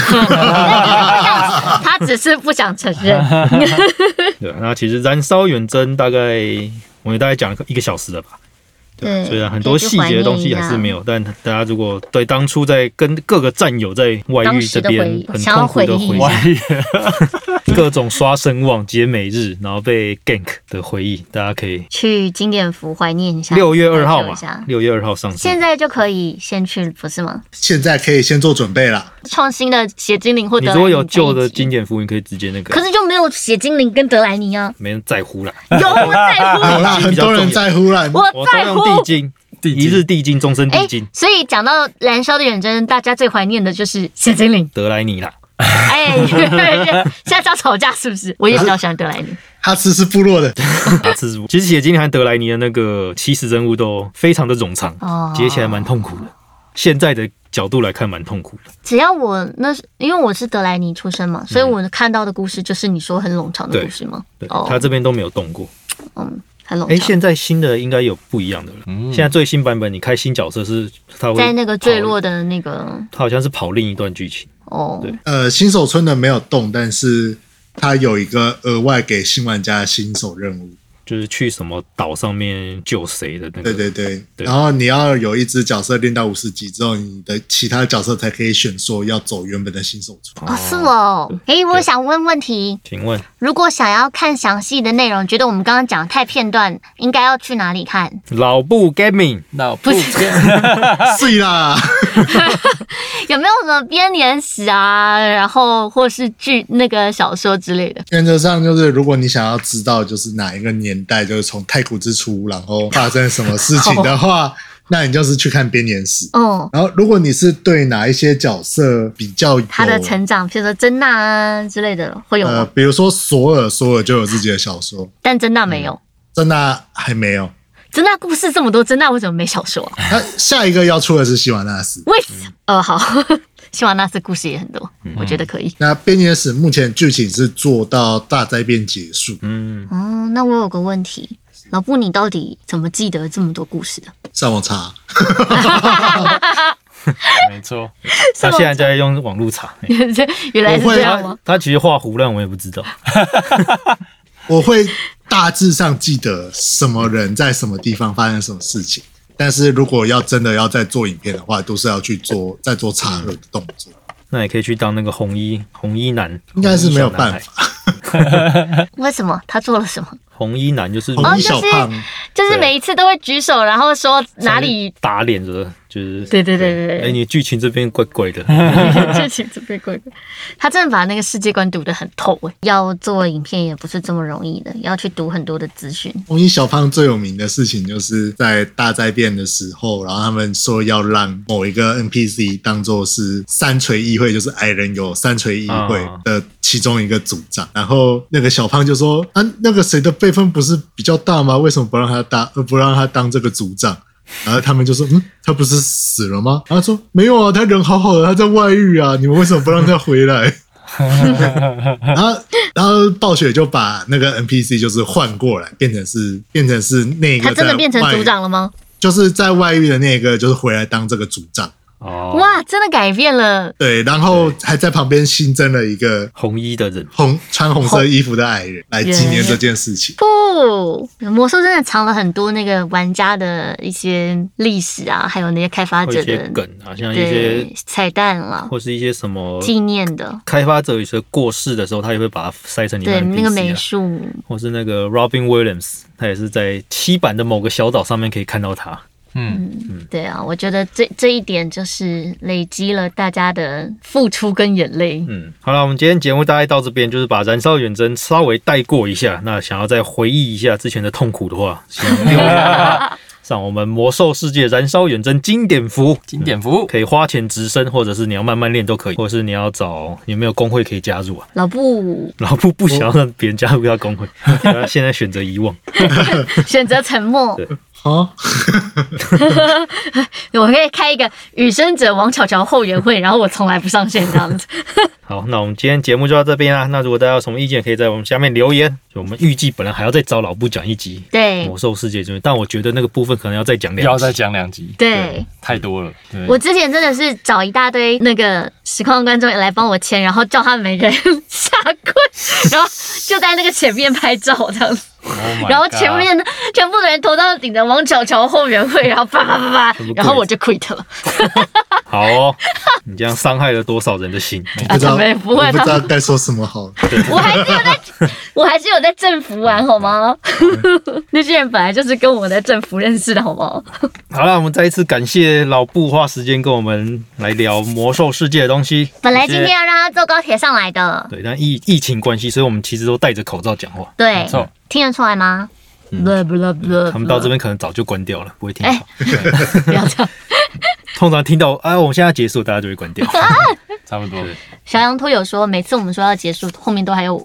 [SPEAKER 4] [laughs] 她只是不想承
[SPEAKER 2] [laughs]
[SPEAKER 4] 认。
[SPEAKER 2] 啊对，那其实《燃烧远征》大概我们大概讲了一个小时了吧。
[SPEAKER 4] 对，
[SPEAKER 2] 虽然很多细节的东西还是没
[SPEAKER 4] 有。
[SPEAKER 2] 有，但大家如果对当初在跟各个战友在外
[SPEAKER 4] 当
[SPEAKER 2] 遇
[SPEAKER 4] 时
[SPEAKER 2] 这
[SPEAKER 4] 的
[SPEAKER 2] 边
[SPEAKER 4] 回忆
[SPEAKER 2] 很
[SPEAKER 4] 想要
[SPEAKER 2] 痛苦的
[SPEAKER 4] 回忆
[SPEAKER 2] 回
[SPEAKER 4] 一
[SPEAKER 2] 忆
[SPEAKER 4] 下，
[SPEAKER 2] [laughs] 各种刷声望、解每日，然后被 gank 的回忆，大家可以
[SPEAKER 4] 去经典服怀念一下。
[SPEAKER 2] 六月二号
[SPEAKER 4] 感受一
[SPEAKER 2] 嘛
[SPEAKER 4] 下，
[SPEAKER 2] 六月二号上市
[SPEAKER 4] 现。在就可以先去，不是吗？
[SPEAKER 1] 现在可以先做准备啦。
[SPEAKER 4] 创新的血精灵或
[SPEAKER 2] 你
[SPEAKER 4] 德
[SPEAKER 2] 如
[SPEAKER 4] 莱
[SPEAKER 2] 果
[SPEAKER 4] 尼
[SPEAKER 2] 有旧
[SPEAKER 4] 在
[SPEAKER 2] 的
[SPEAKER 4] 一起
[SPEAKER 2] 经，典服，你可以直接那
[SPEAKER 4] 可
[SPEAKER 2] 个，
[SPEAKER 4] 是就没有血精灵跟德莱尼
[SPEAKER 2] [laughs]
[SPEAKER 4] 啊，
[SPEAKER 2] 没人在乎啦。
[SPEAKER 4] 有我在乎，
[SPEAKER 1] 有啦，很多人在乎啦。
[SPEAKER 4] 我
[SPEAKER 2] [laughs] 我都
[SPEAKER 4] 在
[SPEAKER 2] 用地
[SPEAKER 4] 乎。
[SPEAKER 2] 精，一日地精，终身
[SPEAKER 4] 哎
[SPEAKER 2] 地精，，。
[SPEAKER 4] 所以讲到燃烧的远征，大家最怀念的就是血精灵
[SPEAKER 2] [laughs] 德莱尼啦。
[SPEAKER 4] 哎， [laughs] 现在要吵架是不是？我也比较喜欢德莱尼。
[SPEAKER 1] 哈斯是部落的，
[SPEAKER 2] 打字如其实血精灵和德莱尼的那个起始任务都非常的冗长
[SPEAKER 4] 哦，
[SPEAKER 2] 解起来蛮痛苦的。现在的角度来看，蛮痛苦的。
[SPEAKER 4] 只要我那是，因为我是德莱尼出身嘛，所以我看到的故事就是你说很冗长的
[SPEAKER 2] 嗯对
[SPEAKER 4] 故事吗？
[SPEAKER 2] 对，
[SPEAKER 4] 哦
[SPEAKER 2] 他这边都没有动过。
[SPEAKER 4] 嗯，很冗
[SPEAKER 2] 哎，
[SPEAKER 4] 长。
[SPEAKER 2] 现在新的应该有不一样的了。现在最新版本，你开新角色是他会
[SPEAKER 4] 在那个坠
[SPEAKER 2] 跑
[SPEAKER 4] 落的那个
[SPEAKER 2] 他好像是跑另一段剧情，
[SPEAKER 4] 哦，
[SPEAKER 2] 对
[SPEAKER 1] 呃，新手村的没有动，但是它有一个额外给新玩家的新手任务。
[SPEAKER 2] 就是去什么岛上面救谁的那个。
[SPEAKER 1] 对对对，
[SPEAKER 2] 对
[SPEAKER 1] 然后你要有一只角色练到五十级之后，你的其他角色才可以选说要走原本的新手村。
[SPEAKER 4] 哦，是哦。诶，我想问问题，
[SPEAKER 2] 请问
[SPEAKER 4] 如果想要看详细的内容，觉得我们刚刚讲太片段，应该要去哪里看？ [laughs]
[SPEAKER 2] 老布 Gaming
[SPEAKER 3] 那不
[SPEAKER 1] 是啦，
[SPEAKER 4] 有没有什么编年史啊，然后或是剧那个小说之类的？
[SPEAKER 1] 原则上就是，如果你想要知道就是哪一个年代，就是从太古之初，然后发生什么事情的话，那你就是去看编年史。
[SPEAKER 4] 哦，
[SPEAKER 1] 然后，如果你是对哪一些角色比较有
[SPEAKER 4] 他的成长，譬如说珍娜啊之类的，会有吗？
[SPEAKER 1] 呃，比如说索尔，索尔就有自己的小说，
[SPEAKER 4] 但珍娜
[SPEAKER 2] 嗯
[SPEAKER 4] 没有。
[SPEAKER 1] 真的还没有。
[SPEAKER 4] 珍娜故事这么多，珍娜为什么没小说啊、
[SPEAKER 1] 他下一个要出的是希瓦纳斯。
[SPEAKER 4] 为什么？呃，好， [laughs] 希望那次故事也很多，
[SPEAKER 1] 嗯
[SPEAKER 4] 我觉得可以。
[SPEAKER 1] 那编年史目前剧情是做到大灾变结束，
[SPEAKER 4] [laughs]
[SPEAKER 2] 嗯，
[SPEAKER 4] 哦，那我有个问题，老布，你到底怎么记得这么多故事的？
[SPEAKER 1] 上网查。
[SPEAKER 3] 没错，
[SPEAKER 2] 他现在在用网络查，嘿
[SPEAKER 4] [laughs] 原来是
[SPEAKER 1] 我会
[SPEAKER 4] 这
[SPEAKER 1] 啊
[SPEAKER 4] 样吗？
[SPEAKER 2] 他其实画胡乱我也不知道。
[SPEAKER 1] 我会大致上记得什么人在什么地方发生什么事情，但是如果要真的要再做影片的话，都是要去做再做查核的动作，
[SPEAKER 2] 那也可以去当那个红衣红衣男，
[SPEAKER 1] 应该是没有办
[SPEAKER 2] 红衣小
[SPEAKER 1] 法。
[SPEAKER 4] 为什么他做了什么？
[SPEAKER 2] 男孩。红衣男
[SPEAKER 4] 哦
[SPEAKER 2] 就是
[SPEAKER 1] 红衣小胖，
[SPEAKER 4] 就是
[SPEAKER 2] 对
[SPEAKER 4] 每一次都会举手，然后说哪里
[SPEAKER 2] 打脸的，就是
[SPEAKER 4] 对对对对对
[SPEAKER 2] 哎，你剧情这边怪怪
[SPEAKER 4] [laughs]
[SPEAKER 2] 的，
[SPEAKER 4] 这情这边怪怪。他真的把那个世界观读得很透诶，要做影片也不是这么容易的，要去读很多的资讯。
[SPEAKER 1] [laughs] 红衣小胖最有名的事情就是在大灾变的时候，然后他们说要让某一个 NPC 当做是三锤议会，就是矮人有三锤议会
[SPEAKER 2] 啊
[SPEAKER 1] 的其中一个组长。然后那个小胖就说：“啊，那个谁的辈分不是比较大吗？为什么不让他当，呃不让他当这个组长？”然后他们就说：“嗯，他不是死了吗？”然后说：“没有啊，他人好好的，他在外遇啊，你们为什么不让他回来？”然后，然后暴雪就把那个 NPC 就是换过来，变成是变成是那个
[SPEAKER 4] 他真的
[SPEAKER 1] 在
[SPEAKER 4] 变成
[SPEAKER 1] 外
[SPEAKER 4] 组，长了吗？
[SPEAKER 1] 就是在外遇的那个，就是回来当这个组长。
[SPEAKER 2] 哦，
[SPEAKER 4] 哇，真的改变了。
[SPEAKER 1] 对，然后还在旁边新增了一个
[SPEAKER 2] 红衣的人，
[SPEAKER 1] 红穿红色衣服的矮人来纪念这件事情。
[SPEAKER 4] 不，魔兽真的藏了很多那个玩家的一些历史啊，还有那些开发
[SPEAKER 2] 会有
[SPEAKER 4] 者
[SPEAKER 2] 一些
[SPEAKER 4] 的
[SPEAKER 2] 梗啊，像一
[SPEAKER 4] 对
[SPEAKER 2] 些
[SPEAKER 4] 彩蛋啦、
[SPEAKER 2] 或是一些什么
[SPEAKER 4] 纪念的，
[SPEAKER 2] 开发者有些过世的时候，他也会把它塞成里
[SPEAKER 4] 对
[SPEAKER 2] 面的
[SPEAKER 4] 那个
[SPEAKER 2] NPC 啊
[SPEAKER 4] 美术，
[SPEAKER 2] 或是那个 Robin Williams，他也是在七版的某个小岛上面可以看到他。
[SPEAKER 3] 嗯，
[SPEAKER 4] 对啊，我觉得这这一点就是累积了大家的付出跟眼泪。
[SPEAKER 2] 嗯，好了，我们今天节目大概到这边，就是把《燃烧远征》稍微带过一下。那想要再回忆一下之前的痛苦的话，请留言上我们魔兽世界《燃烧远征》经典服务，
[SPEAKER 3] [laughs] 经典服务，
[SPEAKER 2] 可以花钱直升，或者是你要慢慢练都可以，或者是你要找有没有工会可以加入啊？
[SPEAKER 4] 老布
[SPEAKER 2] 然后不不想要让别人加入他工会，他现在选择遗忘。
[SPEAKER 4] 选择沉默，
[SPEAKER 2] 对
[SPEAKER 1] 哦，
[SPEAKER 4] [laughs] 我可以开一个与生者王巧巧后援会，然后我从来不上线这样子。
[SPEAKER 2] 好，那我们今天节目就到这边啦。那如果大家有什么意见，可以在我们下面留言。就我们预计本来还要再找老布讲一集
[SPEAKER 4] 对
[SPEAKER 2] 魔兽世界就是，但我觉得那个部分可能要再讲两集。
[SPEAKER 3] 要再讲两集，
[SPEAKER 4] 对，
[SPEAKER 3] 太多了。对，
[SPEAKER 4] 我之前真的是找一大堆那个实况观众来帮我签，然后叫他们每个人下跪，然后就在那个前面拍照这样子，
[SPEAKER 3] Oh
[SPEAKER 4] [laughs] 然后前面的全部的人头到顶的王巧巧后援会，然后叭叭叭叭
[SPEAKER 2] 全部，跪
[SPEAKER 4] 然后我就 quit 了。
[SPEAKER 2] 好哦，你这样伤害了多少人的心？
[SPEAKER 1] 不知道，
[SPEAKER 4] [laughs] 啊没不会
[SPEAKER 1] 我不
[SPEAKER 4] 他
[SPEAKER 1] 知道该说什么好。
[SPEAKER 4] 我还是有 [laughs] 在，我还是有在政府玩好 [laughs] 吗？那些人本来就是跟我在政府认识的好吗？
[SPEAKER 2] 好了，我们再一次感谢老布花时间跟我们来聊魔兽世界的东西。
[SPEAKER 4] 本来今
[SPEAKER 2] 谢
[SPEAKER 4] 天
[SPEAKER 2] 谢
[SPEAKER 4] 要让他坐高铁上来的，
[SPEAKER 2] 对，但疫疫情关系，所以我们其实都戴着口罩讲话。
[SPEAKER 4] 对
[SPEAKER 3] 错，
[SPEAKER 4] 听得出来吗？不不不不，
[SPEAKER 2] 他们到这边可能早就关掉了，不会听到。 [laughs]
[SPEAKER 4] 哎不要这样。
[SPEAKER 2] 通常听到哎，我们现在结束，大家就会关掉。
[SPEAKER 3] 差不 [laughs] 多，
[SPEAKER 4] 小羊兔有说，每次我们说要结束，后面都还有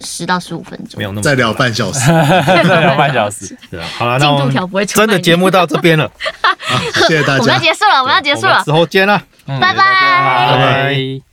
[SPEAKER 4] 十到十五分钟
[SPEAKER 2] 没。有那么
[SPEAKER 1] 再聊半小时，
[SPEAKER 3] 再聊半小 [laughs] 时，
[SPEAKER 2] 对啊好了，
[SPEAKER 4] 进
[SPEAKER 2] 那
[SPEAKER 4] 度
[SPEAKER 2] 我
[SPEAKER 4] 条不
[SPEAKER 2] 们
[SPEAKER 4] 会出卖
[SPEAKER 2] 真的
[SPEAKER 4] 你
[SPEAKER 2] 节目到这
[SPEAKER 4] [laughs]
[SPEAKER 2] 边了，
[SPEAKER 1] 谢谢大
[SPEAKER 4] 我们
[SPEAKER 1] 家。
[SPEAKER 4] 要结束了，我们要结束
[SPEAKER 2] 我
[SPEAKER 4] 了
[SPEAKER 2] 们，之后见啦，
[SPEAKER 3] 嗯
[SPEAKER 4] 拜拜。
[SPEAKER 2] 拜拜。
[SPEAKER 3] 拜